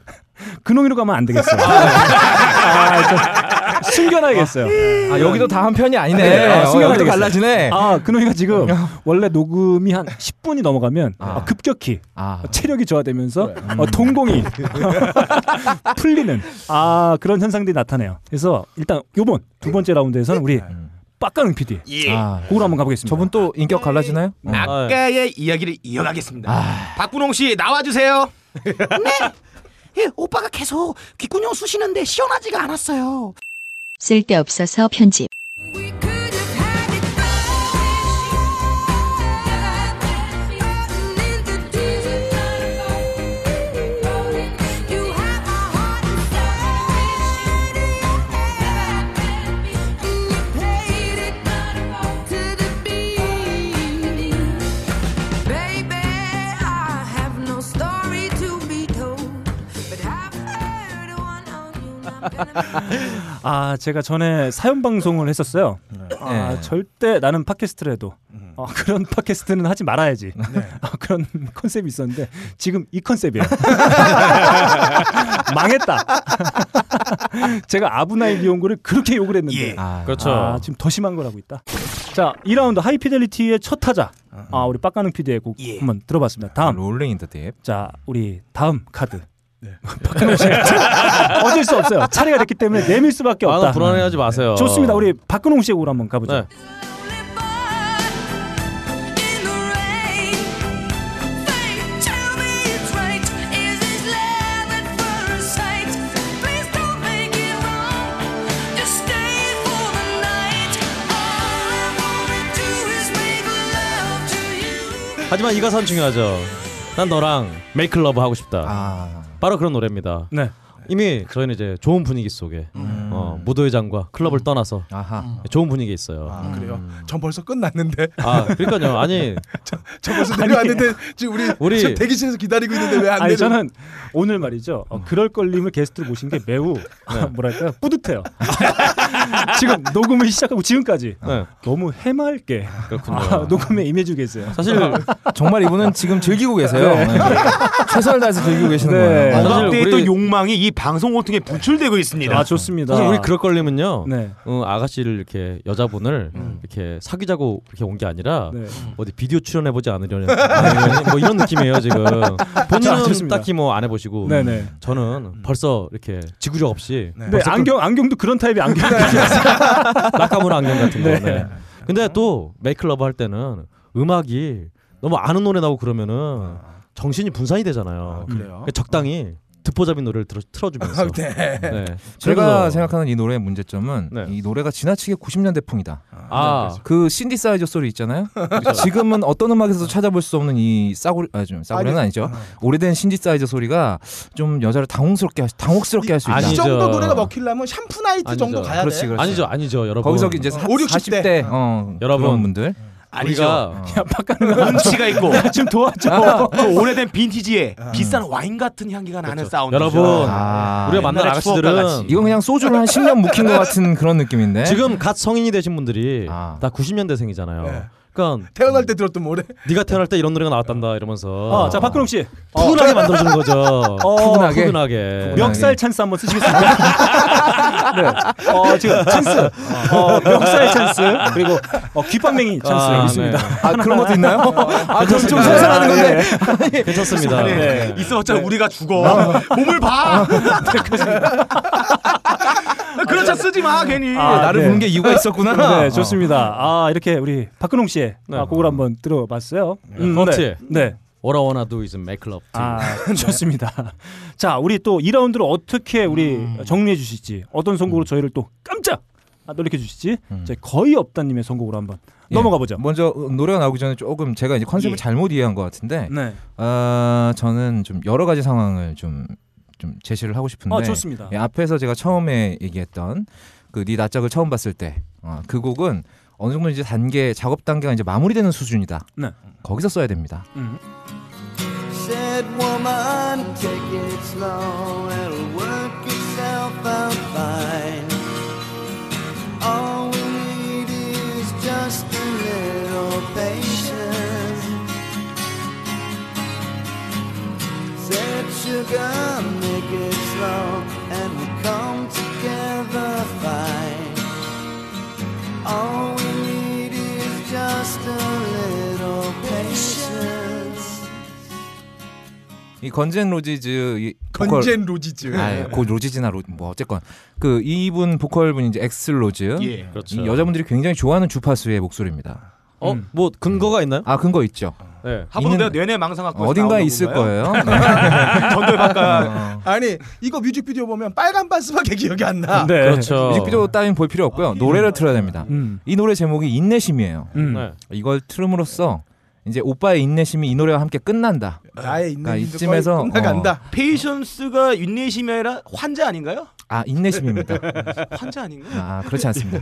Speaker 1: 근홍이로 가면 안 되겠어요.
Speaker 13: 네.
Speaker 1: 아, 저 숨겨놔야겠어요.
Speaker 13: 아, 여기도 다 한 편이 아니네. 어, 여기도 갈라지네. 어.
Speaker 1: 아, 근홍이가 지금 원래 녹음이 한 10분이 넘어가면
Speaker 13: 아.
Speaker 1: 어, 급격히 어, 체력이 저하되면서
Speaker 13: 음.
Speaker 1: 어, 동공이 풀리는 아 그런 현상들이 나타나요. 그래서 일단 요번 두 번째 라운드에서는 우리 빡가능 PD 아, 그걸 한번 가보겠습니다. 저분
Speaker 13: 네. 또 인격 갈라지나요?
Speaker 2: 음.
Speaker 14: 아까의 이야기를 이어가겠습니다.
Speaker 2: 아.
Speaker 14: 박분홍 씨 나와주세요.
Speaker 18: 예, 오빠가 계속 귓구녕 쑤시는데 시원하지가 않았어요.
Speaker 17: 쓸데없어서 편집.
Speaker 1: 아 제가 전에 사연 방송을 했었어요. 아,
Speaker 13: 네.
Speaker 1: 절대 나는 팟캐스트를 해도 어, 그런 팟캐스트는 하지 말아야지. 어, 그런 컨셉이 있었는데 지금 이 컨셉이에요. 망했다. 제가 아브나이 리온고를 그렇게 욕을 했는데
Speaker 2: 아, 그렇죠.
Speaker 1: 아, 지금 더 심한 걸 하고 있다. 자 2라운드 하이피델리티의 첫 타자
Speaker 12: 음.
Speaker 1: 아, 우리 빡가는 PD의 곡
Speaker 12: 예.
Speaker 1: 한번 들어봤습니다.
Speaker 12: 아,
Speaker 1: 다음
Speaker 13: 롤링 인더 딥.
Speaker 1: 자 우리 다음 카드.
Speaker 2: 네.
Speaker 1: 박근혜 씨. 어쩔 수 없어요. 차례가 됐기 때문에
Speaker 12: 네.
Speaker 1: 내밀 수밖에
Speaker 2: 아,
Speaker 1: 없다. 네.
Speaker 2: 불안해하지 마세요.
Speaker 1: 좋습니다. 우리 박근홍 씨의 곡을 한번 가보죠.
Speaker 12: 네.
Speaker 2: 하지만 이 가사는 중요하죠. 난 너랑 메이크 러브 하고 싶다. 바로 그런 노래입니다.
Speaker 1: 네.
Speaker 2: 이미 저희는 이제 좋은 분위기 속에 어, 무도의 장과 클럽을 떠나서 좋은 분위기에 있어요. 아,
Speaker 12: 그래요? 전 벌써 끝났는데.
Speaker 2: 그러니까요. 아니
Speaker 12: 저 벌써
Speaker 1: 아니,
Speaker 12: 내려왔는데 지금 우리,
Speaker 1: 우리-
Speaker 12: 지금 대기실에서 기다리고 있는데 왜 안 음. 내려?
Speaker 1: 아니 저는 오늘 말이죠. 어, 그럴 걸림을 게스트로 모신 게 매우
Speaker 12: 네.
Speaker 1: 아, 뭐랄까 뿌듯해요. 지금 녹음을 시작하고 지금까지
Speaker 12: 네.
Speaker 1: 너무 해맑게 아, 녹음에 임해주고 계세요.
Speaker 13: 사실 정말 이분은 지금 즐기고 계세요.
Speaker 1: 네.
Speaker 13: 네. 아, 최선을 다해서 즐기고 계시는
Speaker 2: 네.
Speaker 13: 거예요.
Speaker 14: 음악대의 또 네. 욕망이 이 방송을 통해 분출되고 있습니다. 네.
Speaker 2: 사실 아, 우리 그럴 걸리면요.
Speaker 1: 네.
Speaker 2: 어, 아가씨를 이렇게 여자분을
Speaker 1: 음.
Speaker 2: 이렇게 사귀자고 이렇게 온 게 아니라
Speaker 1: 네.
Speaker 2: 어디 비디오 출연해 보지 않으려는 아니면 뭐 이런 느낌이에요 지금.
Speaker 1: 자,
Speaker 2: 본인은
Speaker 1: 좋습니다.
Speaker 2: 딱히 뭐 안 해보시고
Speaker 1: 네네.
Speaker 13: 음.
Speaker 2: 저는 벌써 이렇게 지구력 없이
Speaker 1: 네, 안경 안경도 그런 타입의 안경.
Speaker 2: 낙가물 안경 같은 거.
Speaker 1: 네.
Speaker 2: 네. 근데 또 메이클러브 할 때는 음악이 너무 아는 노래 나오고 그러면은 정신이 분산이 되잖아요.
Speaker 13: 그래요?
Speaker 2: 그러니까 적당히 듣보잡인 노래를 들어, 틀어주면서.
Speaker 13: 네. 제가
Speaker 2: 그래서 네.
Speaker 13: 생각하는 이 노래의 문제점은 이 노래가 지나치게 90년대 풍이다.
Speaker 2: 아. 그렇죠.
Speaker 13: 그 신디사이저 소리 있잖아요. 지금은 어떤 음악에서도 찾아볼 수 없는 이 싸구려 아, 좀 싸구려는 아니죠. 오래된 신디사이저 소리가 좀 여자를 당혹스럽게 할- 당혹스럽게 할 수 있다.
Speaker 12: 아, 이 정도 노래가 먹히려면 샴푸 나이트 정도 가야
Speaker 13: 그렇지,
Speaker 12: 돼.
Speaker 13: 그렇지.
Speaker 2: 아니죠, 아니죠, 여러분.
Speaker 13: 거기서 이제 사,
Speaker 12: 5,
Speaker 13: 40대,
Speaker 12: 60대.
Speaker 13: 어,
Speaker 2: 여러분.
Speaker 13: 그런 분들.
Speaker 14: 아니죠.
Speaker 1: 야,
Speaker 14: 바깥은 눈치가 있고
Speaker 1: 좀
Speaker 14: 도와줘. 오래된 빈티지에 비싼 와인 같은 향기가 나는 사운드.
Speaker 2: 아. 그렇죠. 여러분,
Speaker 13: 아,
Speaker 2: 우리가 만난
Speaker 14: 옛날에 추억과
Speaker 2: 아가씨들은
Speaker 14: 같이.
Speaker 13: 이건 그냥 소주를 한 10년 묵힌 것 같은 그런 느낌인데.
Speaker 2: 지금 갓 성인이 되신 분들이 다 90년대생이잖아요. 그러니까
Speaker 12: 태어날 때 들었던 노래.
Speaker 2: 네가 태어날 때 이런 노래가 나왔단다 이러면서.
Speaker 1: 어, 자 박근홍 씨
Speaker 2: 푸근하게 만들어주는 거죠. 푸근하게.
Speaker 1: 멱살 찬스 한번 쓰시겠습니까? 네. 어, 지금 찬스. 어, 멱살 찬스. 그리고 어, 귓방맹이 찬스
Speaker 2: 아,
Speaker 1: 있습니다.
Speaker 2: 네.
Speaker 1: 아,
Speaker 13: 그런 것도 있나요?
Speaker 1: 아,
Speaker 13: 저는 좀
Speaker 1: 속상하는 건데.
Speaker 2: 네. 괜찮습니다.
Speaker 1: 네.
Speaker 14: 있어봤자 우리가 죽어.
Speaker 13: 아.
Speaker 14: 몸을 봐.
Speaker 3: 네,
Speaker 13: 아,
Speaker 14: 그렇죠 쓰지 마 괜히.
Speaker 1: 네. 네,
Speaker 14: 어.
Speaker 1: 좋습니다. 아, 이렇게 우리 박근홍 씨의 아, 곡을 한번 들어봤어요. 음,
Speaker 2: 그렇지.
Speaker 1: 네. 네.
Speaker 2: What I wanna do is make love to
Speaker 1: 아,
Speaker 2: you.
Speaker 1: 좋습니다. 자, 우리 또 2라운드를 어떻게 우리 정리해 주실지, 어떤 선곡으로 저희를 또 깜짝 아, 놀래켜 주실지, 저희 거의 없다님의 선곡으로 한번 넘어가 보죠.
Speaker 13: 예. 먼저 어, 노래가 나오기 전에 조금 제가 이제 컨셉을
Speaker 1: 예.
Speaker 13: 잘못 이해한 것 같은데
Speaker 1: 네.
Speaker 13: 아, 저는 좀 여러 가지 상황을 좀, 좀 제시를 하고 싶은데
Speaker 1: 아, 좋습니다.
Speaker 13: 예, 앞에서 제가 처음에 얘기했던 그 네 낯짝을 처음 봤을 때 그 곡은 어느 정도 이제 단계 작업 단계가 이제 마무리되는 수준이다.
Speaker 1: 네. 음.
Speaker 13: 거기서 써야 됩니다.
Speaker 4: Said woman, take it slow, it'll work itself out fine. All we need is just a little patience. Said sugar, make it slow, and we'll come together fine. All we need is just a little patience.
Speaker 13: 이 건젠 로지즈 이
Speaker 12: 건젠 로지즈.
Speaker 13: 아, 예. 고 로지즈나 로, 뭐 어쨌건 그 이분 보컬 분이 이제 엑슬 로즈
Speaker 2: 예.
Speaker 13: 이
Speaker 2: 그렇죠.
Speaker 13: 여자분들이 굉장히 좋아하는 주파수의 목소리입니다.
Speaker 2: 어, 뭐 근거가 있나요?
Speaker 13: 아 근거 있죠.
Speaker 2: 네.
Speaker 13: 있는- 어딘가에 있을 거예요. 네. 어.
Speaker 14: 전도의
Speaker 13: 바깥.
Speaker 12: 아니 이거 뮤직비디오 보면 빨간 반스밖에 기억이 안 나.
Speaker 13: 네. 그렇죠.
Speaker 2: 그렇죠.
Speaker 13: 뮤직비디오 따윈 볼 필요 없고요. 노래를 틀어야 됩니다. 이 노래 제목이 인내심이에요.
Speaker 2: 네.
Speaker 13: 이걸 틀음으로써 이제 오빠의 인내심이 이 노래와 함께 끝난다.
Speaker 12: 아, 나의
Speaker 13: 그러니까 이쯤에서 어,
Speaker 3: 페이션스가 인내심이 아니라 환자 아닌가요?
Speaker 13: 아 인내심입니다.
Speaker 3: 환자 아닌가?
Speaker 13: 아 그렇지 않습니다.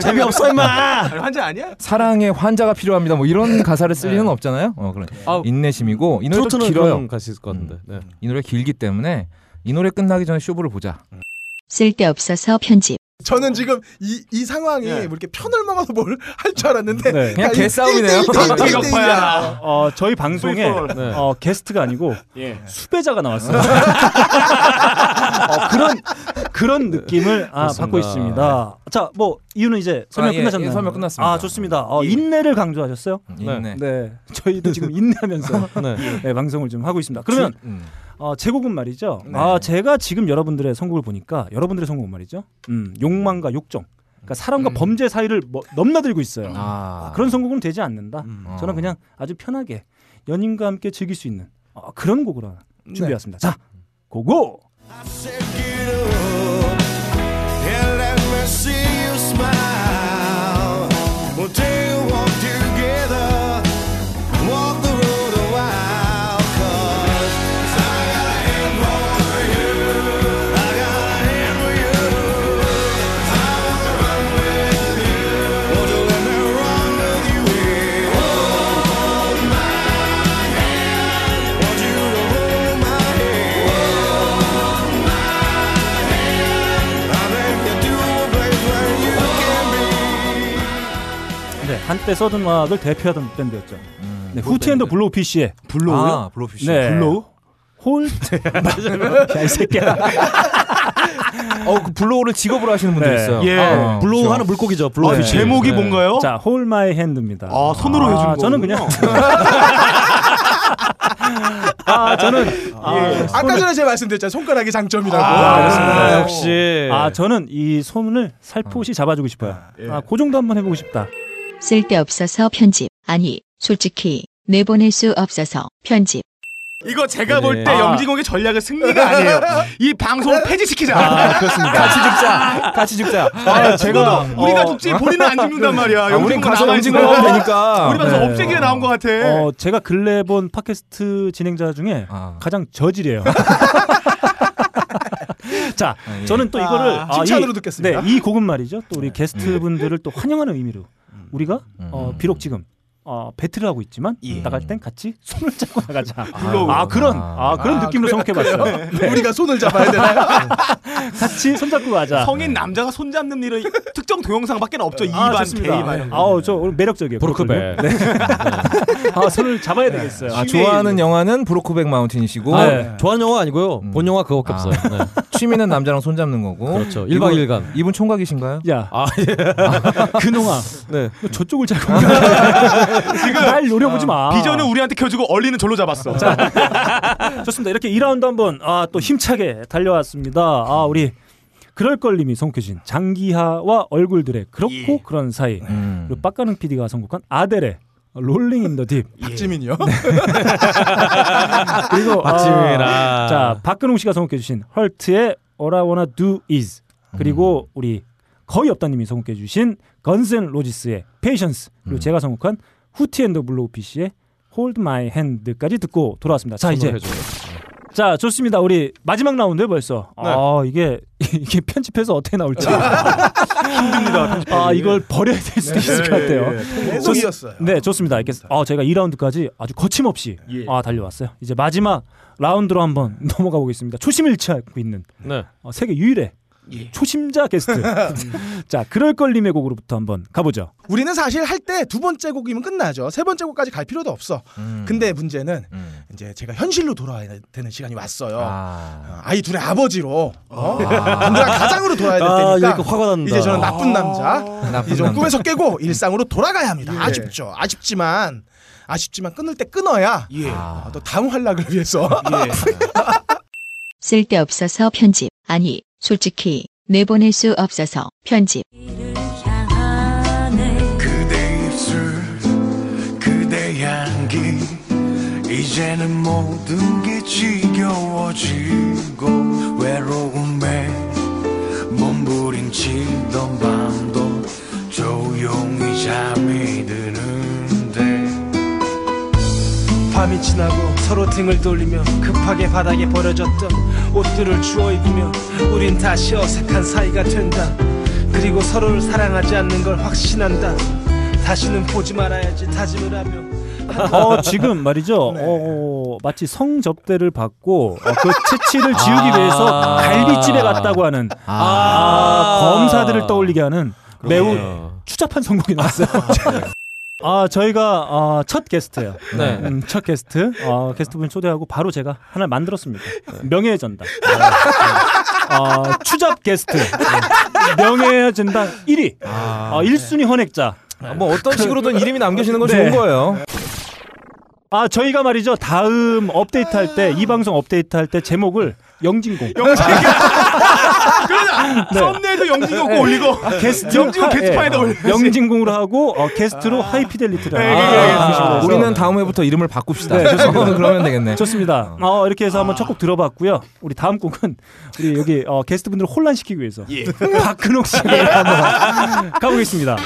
Speaker 3: 재미없어, 임마! 환자 아니야?
Speaker 13: 사랑의 환자가 필요합니다. 뭐 이런 가사를 쓸 리는 없잖아요. 어 그런 인내심이고 이 노래도
Speaker 2: 네. 트로트는
Speaker 13: 길어요. 음.
Speaker 2: 그런 가수 있을 것 같은데. 네.
Speaker 13: 이 노래 길기 때문에 이 노래 끝나기 전에 쇼부를 보자.
Speaker 2: 음.
Speaker 17: 쓸데없어서 편집.
Speaker 12: 저는 지금 이, 이 상황이 뭐 이렇게 편을 먹어서 뭘 할 줄 알았는데
Speaker 1: 네.
Speaker 13: 그러니까
Speaker 1: 아,
Speaker 12: 야, 이 일대일, 일대일, 일대일이야.
Speaker 1: 어, 저희 방송에
Speaker 12: 네.
Speaker 1: 어, 게스트가 아니고
Speaker 12: 예.
Speaker 1: 수배자가 나왔어요.
Speaker 13: 네.
Speaker 1: 어, 그런 그런 느낌을
Speaker 13: 네.
Speaker 1: 아,
Speaker 13: 그렇습니다. 네.
Speaker 1: 받고 있습니다. 자, 뭐 이유는 이제 설명
Speaker 13: 아, 예,
Speaker 1: 끝나셨나요?
Speaker 13: 예, 설명 끝났습니다. 예.
Speaker 1: 아, 좋습니다. 어, 인내를 강조하셨어요?
Speaker 13: 인내.
Speaker 1: 네. 저희도 지금 인내하면서
Speaker 13: 네.
Speaker 1: 네, 방송을 좀 하고 있습니다. 그러면
Speaker 13: 주- 네. 음.
Speaker 1: 어, 제 곡은 말이죠. 아, 제가 지금 여러분들의 선곡을 보니까 여러분들의 선곡은 말이죠. 음, 욕망과 욕정. 그러니까 사람과 범죄 사이를 뭐- 넘나들고 있어요. 아, 그런 선곡은 되지 않는다. 저는 그냥 아주 편하게 연인과 함께 즐길 수 있는 어, 그런 곡으로 하나 준비했습니다. 자, 고고!
Speaker 4: And let me see you smile. We'll take a walk together, walk the road a while. 'Cause I got a hand for you, I got a hand for you. I wanna run with you, won't you let me run with you? Hold my hand, want you to hold my hand.
Speaker 1: 네, 한때 서든 음악을 대표하던 밴드였죠. 네, 후트 앤더 블로우피쉬의 네.
Speaker 13: 블로우요? 음, 아, 블로우피쉬. 블로우?
Speaker 1: 홀?
Speaker 13: 네,
Speaker 1: 야, 이 새끼야.
Speaker 13: 어, 그 블로우를 직업으로 하시는 분들
Speaker 1: 네.
Speaker 13: 있어요.
Speaker 1: 예.
Speaker 13: 아,
Speaker 1: 블로우
Speaker 13: 그렇죠.
Speaker 1: 하는 물고기죠.
Speaker 13: 아,
Speaker 1: 블로우.
Speaker 13: 그
Speaker 1: 피쉬. 네. 자, 홀 마이 핸드입니다. 아,
Speaker 13: 손으로 해주는
Speaker 1: 저는 그냥
Speaker 13: 거군요.
Speaker 1: 아, 저는
Speaker 12: 예. 아까 전에 제가 말씀드렸잖아요. 손가락이 장점이라고.
Speaker 1: 그렇습니다.
Speaker 12: 아,
Speaker 1: 아, 저는 이 손을 살포시 잡아주고 싶어요.
Speaker 13: 예.
Speaker 1: 아, 그 정도 한번 해보고 싶다.
Speaker 17: 쓸데없어서 편집. 아니, 솔직히 내보낼 수 없어서 편집.
Speaker 14: 이거 제가 볼 때
Speaker 17: 아.
Speaker 14: 영진공의 전략은 승리가 아니에요. 이 방송을 폐지시키자.
Speaker 13: 아, 그렇습니다. 같이 죽자. 같이 죽자.
Speaker 14: 아, 제가 우리가 죽지 본인은 안
Speaker 1: 네.
Speaker 14: 죽는단 말이야.
Speaker 13: 아,
Speaker 14: 영진공
Speaker 13: 우린 가서
Speaker 14: 남아있어.
Speaker 13: 영진공 하면 되니까.
Speaker 14: 우리 방송
Speaker 13: 네.
Speaker 14: 업체기가 나온 것 같아.
Speaker 1: 어, 제가 근래 본 팟캐스트 진행자 중에
Speaker 13: 아.
Speaker 1: 가장 저질이에요. 자,
Speaker 13: 아, 예. 네.
Speaker 1: 저는 또 이거를
Speaker 13: 아, 칭찬으로
Speaker 1: 이-
Speaker 13: 듣겠습니다. 음.
Speaker 1: 네, 이 곡은 말이죠. 또 우리 게스트분들을 또 환영하는 의미로 우리가 어, 비록 지금 어, 배틀을 하고 있지만
Speaker 13: 예.
Speaker 1: 나갈 땐 같이 손을 잡고 나가자.
Speaker 12: 굴러오고.
Speaker 1: 아, 그런 아, 그런
Speaker 12: 아,
Speaker 1: 느낌으로
Speaker 12: 그래-
Speaker 1: 생각해봤어요. 네.
Speaker 12: 그래요? 우리가 손을 잡아야 되나요?
Speaker 1: 같이 손잡고 가자.
Speaker 3: 성인 남자가 손잡는 일은 특정 동영상밖에 없죠.
Speaker 1: 아,
Speaker 3: 이반,
Speaker 1: 좋습니다.
Speaker 3: 대이반.
Speaker 1: 아우 저 오늘 매력적이에요.
Speaker 13: 브로커벨.
Speaker 1: 그렇군요. 네. 아 손을 잡아야 되겠어요.
Speaker 13: 아, 좋아하는 영화는 브로코백 마운틴이시고 음.
Speaker 2: 아, 네. 좋아하는 영화 아니고요. 본 영화 그거밖에 없어요. 네.
Speaker 13: 취미는 남자랑 손잡는 거고.
Speaker 2: 그렇죠. 일박
Speaker 13: 이분-
Speaker 2: 일간.
Speaker 13: 이분 총각이신가요?
Speaker 1: 야.
Speaker 13: 아,
Speaker 1: 근홍아.
Speaker 2: 네.
Speaker 1: 너 저쪽을 잡고. 지금 날 노려보지 마.
Speaker 3: 아, 비전은 우리한테 켜주고 얼리는 절로 잡았어. 자,
Speaker 1: 좋습니다. 이렇게 2라운드 한번 아, 또 힘차게 달려왔습니다. 아, 우리 그럴 걸님이 선곡하신 장기하와 얼굴들의 그렇고
Speaker 3: 예.
Speaker 1: 그런 사이
Speaker 3: 음.
Speaker 1: 그리고 빡가능 PD가 선곡한 아델의 롤링 인 더 딥
Speaker 12: 박지민이요?
Speaker 1: 네. 그리고
Speaker 12: 박지민아.
Speaker 1: 아, 자 박근홍 씨가 선곡해주신 헐트의 All I Wanna Do Is 그리고
Speaker 2: 음.
Speaker 1: 우리 거의 없다님이 선곡해주신 건센 로지스의 Patience 그리고
Speaker 2: 음.
Speaker 1: 제가 선곡한 후티 앤더 블로우피쉬의 Hold My Hand까지 듣고 돌아왔습니다. 자 이제
Speaker 2: 손으로 해줘요. 네.
Speaker 1: 자 좋습니다. 우리 마지막 라운드 벌써. 아 이게 이게 편집해서 어떻게 나올지 힘듭니다. 아 이걸 버려야 될 수도
Speaker 12: 네.
Speaker 1: 있을 것 같아요.
Speaker 12: 네, 네. 계속
Speaker 1: 좋-
Speaker 12: 이었어요.
Speaker 1: 네 좋습니다. 이렇게 아 저희가 2라운드까지 아주 거침없이
Speaker 12: 예.
Speaker 1: 아 달려왔어요. 이제 마지막 라운드로 한번 넘어가 보겠습니다. 초심 일치하고 있는
Speaker 2: 네.
Speaker 1: 어, 세계 유일의
Speaker 12: 예.
Speaker 1: 초심자 게스트. 자 그럴 걸님의 곡으로부터 한번 가보죠.
Speaker 12: 우리는 사실 할 때 두 번째 곡이면 끝나죠. 세 번째 곡까지 갈 필요도 없어.
Speaker 2: 음.
Speaker 12: 근데 문제는 이제 제가 현실로 돌아와야 되는 시간이 왔어요. 아. 이 둘의 아버지로 어?
Speaker 2: 아.
Speaker 12: 분들한 가장으로 돌아야 될
Speaker 2: 아,
Speaker 12: 때니까
Speaker 2: 이렇게 화가 난다. 아.
Speaker 12: 이제 저는 나쁜 남자
Speaker 2: 나쁜
Speaker 12: 이제
Speaker 2: 남자.
Speaker 12: 좀
Speaker 2: 음.
Speaker 12: 꿈에서 깨고 일상으로 돌아가야 합니다.
Speaker 2: 예.
Speaker 12: 아쉽죠. 아쉽지만 아쉽지만 끊을 때 끊어야
Speaker 2: 예.
Speaker 14: 예.
Speaker 12: 아, 또 다음 활락을 위해서
Speaker 17: 쓸데없어서 편집. 아니, 솔직히 내보낼 수 없어서 편집.
Speaker 19: 그대 입술 그대 향기 이제는 모든 게 지겨워지고 외로움에 몸부림치던 밤도 조용히 잠이 드는데
Speaker 20: 밤이 지나고 서로 등을 돌리며 급하게 바닥에 버려졌던 옷들을 주워 입으며 우린 다시 어색한 사이가 된다 그리고 서로를 사랑하지 않는 걸 확신한다 다시는 보지 말아야지 다짐을 하며
Speaker 1: 어 지금 말이죠.
Speaker 12: 네.
Speaker 1: 어, 마치 성접대를 받고 어, 그 채취를 지우기 위해서 갈비집에 갔다고 하는 아, 검사들을 떠올리게 하는 매우 추잡한 선곡이 나왔어요. 아 저희가 어, 첫 게스트예요.
Speaker 2: 네.
Speaker 1: 음, 첫 게스트 어, 게스트분 초대하고 바로 제가 하나 만들었습니다.
Speaker 13: 네.
Speaker 1: 명예의 전당. 어, 추잡 게스트 네. 명예의 전당 1위 어, 1순위 헌액자.
Speaker 13: 아, 네. 뭐 어떤 식으로든 이름이 남겨지는 건
Speaker 1: 네.
Speaker 13: 좋은 거예요.
Speaker 1: 아 저희가 말이죠 다음 업데이트 할 때 이 방송 업데이트 할 때 제목을 영진공
Speaker 3: 그러자 썸네일도 영진이 고 올리고
Speaker 1: 아, 게스트
Speaker 3: 영진이
Speaker 1: 하-
Speaker 3: 게시판에다
Speaker 1: 예.
Speaker 3: 올려.
Speaker 1: 영진공으로 하고 어, 게스트로
Speaker 2: 네.
Speaker 1: 하이피델리티를 네.
Speaker 13: 아, 우리는 다음 회부터 이름을 바꿉시다. 그러면 되겠네.
Speaker 1: 좋습니다. 어, 이렇게 해서 한번 첫 곡 들어봤고요. 우리 다음 곡은 우리 여기 어, 게스트분들을 혼란시키기 위해서 박근홍 씨 한번 가보겠습니다.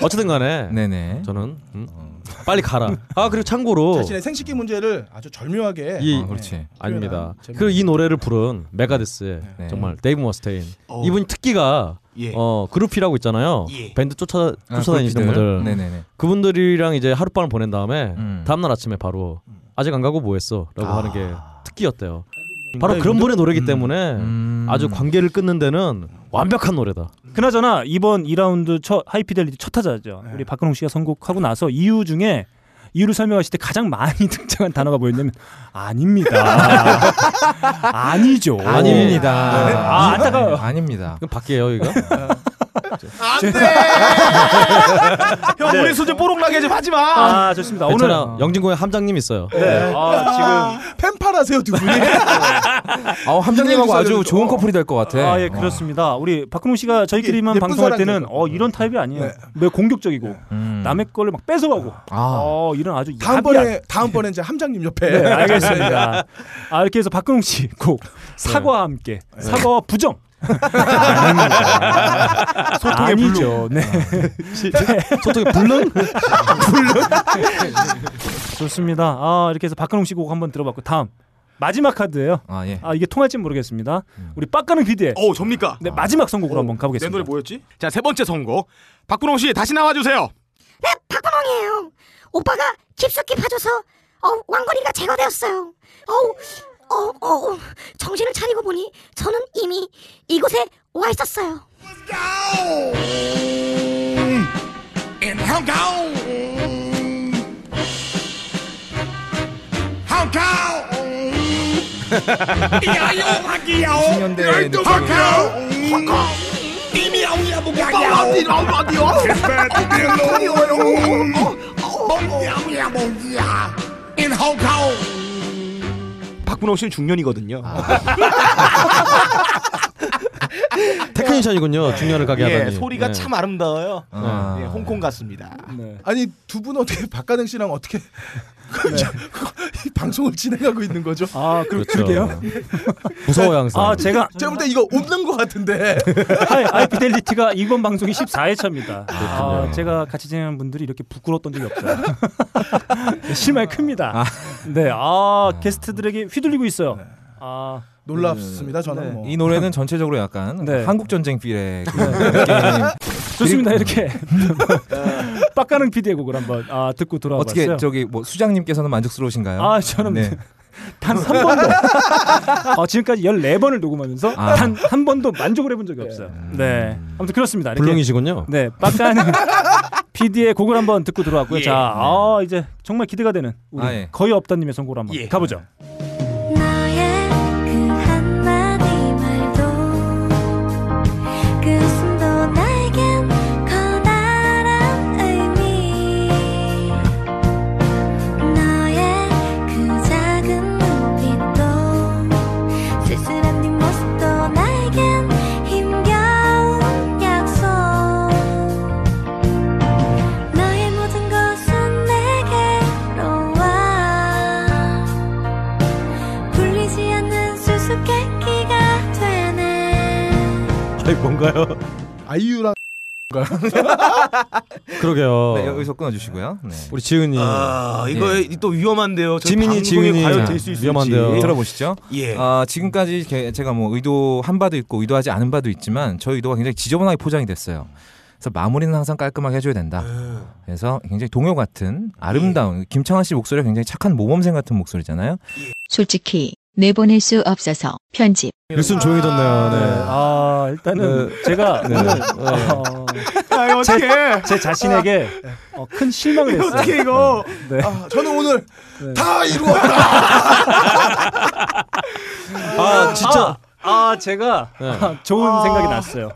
Speaker 2: 어쨌든 간에 네네. 저는 음, 빨리 가라. 아 그리고 참고로
Speaker 12: 자신의 생식기 문제를 아주 절묘하게
Speaker 2: 이
Speaker 12: 네.
Speaker 2: 예, 아닙니다.
Speaker 12: 재밌는
Speaker 2: 그 이 노래를 부른 메가데스
Speaker 13: 네.
Speaker 2: 정말 데이브 머스테인 이분 특기가 어 그룹이라고 있잖아요. 밴드 쫓아
Speaker 13: 아,
Speaker 2: 쫓아다니시는
Speaker 13: 그룹피들.
Speaker 2: 분들.
Speaker 13: 네네네.
Speaker 2: 그분들이랑 이제 하룻밤을 보낸 다음에 다음 날 아침에 바로 아직 안 가고 뭐했어라고
Speaker 13: 아.
Speaker 2: 하는 게 특기였대요. 바로
Speaker 1: 네,
Speaker 2: 그런
Speaker 1: 근데-
Speaker 2: 분의 노래기 때문에 아주 관계를 끊는 데는 완벽한 노래다.
Speaker 1: 그나저나 이번 2라운드 첫 하이피델리티 첫 타자죠. 우리 박근홍 씨가 선곡하고 나서 이유 중에 이유를 설명하실 때 가장 많이 등장한 단어가 뭐였냐면 아닙니다. 아니죠.
Speaker 2: 아닙니다.
Speaker 1: 네. 아, 안타까워요.
Speaker 13: 아닙니다.
Speaker 2: 그럼 바뀌에요 이거.
Speaker 3: 형
Speaker 2: 네.
Speaker 3: 우리 소재 뽀록 나게 좀 하지 마.
Speaker 1: 아 좋습니다.
Speaker 2: 괜찮아. 영진공의 함장님 있어요.
Speaker 1: 네. 아, 지금
Speaker 12: 팬파라 화나세요 두 분이?
Speaker 13: 아, 함장님하고
Speaker 1: 기사를
Speaker 13: 아주
Speaker 1: 좀-
Speaker 13: 좋은 커플이 될 것 같아.
Speaker 1: 어.
Speaker 13: 어.
Speaker 1: 아, 예, 그렇습니다. 우리 박근홍 씨가 저희끼리만
Speaker 13: 예쁜
Speaker 1: 방송할
Speaker 13: 사람들.
Speaker 1: 때는 어, 이런 타입이 아니에요. 매우 공격적이고
Speaker 13: 음.
Speaker 1: 남의 거를 막 뺏어가고. 어, 이런 아주
Speaker 12: 다음번에
Speaker 1: 야비한-
Speaker 12: 다음번에 이제 함장님 옆에.
Speaker 1: 네, 알겠습니다. 아, 이렇게 해서 박근홍 씨 곡
Speaker 2: 네.
Speaker 1: 사과와 함께 사과와 부정. 아닙니다.
Speaker 2: 소통의
Speaker 1: 아니죠. 네.
Speaker 2: 소통의 불능?
Speaker 1: 불능? 좋습니다. 아, 이렇게 해서 박근홍 씨 곡 한번 들어봤고 다음 마지막 카드예요.
Speaker 13: 아, 예.
Speaker 1: 이게 통할지 모르겠습니다.
Speaker 2: 음.
Speaker 1: 우리 빡가는 비디에.
Speaker 14: 오, 접니까?
Speaker 1: 네, 마지막 선곡으로 한번
Speaker 14: 내 노래
Speaker 1: 가보겠습니다.
Speaker 14: 뭐였지? 자 세 번째 선곡 박근홍 씨 다시 나와주세요.
Speaker 8: 네, 박구멍이에요. 오빠가 깊숙이 파줘서 어, 왕건이가 제거되었어요. 어우, 어, 어, 어, 정신을 차리고 보니 저는 이미 이곳에 와 있었어요.
Speaker 9: 음, in Hong Kong. Hong Kong. 야요 하기요.
Speaker 19: 20년대
Speaker 9: 열두
Speaker 19: 느낌이에요.
Speaker 9: 바퀴요. 홍콩. 이미 아우야 보기야.
Speaker 19: 오빠, 어디, 어디, 어디요?
Speaker 9: 어디요? 야야 보기야. In Hong Kong.
Speaker 14: 박근홍 씨는 중년이거든요.
Speaker 2: 테크니션이군요. 중년을 가게
Speaker 14: 예,
Speaker 2: 하다니.
Speaker 14: 소리가
Speaker 2: 네.
Speaker 14: 참 아름다워요.
Speaker 2: 아.
Speaker 14: 예, 홍콩 같습니다.
Speaker 1: 네.
Speaker 12: 아니 두 분 어떻게 박가능 씨랑 어떻게 이 방송을 진행하고 있는 거죠?
Speaker 1: 아
Speaker 12: 그
Speaker 2: 그렇죠.
Speaker 12: 게요
Speaker 2: 무서워요, 항상. 아, 제가-
Speaker 12: 제가 볼때 이거 없는 것 같은데.
Speaker 1: 하이, 하이피델리티가 이번 방송이 14회 차입니다. 아,
Speaker 2: 그렇군요.
Speaker 1: 제가 같이 지내는 분들이 이렇게 부끄러웠던 적이 없어요. 실망이 큽니다. 네, 아 게스트들에게 휘둘리고 있어요. 아
Speaker 2: 음,
Speaker 12: 네. 놀랍습니다, 저는
Speaker 2: 네.
Speaker 12: 뭐.
Speaker 13: 이 노래는 전체적으로 약간
Speaker 1: 네.
Speaker 13: 한국 전쟁 필의 그
Speaker 1: 네.
Speaker 13: 느낌.
Speaker 1: 좋습니다. 이렇게 빡가는 피디의 곡을 한번 아, 듣고 돌아왔어요.
Speaker 13: 어떻게 저기 뭐 수장님께서는 만족스러우신가요?
Speaker 1: 아, 저는
Speaker 2: 네.
Speaker 1: 단 한 번도 어, 지금까지 14번을 녹음하면서
Speaker 13: 아.
Speaker 1: 단 한 번도 만족을 해본 적이 없어요. 네. 아무튼 그렇습니다.
Speaker 2: 음.
Speaker 1: 이렇게
Speaker 2: 불능이시군요.
Speaker 1: 네. 빡가는 PD의 곡을 한번 듣고
Speaker 12: 예.
Speaker 1: 들어왔고요.
Speaker 12: 네.
Speaker 1: 자, 아, 이제 정말 기대가 되는 우리
Speaker 13: 아, 예.
Speaker 1: 거의 없다 님의 선곡을 한번 가보죠.
Speaker 21: 너의 그 한마디 말도 그 숨도 나에겐 커다란 의미 너의 그 작은 눈빛도 쓸쓸한 네 모습도 나에겐 힘겨운 약속 너의 모든 것은 내게로 와 풀리지 않는 수수께끼가 되네
Speaker 2: 아니 뭔가요?
Speaker 12: 아이유랑
Speaker 2: 그러게요.
Speaker 13: 네, 여기서 끊어주시고요. 네.
Speaker 2: 우리 지은이.
Speaker 13: 아,
Speaker 3: 이거 또 위험한데요. 어, 저
Speaker 13: 지민이
Speaker 3: 방송에
Speaker 13: 지은이 네,
Speaker 3: 과연 될수 예. 있을지.
Speaker 13: 위험한데요. 들어보시죠.
Speaker 3: 예.
Speaker 13: 아, 지금까지 게- 제가 뭐 의도한 바도 있고 의도하지 않은 바도 있지만 저희 의도가 굉장히 지저분하게 포장이 됐어요. 그래서 마무리는 항상 깔끔하게 해줘야 된다.
Speaker 3: 네.
Speaker 13: 그래서 굉장히 동요 같은
Speaker 3: 예.
Speaker 13: 아름다운 김창완 씨 목소리가 굉장히 착한 모범생 같은 목소리잖아요.
Speaker 17: 솔직히 내보낼 수 없어서 편집.
Speaker 3: 아.
Speaker 2: 일순 조용해졌네요. 네.
Speaker 1: 아, 일단은 제가
Speaker 2: 네.
Speaker 1: 오늘
Speaker 2: 네.
Speaker 1: 어,
Speaker 12: 아, 어떡해.
Speaker 1: 제, 제 자신에게 어, 큰 실망을 했어요.
Speaker 12: 어떻게 이거?
Speaker 1: 네.
Speaker 12: 아, 저는 오늘 다 이루어.
Speaker 1: 아 진짜 아, 아, 제가
Speaker 2: 네.
Speaker 1: 아, 좋은 생각이 났어요.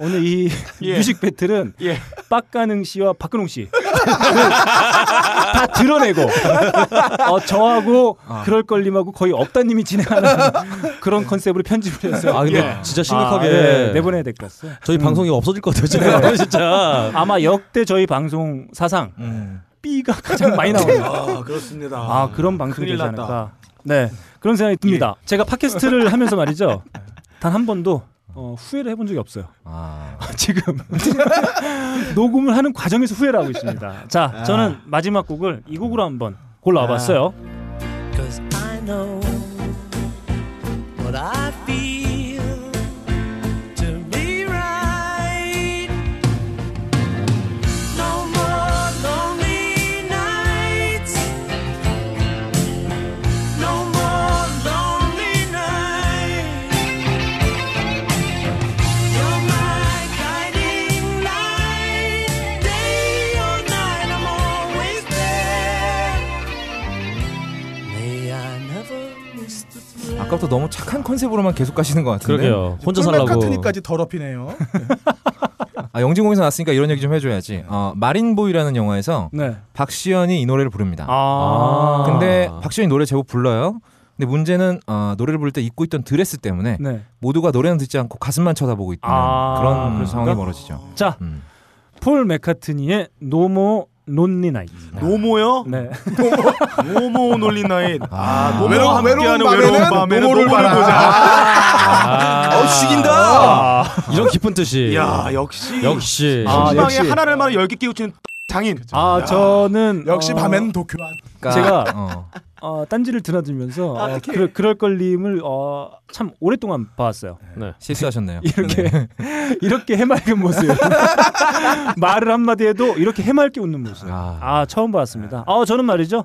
Speaker 1: 오늘 이 뮤직 배틀은 빡가능 씨와 박근홍 씨다 드러내고 어, 저하고
Speaker 2: 아.
Speaker 1: 그럴 걸님하고 거의 없다님이 진행하는 그런 컨셉으로 편집을 했어요.
Speaker 2: 아 근데
Speaker 1: 예.
Speaker 2: 진짜 심각하게
Speaker 1: 아, 예, 내보내야 될 것 같아요.
Speaker 2: 저희
Speaker 1: 음.
Speaker 2: 방송이 없어질 것 같아요 지금
Speaker 1: 네.
Speaker 2: 진짜. 음.
Speaker 1: 아마 역대 저희 방송 사상 B가 가장 많이 나오는
Speaker 3: 아, 그렇습니다.
Speaker 1: 아 그런 방송이
Speaker 3: 큰일
Speaker 1: 되지
Speaker 3: 났다.
Speaker 1: 않을까 네 그런 생각이 듭니다 제가 팟캐스트를 하면서 말이죠 단 한 번도 어, 후회를 해본 적이 없어요 지금 녹음을 하는 과정에서 후회를 하고 있습니다 자
Speaker 16: 아.
Speaker 1: 저는 마지막 곡을 이 곡으로 한번 골라와봤어요
Speaker 15: Cause I know what I feel to be right. No more lonely nights. No more lonely nights. You're my guiding light. Day or night, I'm always there. May I never miss the thrill.
Speaker 13: 아까부터 너무 착한 컨셉으로만 계속 가시는 것 같은데.
Speaker 1: 네.
Speaker 2: 그러게요. 혼자
Speaker 12: 꿀맛 같으니까지 더럽히네요.
Speaker 13: 아, 영진공에서 나왔으니까 이런 얘기 좀 해줘야지. 어, 마린보이라는 영화에서
Speaker 1: 네.
Speaker 13: 박시연이 이 노래를 부릅니다.
Speaker 1: 아.
Speaker 13: 근데 박시연이 노래 제목 불러요. 근데 문제는 어, 노래를 부를 때 입고 있던 드레스 때문에 모두가 노래는 듣지 않고 가슴만 쳐다보고 있는
Speaker 1: 네. 아,
Speaker 13: 그런
Speaker 1: 그렇습니까?
Speaker 13: 상황이 벌어지죠.
Speaker 1: 자, 폴 메카트니의 노모 논리 나이.
Speaker 3: 노모요?
Speaker 1: 네.
Speaker 3: 노모 논리 나이. 아,
Speaker 1: 노모
Speaker 3: 외로운 외로운 밤에는
Speaker 1: 함께하는 외로운
Speaker 3: 밤에는
Speaker 1: 밤에는
Speaker 3: 노모를
Speaker 1: 노모를
Speaker 3: 보자.
Speaker 1: 보자.
Speaker 3: 어, 죽인다.
Speaker 2: 아, 이런 깊은 뜻이.
Speaker 3: 야, 역시.
Speaker 2: 역시.
Speaker 3: 아, 방에 하나를 말아 열개 끼우치는 장인.
Speaker 1: 아, 저는
Speaker 12: 역시
Speaker 1: 어,
Speaker 12: 밤엔 도쿄한.
Speaker 1: 제가 어. 딴지를 드나들면서 어, 그럴, 그럴 걸님을 어, 참 오랫동안 봐왔어요.
Speaker 13: 실수하셨네요.
Speaker 1: 이렇게 이렇게 해맑은 모습 말을 한마디 해도 이렇게 해맑게 웃는 모습 아, 처음 봤습니다 아 저는 말이죠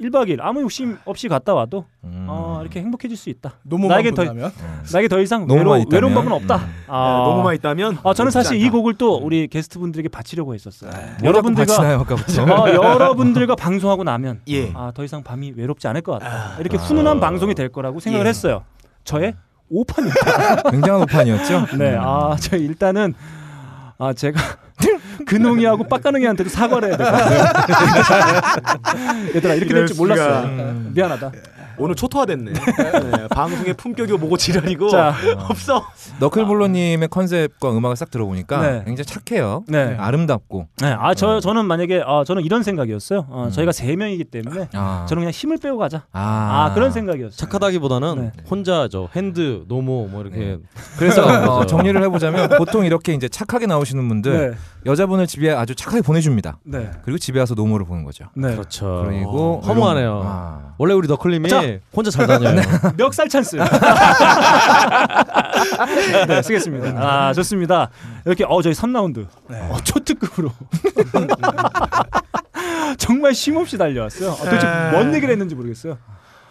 Speaker 1: 1박 2일 아무 욕심 없이 갔다 와도
Speaker 13: 음.
Speaker 1: 어, 이렇게 행복해질 수 있다
Speaker 12: 노모만
Speaker 1: 나에게 더,
Speaker 12: 본다면?
Speaker 1: 나에게 더 이상
Speaker 13: 노모만
Speaker 1: 외로,
Speaker 13: 있다면?
Speaker 1: 외로운 밤은 없다
Speaker 13: 음.
Speaker 1: 아,
Speaker 3: 네, 노모만 있다면
Speaker 1: 아, 저는 사실
Speaker 3: 외롭지
Speaker 1: 이 곡을 또 우리 게스트분들에게 바치려고 했었어요
Speaker 13: 뭐 자꾸 바치나요, 아까부터?
Speaker 1: 아, 여러분들과 방송하고 나면
Speaker 13: 예.
Speaker 1: 아, 더 이상 밤이 외롭지 않을 것 같다 이렇게
Speaker 13: 아.
Speaker 1: 훈훈한 방송이 될 거라고 생각을
Speaker 13: 예.
Speaker 1: 했어요 저의 오판입니다
Speaker 13: 굉장한 오판이었죠. 음.
Speaker 1: 네, 아, 저 일단은 아 제가 근홍이하고 빡가능이한테도 사과를 해야 될 것 같아요. 얘들아 이렇게 될 줄
Speaker 3: 이럴 수가. 예.
Speaker 1: 몰랐어. 미안하다.
Speaker 3: 오늘 초토화됐네. 네, 방송의 품격이 뭐고 지랄이고
Speaker 13: 자.
Speaker 3: 없어.
Speaker 13: 너클볼로님의 컨셉과 음악을 싹 들어보니까
Speaker 1: 네.
Speaker 13: 굉장히 착해요.
Speaker 1: 네.
Speaker 13: 아름답고. 어.
Speaker 1: 네, 아 저 저는 만약에 아 저는 이런 생각이었어요. 어, 저희가 세 명이기 때문에
Speaker 13: 음. 아.
Speaker 1: 저는 그냥 힘을 빼고 가자.
Speaker 13: 아.
Speaker 1: 아, 그런 생각이었어요. 네.
Speaker 2: 착하다기보다는 혼자 저 핸드 노모 뭐 이렇게.
Speaker 13: 그래서 어,
Speaker 2: 그죠.
Speaker 13: 정리를 해보자면 보통 이렇게 이제 착하게 나오시는 분들
Speaker 2: 네.
Speaker 13: 여자분을 집에 아주 착하게 보내줍니다.
Speaker 1: 네.
Speaker 13: 그리고 집에 와서 노모를 보는 거죠.
Speaker 2: 그렇죠.
Speaker 13: 그리고 아. 네.
Speaker 2: 허무하네요. 원래 우리 너클님이 혼자 잘 다녀요.
Speaker 1: 멱살 찬스. 네,
Speaker 13: 음.
Speaker 1: 쓰겠습니다. 아, 좋습니다. 이렇게 어 저희 3라운드. 어, 초특급으로. 정말 쉼없이 달려왔어요. 아, 도대체
Speaker 13: 에.
Speaker 3: 예.
Speaker 1: 뭔 얘기를 했는지 모르겠어요.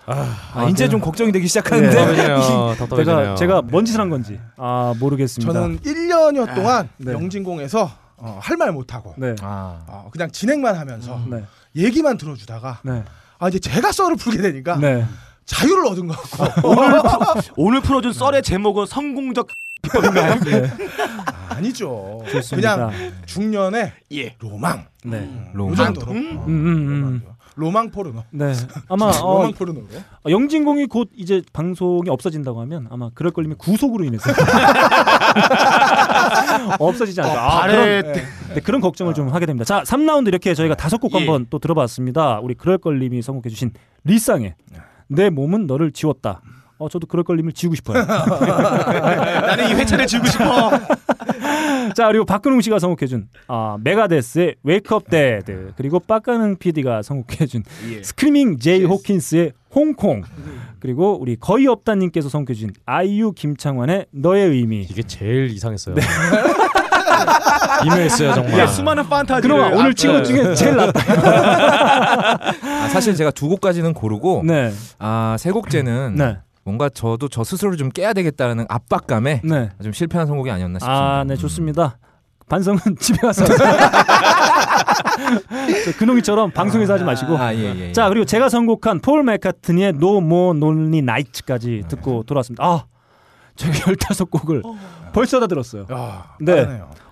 Speaker 13: 아, 이제 좀 걱정이 되기 시작하는데.
Speaker 2: 예, 답답해지네요. 답답해지네요.
Speaker 1: 제가 제가 뭔 짓을 한 건지 아 모르겠습니다.
Speaker 12: 저는 1년여 동안
Speaker 1: 네.
Speaker 12: 영진공에서 어, 할 말 못하고
Speaker 1: 네.
Speaker 2: 아,
Speaker 12: 어, 그냥 진행만 하면서
Speaker 1: 네.
Speaker 12: 얘기만 들어주다가
Speaker 1: 네.
Speaker 12: 아 이제 제가 썰을 풀게 되니까
Speaker 1: 네. 아,
Speaker 12: 자유를 얻은 것 같고
Speaker 3: 오늘 풀- 오늘 풀어준 썰의 제목은 성공적 비법인가요?
Speaker 1: 네.
Speaker 12: 네. 아니죠.
Speaker 3: 좋습니다.
Speaker 12: 그냥 중년의 로망.
Speaker 1: 네.
Speaker 2: 아,
Speaker 12: 요 정도로
Speaker 1: 음.
Speaker 12: 어, 로망 포르노.
Speaker 1: 네. 아마 어,
Speaker 12: 로망 포르노로.
Speaker 1: 어, 영진공이 곧 이제 방송이 없어진다고 하면 아마 그럴 걸리면 구속으로 인해서 없어지지 않을까.
Speaker 3: 어, 발에
Speaker 1: 그런, 네, 그런 걱정을 좀 하게 됩니다. 자, 3라운드 이렇게 저희가 다섯
Speaker 12: 예.
Speaker 1: 곡 한번 또 들어봤습니다. 우리 그럴 걸림이 선곡해 주신 리쌍의
Speaker 12: 네.
Speaker 1: 내 몸은 너를 지웠다. 어, 저도 그럴 걸림을 지우고 싶어요.
Speaker 3: 나는 이 회차를 지우고 싶어.
Speaker 1: 자 그리고 박근홍 씨가 선곡해준 아, 메가데스의 웨이크업 데드 그리고 빡가능 PD가 선곡해준
Speaker 3: 예.
Speaker 1: 스크리밍 제이 호킨스의 홍콩 그리고 우리 거의 없다님께서 선곡해준 아이유 김창완의 너의 의미 이게 제일 이상했어요. 네. 예,
Speaker 2: 이메일했어요, 정말.
Speaker 1: 야,
Speaker 3: 아, 예, 수많은 판타지.
Speaker 1: 그놈아 오늘 친구 중에 제일 낫다.
Speaker 13: 아, 사실 제가 두 곡까지는 고르고
Speaker 1: 네.
Speaker 13: 아, 세 곡째는
Speaker 1: 네.
Speaker 13: 뭔가 저도 저 스스로를 좀 깨야 되겠다는 압박감에
Speaker 1: 네.
Speaker 13: 좀 실패한 선곡이 아니었나 싶습니다. 음.
Speaker 1: 아, 네, 좋습니다. 반성은 집에 가서. 저 근홍이처럼
Speaker 13: 아.
Speaker 1: 방송에서 하지 마시고.
Speaker 3: 아,
Speaker 13: 예, 예.
Speaker 1: 자, 그리고 제가 선곡한 폴 맥카트니의 No More Lonely Night까지 듣고 돌아왔습니다. 아, 저희 15곡을
Speaker 3: 어.
Speaker 1: 벌써 다 들었어요.
Speaker 3: 아.
Speaker 1: 네.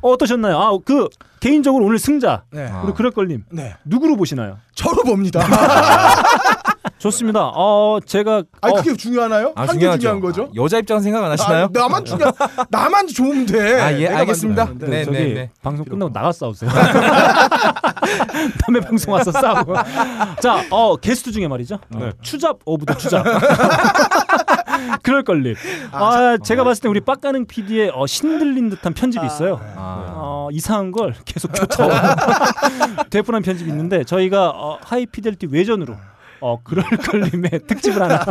Speaker 1: 어, 어떠셨나요? 아, 그 개인적으로 오늘 승자
Speaker 12: 네.
Speaker 1: 우리 그럴걸님
Speaker 12: 네.
Speaker 1: 누구로 보시나요?
Speaker 12: 저로 봅니다.
Speaker 1: 좋습니다. 어, 제가
Speaker 12: 아니
Speaker 1: 어,
Speaker 12: 그게 중요하나요?
Speaker 1: 아,
Speaker 12: 한게
Speaker 1: 중요하죠.
Speaker 12: 중요한 거죠?
Speaker 13: 여자 입장 생각 안
Speaker 12: 아,
Speaker 13: 하시나요?
Speaker 12: 나만 중요 나만 좋으면 돼.
Speaker 13: 아, 예,
Speaker 12: 내가
Speaker 13: 알겠습니다.
Speaker 12: 만들면 돼.
Speaker 1: 네, 저기 방송 끝나고 나가 싸우세요. 남의 방송 와서 싸우고. 자, 어 게스트 중에 말이죠.
Speaker 13: 네.
Speaker 1: 어, 추잡 오브 더 추잡. 그럴 걸리. 아,
Speaker 12: 어.
Speaker 1: 제가 봤을 때 우리 빡가는 PD의 어, 신들린 듯한
Speaker 12: 아,
Speaker 1: 편집이
Speaker 12: 네.
Speaker 1: 있어요. 어, 이상한 걸 계속 쫓아. 대포란 편집이 있는데 저희가 어, 하이 피델티 외전으로 어 그럴
Speaker 12: 음.
Speaker 1: 걸림의 특집을 하나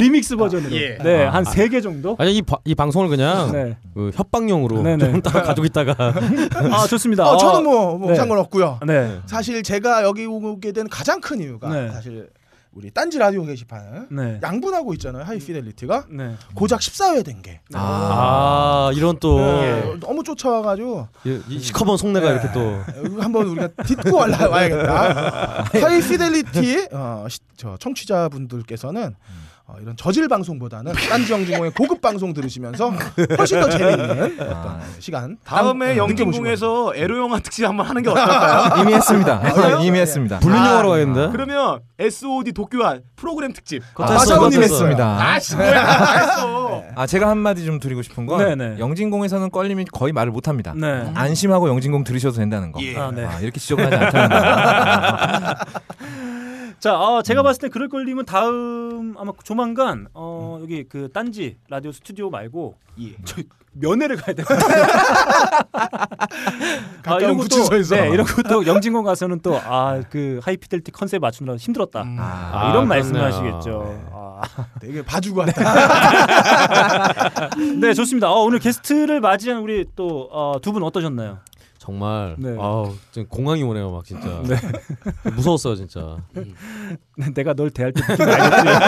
Speaker 1: 리믹스 버전으로
Speaker 12: 예.
Speaker 1: 네
Speaker 12: 아,
Speaker 1: 한 세 개 정도
Speaker 2: 아니 이, 바- 이 방송을 그냥
Speaker 1: 네.
Speaker 2: 그 협박용으로
Speaker 1: 네, 네.
Speaker 2: 좀 따로 가지고 있다가
Speaker 1: 아 좋습니다.
Speaker 12: 어, 저는 뭐, 뭐
Speaker 1: 네.
Speaker 12: 상관없고요.
Speaker 1: 네.
Speaker 12: 사실 제가 여기 오게 된 가장 큰 이유가
Speaker 1: 네.
Speaker 12: 사실 우리 딴지 라디오 게시판을
Speaker 1: 네.
Speaker 12: 양분하고 있잖아요. 하이피델리티가
Speaker 1: 네.
Speaker 12: 고작 14회 된 게.
Speaker 2: 아, 이런 또
Speaker 12: 네,
Speaker 1: 예.
Speaker 12: 너무 쫓아와가지고
Speaker 2: 이- 이 시커먼 속내가
Speaker 1: 네.
Speaker 2: 이렇게 또
Speaker 12: 이거 한번 우리가 딛고 올라- 와야겠다. 하이피델리티 어, 시- 저 청취자분들께서는 어, 이런 저질 방송보다는 딴지영진공의 고급 방송 들으시면서 훨씬 더 재미있는 어떤 시간
Speaker 3: 다음에
Speaker 12: 다음 어,
Speaker 3: 영진공에서 에로 영화 특집 한번 하는 게 어떨까요?
Speaker 13: 이미 했습니다.
Speaker 1: 아,
Speaker 3: 했어요?
Speaker 13: 이미 했습니다.
Speaker 3: 불륜 영화로
Speaker 13: 가겠는데?
Speaker 3: 그러면 SOD 도쿄화 프로그램 특집.
Speaker 13: 그것도 했어요, 빠샤오님 그것도 했어요. 했습니다.
Speaker 3: 아씨 뭐야? 했어.
Speaker 13: 아 제가 한 마디 좀 드리고 싶은 건
Speaker 1: 네네.
Speaker 13: 영진공에서는 껄림이 거의 말을 못 합니다.
Speaker 1: 네.
Speaker 13: 안심하고 영진공 들으셔도 된다는 거.
Speaker 1: 예. 아, 네.
Speaker 13: 아, 이렇게 지적을 하지 않다는 거.
Speaker 1: 자, 어,
Speaker 13: 음.
Speaker 1: 제가 봤을 때 그럴 걸리면 다음 아마 조만간 어,
Speaker 13: 음.
Speaker 1: 여기 그 딴지 라디오 스튜디오 말고
Speaker 12: 예.
Speaker 1: 저 면회를 가야 될 것 같아요. 아,
Speaker 12: 가까운
Speaker 1: 이런 것도
Speaker 12: 구치소에서.
Speaker 1: 네, 이런 것도 영진공 가서는 또 아 그 하이피델티 컨셉 맞추느라 힘들었다. 아,
Speaker 12: 아, 그렇네요. 네.
Speaker 1: 이런 말씀을 하시겠죠. 아.
Speaker 12: 되게 봐주고 한다.
Speaker 1: 네, 좋습니다. 어, 오늘 게스트를 맞이한 우리 또 어, 두 분 어떠셨나요?
Speaker 2: 정말
Speaker 1: 네.
Speaker 2: 아우 지금 공황이 오네요 막 진짜
Speaker 1: 네. 음.
Speaker 2: 무서웠어요 진짜
Speaker 1: 내가 널 대할 때 느낌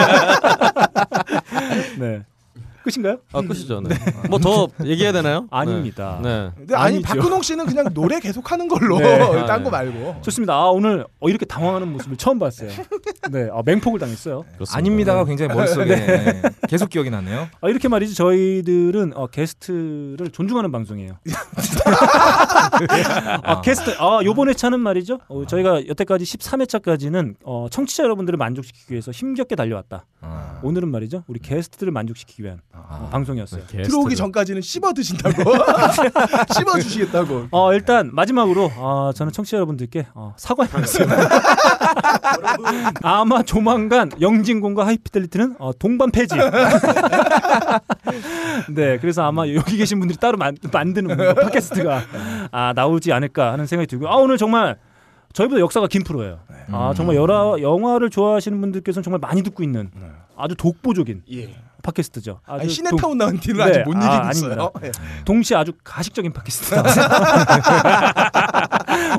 Speaker 1: 알겠지. 네. 끝인가요?
Speaker 2: 아 끝이죠 네. 뭐더 얘기해야 되나요?
Speaker 1: 아닙니다.
Speaker 2: 네,
Speaker 12: 근데 아니 박근홍 씨는 그냥 노래 계속하는 걸로
Speaker 1: 네.
Speaker 12: 딴 거
Speaker 1: 아,
Speaker 12: 말고.
Speaker 1: 좋습니다. 아, 오늘 어, 이렇게 당황하는 모습을 처음 봤어요. 네, 아, 맹폭을 당했어요.
Speaker 13: 그렇습니다. 아닙니다가 굉장히 머릿속에 네, 계속 기억이 나네요.
Speaker 1: 아, 이렇게 말이지 저희들은 어, 게스트를 존중하는 방송이에요. 아, 게스트 아 요번 회차는 말이죠. 어, 저희가 여태까지 13회차까지는 어, 청취자 여러분들을 만족시키기 위해서 힘겹게 달려왔다.
Speaker 13: 아.
Speaker 1: 오늘은 말이죠. 우리 게스트들을 만족시키기 위한 어, 방송이었어요.
Speaker 12: 들어오기 전까지는 씹어 드신다고. 씹어 주시겠다고.
Speaker 1: 어, 일단 마지막으로 어, 저는 청취자 여러분들께 어, 사과의 말씀. 아마 조만간 영진공과 하이피델리티는 어, 동반 폐지. 네, 그래서 아마 여기 계신 분들이 따로 만, 만드는 뭔가 팟캐스트가 아, 나오지 않을까 하는 생각이 들고요. 아, 오늘 정말 저희보다 역사가 긴 프로예요.
Speaker 12: 네.
Speaker 1: 아, 정말 여러 영화를 좋아하시는 분들께서는 정말 많이 듣고 있는 아주 독보적인
Speaker 3: 예.
Speaker 1: 팟캐스트죠. 아주
Speaker 12: 네. 아니, 시네타운 나온 뒤를
Speaker 1: 네,
Speaker 12: 아직 못 이기고
Speaker 1: 아,
Speaker 12: 있어요.
Speaker 1: 아닙니다.
Speaker 12: 네.
Speaker 1: 동시에 아주 가식적인 팟캐스트다.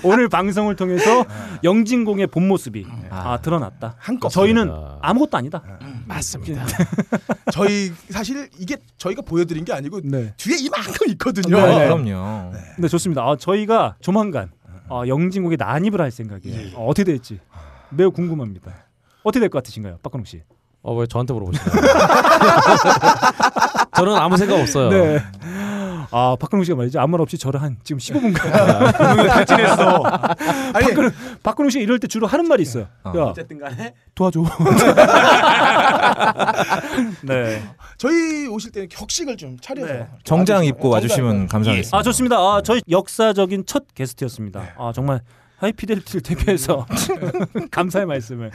Speaker 1: 오늘 방송을 통해서
Speaker 12: 네.
Speaker 1: 영진공의 본 모습이
Speaker 12: 음.
Speaker 1: 아, 드러났다. 저희는 아무것도 아니다.
Speaker 12: 맞습니다. 저희 사실 이게 저희가 보여드린 게 아니고
Speaker 1: 네.
Speaker 12: 뒤에 이만큼 있거든요.
Speaker 1: 네. 네, 좋습니다. 아, 저희가 조만간 아, 영진국에 난입을 할 생각이에요. 어, 어떻게 될지 매우 궁금합니다. 어떻게 될 것 같으신가요, 박근홍 씨?
Speaker 2: 어, 왜 저한테 물어보시나요? 저는 아무 생각 없어요.
Speaker 1: 네. 아, 박근홍 씨가 말이죠. 아무 말 없이 저를 한 지금 아, 15분간
Speaker 2: 오늘
Speaker 1: 탈진했어. 박근홍, 박근홍 씨가 이럴 때 주로 하는 말이 있어요. 야,
Speaker 12: 어쨌든
Speaker 3: 간에
Speaker 1: 도와줘. 네.
Speaker 12: 저희 오실 때는 격식을 좀 차려서
Speaker 13: 정장 입고
Speaker 1: 네.
Speaker 13: 와주시면 감사하겠습니다. 네.
Speaker 1: 아 좋습니다. 아 저희 역사적인 첫 게스트였습니다. 아 정말 하이피델리티를 대표해서 감사의 말씀을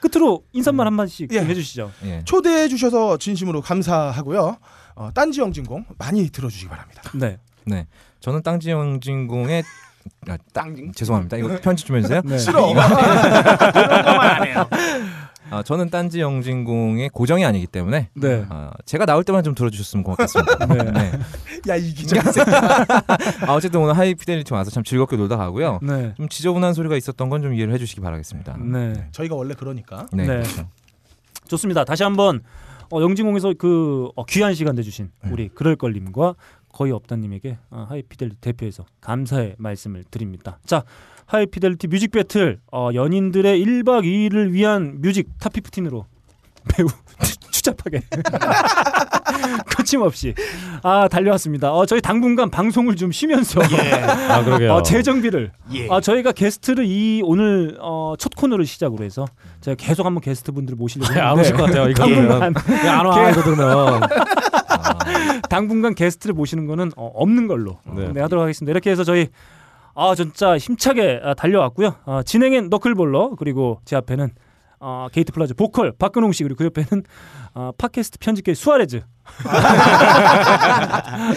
Speaker 1: 끝으로 인사말 한 마디씩 해주시죠.
Speaker 12: 초대해 주셔서 진심으로 감사하고요. 어, 딴지 영진공 많이 들어주시기 바랍니다.
Speaker 1: 네.
Speaker 13: 네. 저는 땅지 영진공의 아, 땅 죄송합니다. 이거 편집 좀 해주세요.
Speaker 12: 네. 싫어.
Speaker 13: 이거-
Speaker 12: 그런 거만 안 해요.
Speaker 13: 아, 저는 딴지 영진공의 고정이 아니기 때문에
Speaker 1: 네.
Speaker 13: 아, 제가 나올 때만 좀 들어주셨으면 고맙겠습니다.
Speaker 1: 네.
Speaker 13: 네.
Speaker 12: 야 이 기자.
Speaker 13: 아, 어쨌든 오늘 하이피델리티 와서 참 즐겁게 놀다 가고요.
Speaker 1: 네.
Speaker 13: 좀 지저분한 소리가 있었던 건 좀 이해를 해주시기 바라겠습니다.
Speaker 1: 네.
Speaker 12: 저희가 원래 그러니까.
Speaker 13: 네.
Speaker 1: 네.
Speaker 13: 그렇죠.
Speaker 1: 좋습니다. 다시 한번 어, 영진공에서 그 어, 귀한 시간 내주신
Speaker 13: 네.
Speaker 1: 우리 그럴걸님과 거의 없다님에게 어, 하이피델리티 대표에서 감사의 말씀을 드립니다. 자, 하이피델리티 뮤직 배틀 어, 연인들의 1박 2일을 위한 뮤직 탑15으로 매우 추잡하게 거침없이 아 달려왔습니다. 어, 저희 당분간 방송을 좀 쉬면서
Speaker 2: 아, 그러게요.
Speaker 1: 어, 재정비를
Speaker 2: 예.
Speaker 1: 아, 저희가 게스트를 이 오늘 어, 첫 코너를 시작으로 해서 제가 계속 한번 게스트 분들을 모시려고
Speaker 2: 아,
Speaker 1: 하는데
Speaker 2: 안 오실 것 같아요, 이거
Speaker 1: 당분간
Speaker 2: 들으면. 야, 안 와, 이거 들으면.
Speaker 1: 당분간 게스트를 모시는 거는 어, 없는 걸로 네. 하도록 하겠습니다. 이렇게 해서 저희 아 진짜 힘차게 아, 달려왔고요. 아, 진행엔 너클볼러 그리고 제 앞에는 아, 게이트 플라자 보컬 박근홍 씨 그리고 그 옆에는 아, 팟캐스트 편집계 수아레즈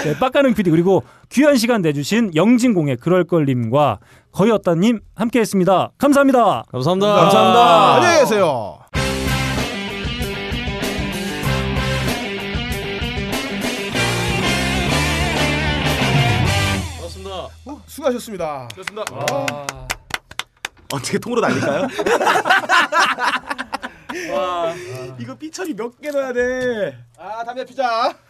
Speaker 1: 네, 빡가능 PD 그리고 귀한 시간 내주신 영진공의 그럴걸님과 거의었다님 함께했습니다. 감사합니다.
Speaker 2: 감사합니다.
Speaker 12: 감사합니다. 안녕히 계세요.
Speaker 2: 고맙습니다.
Speaker 12: 어, 수고하셨습니다. 아.
Speaker 14: 수고하셨습니다.
Speaker 3: 어떻게 통으로 날릴까요?
Speaker 12: 이거 삐처리 몇 개 넣어야 돼. 아 담배 피자.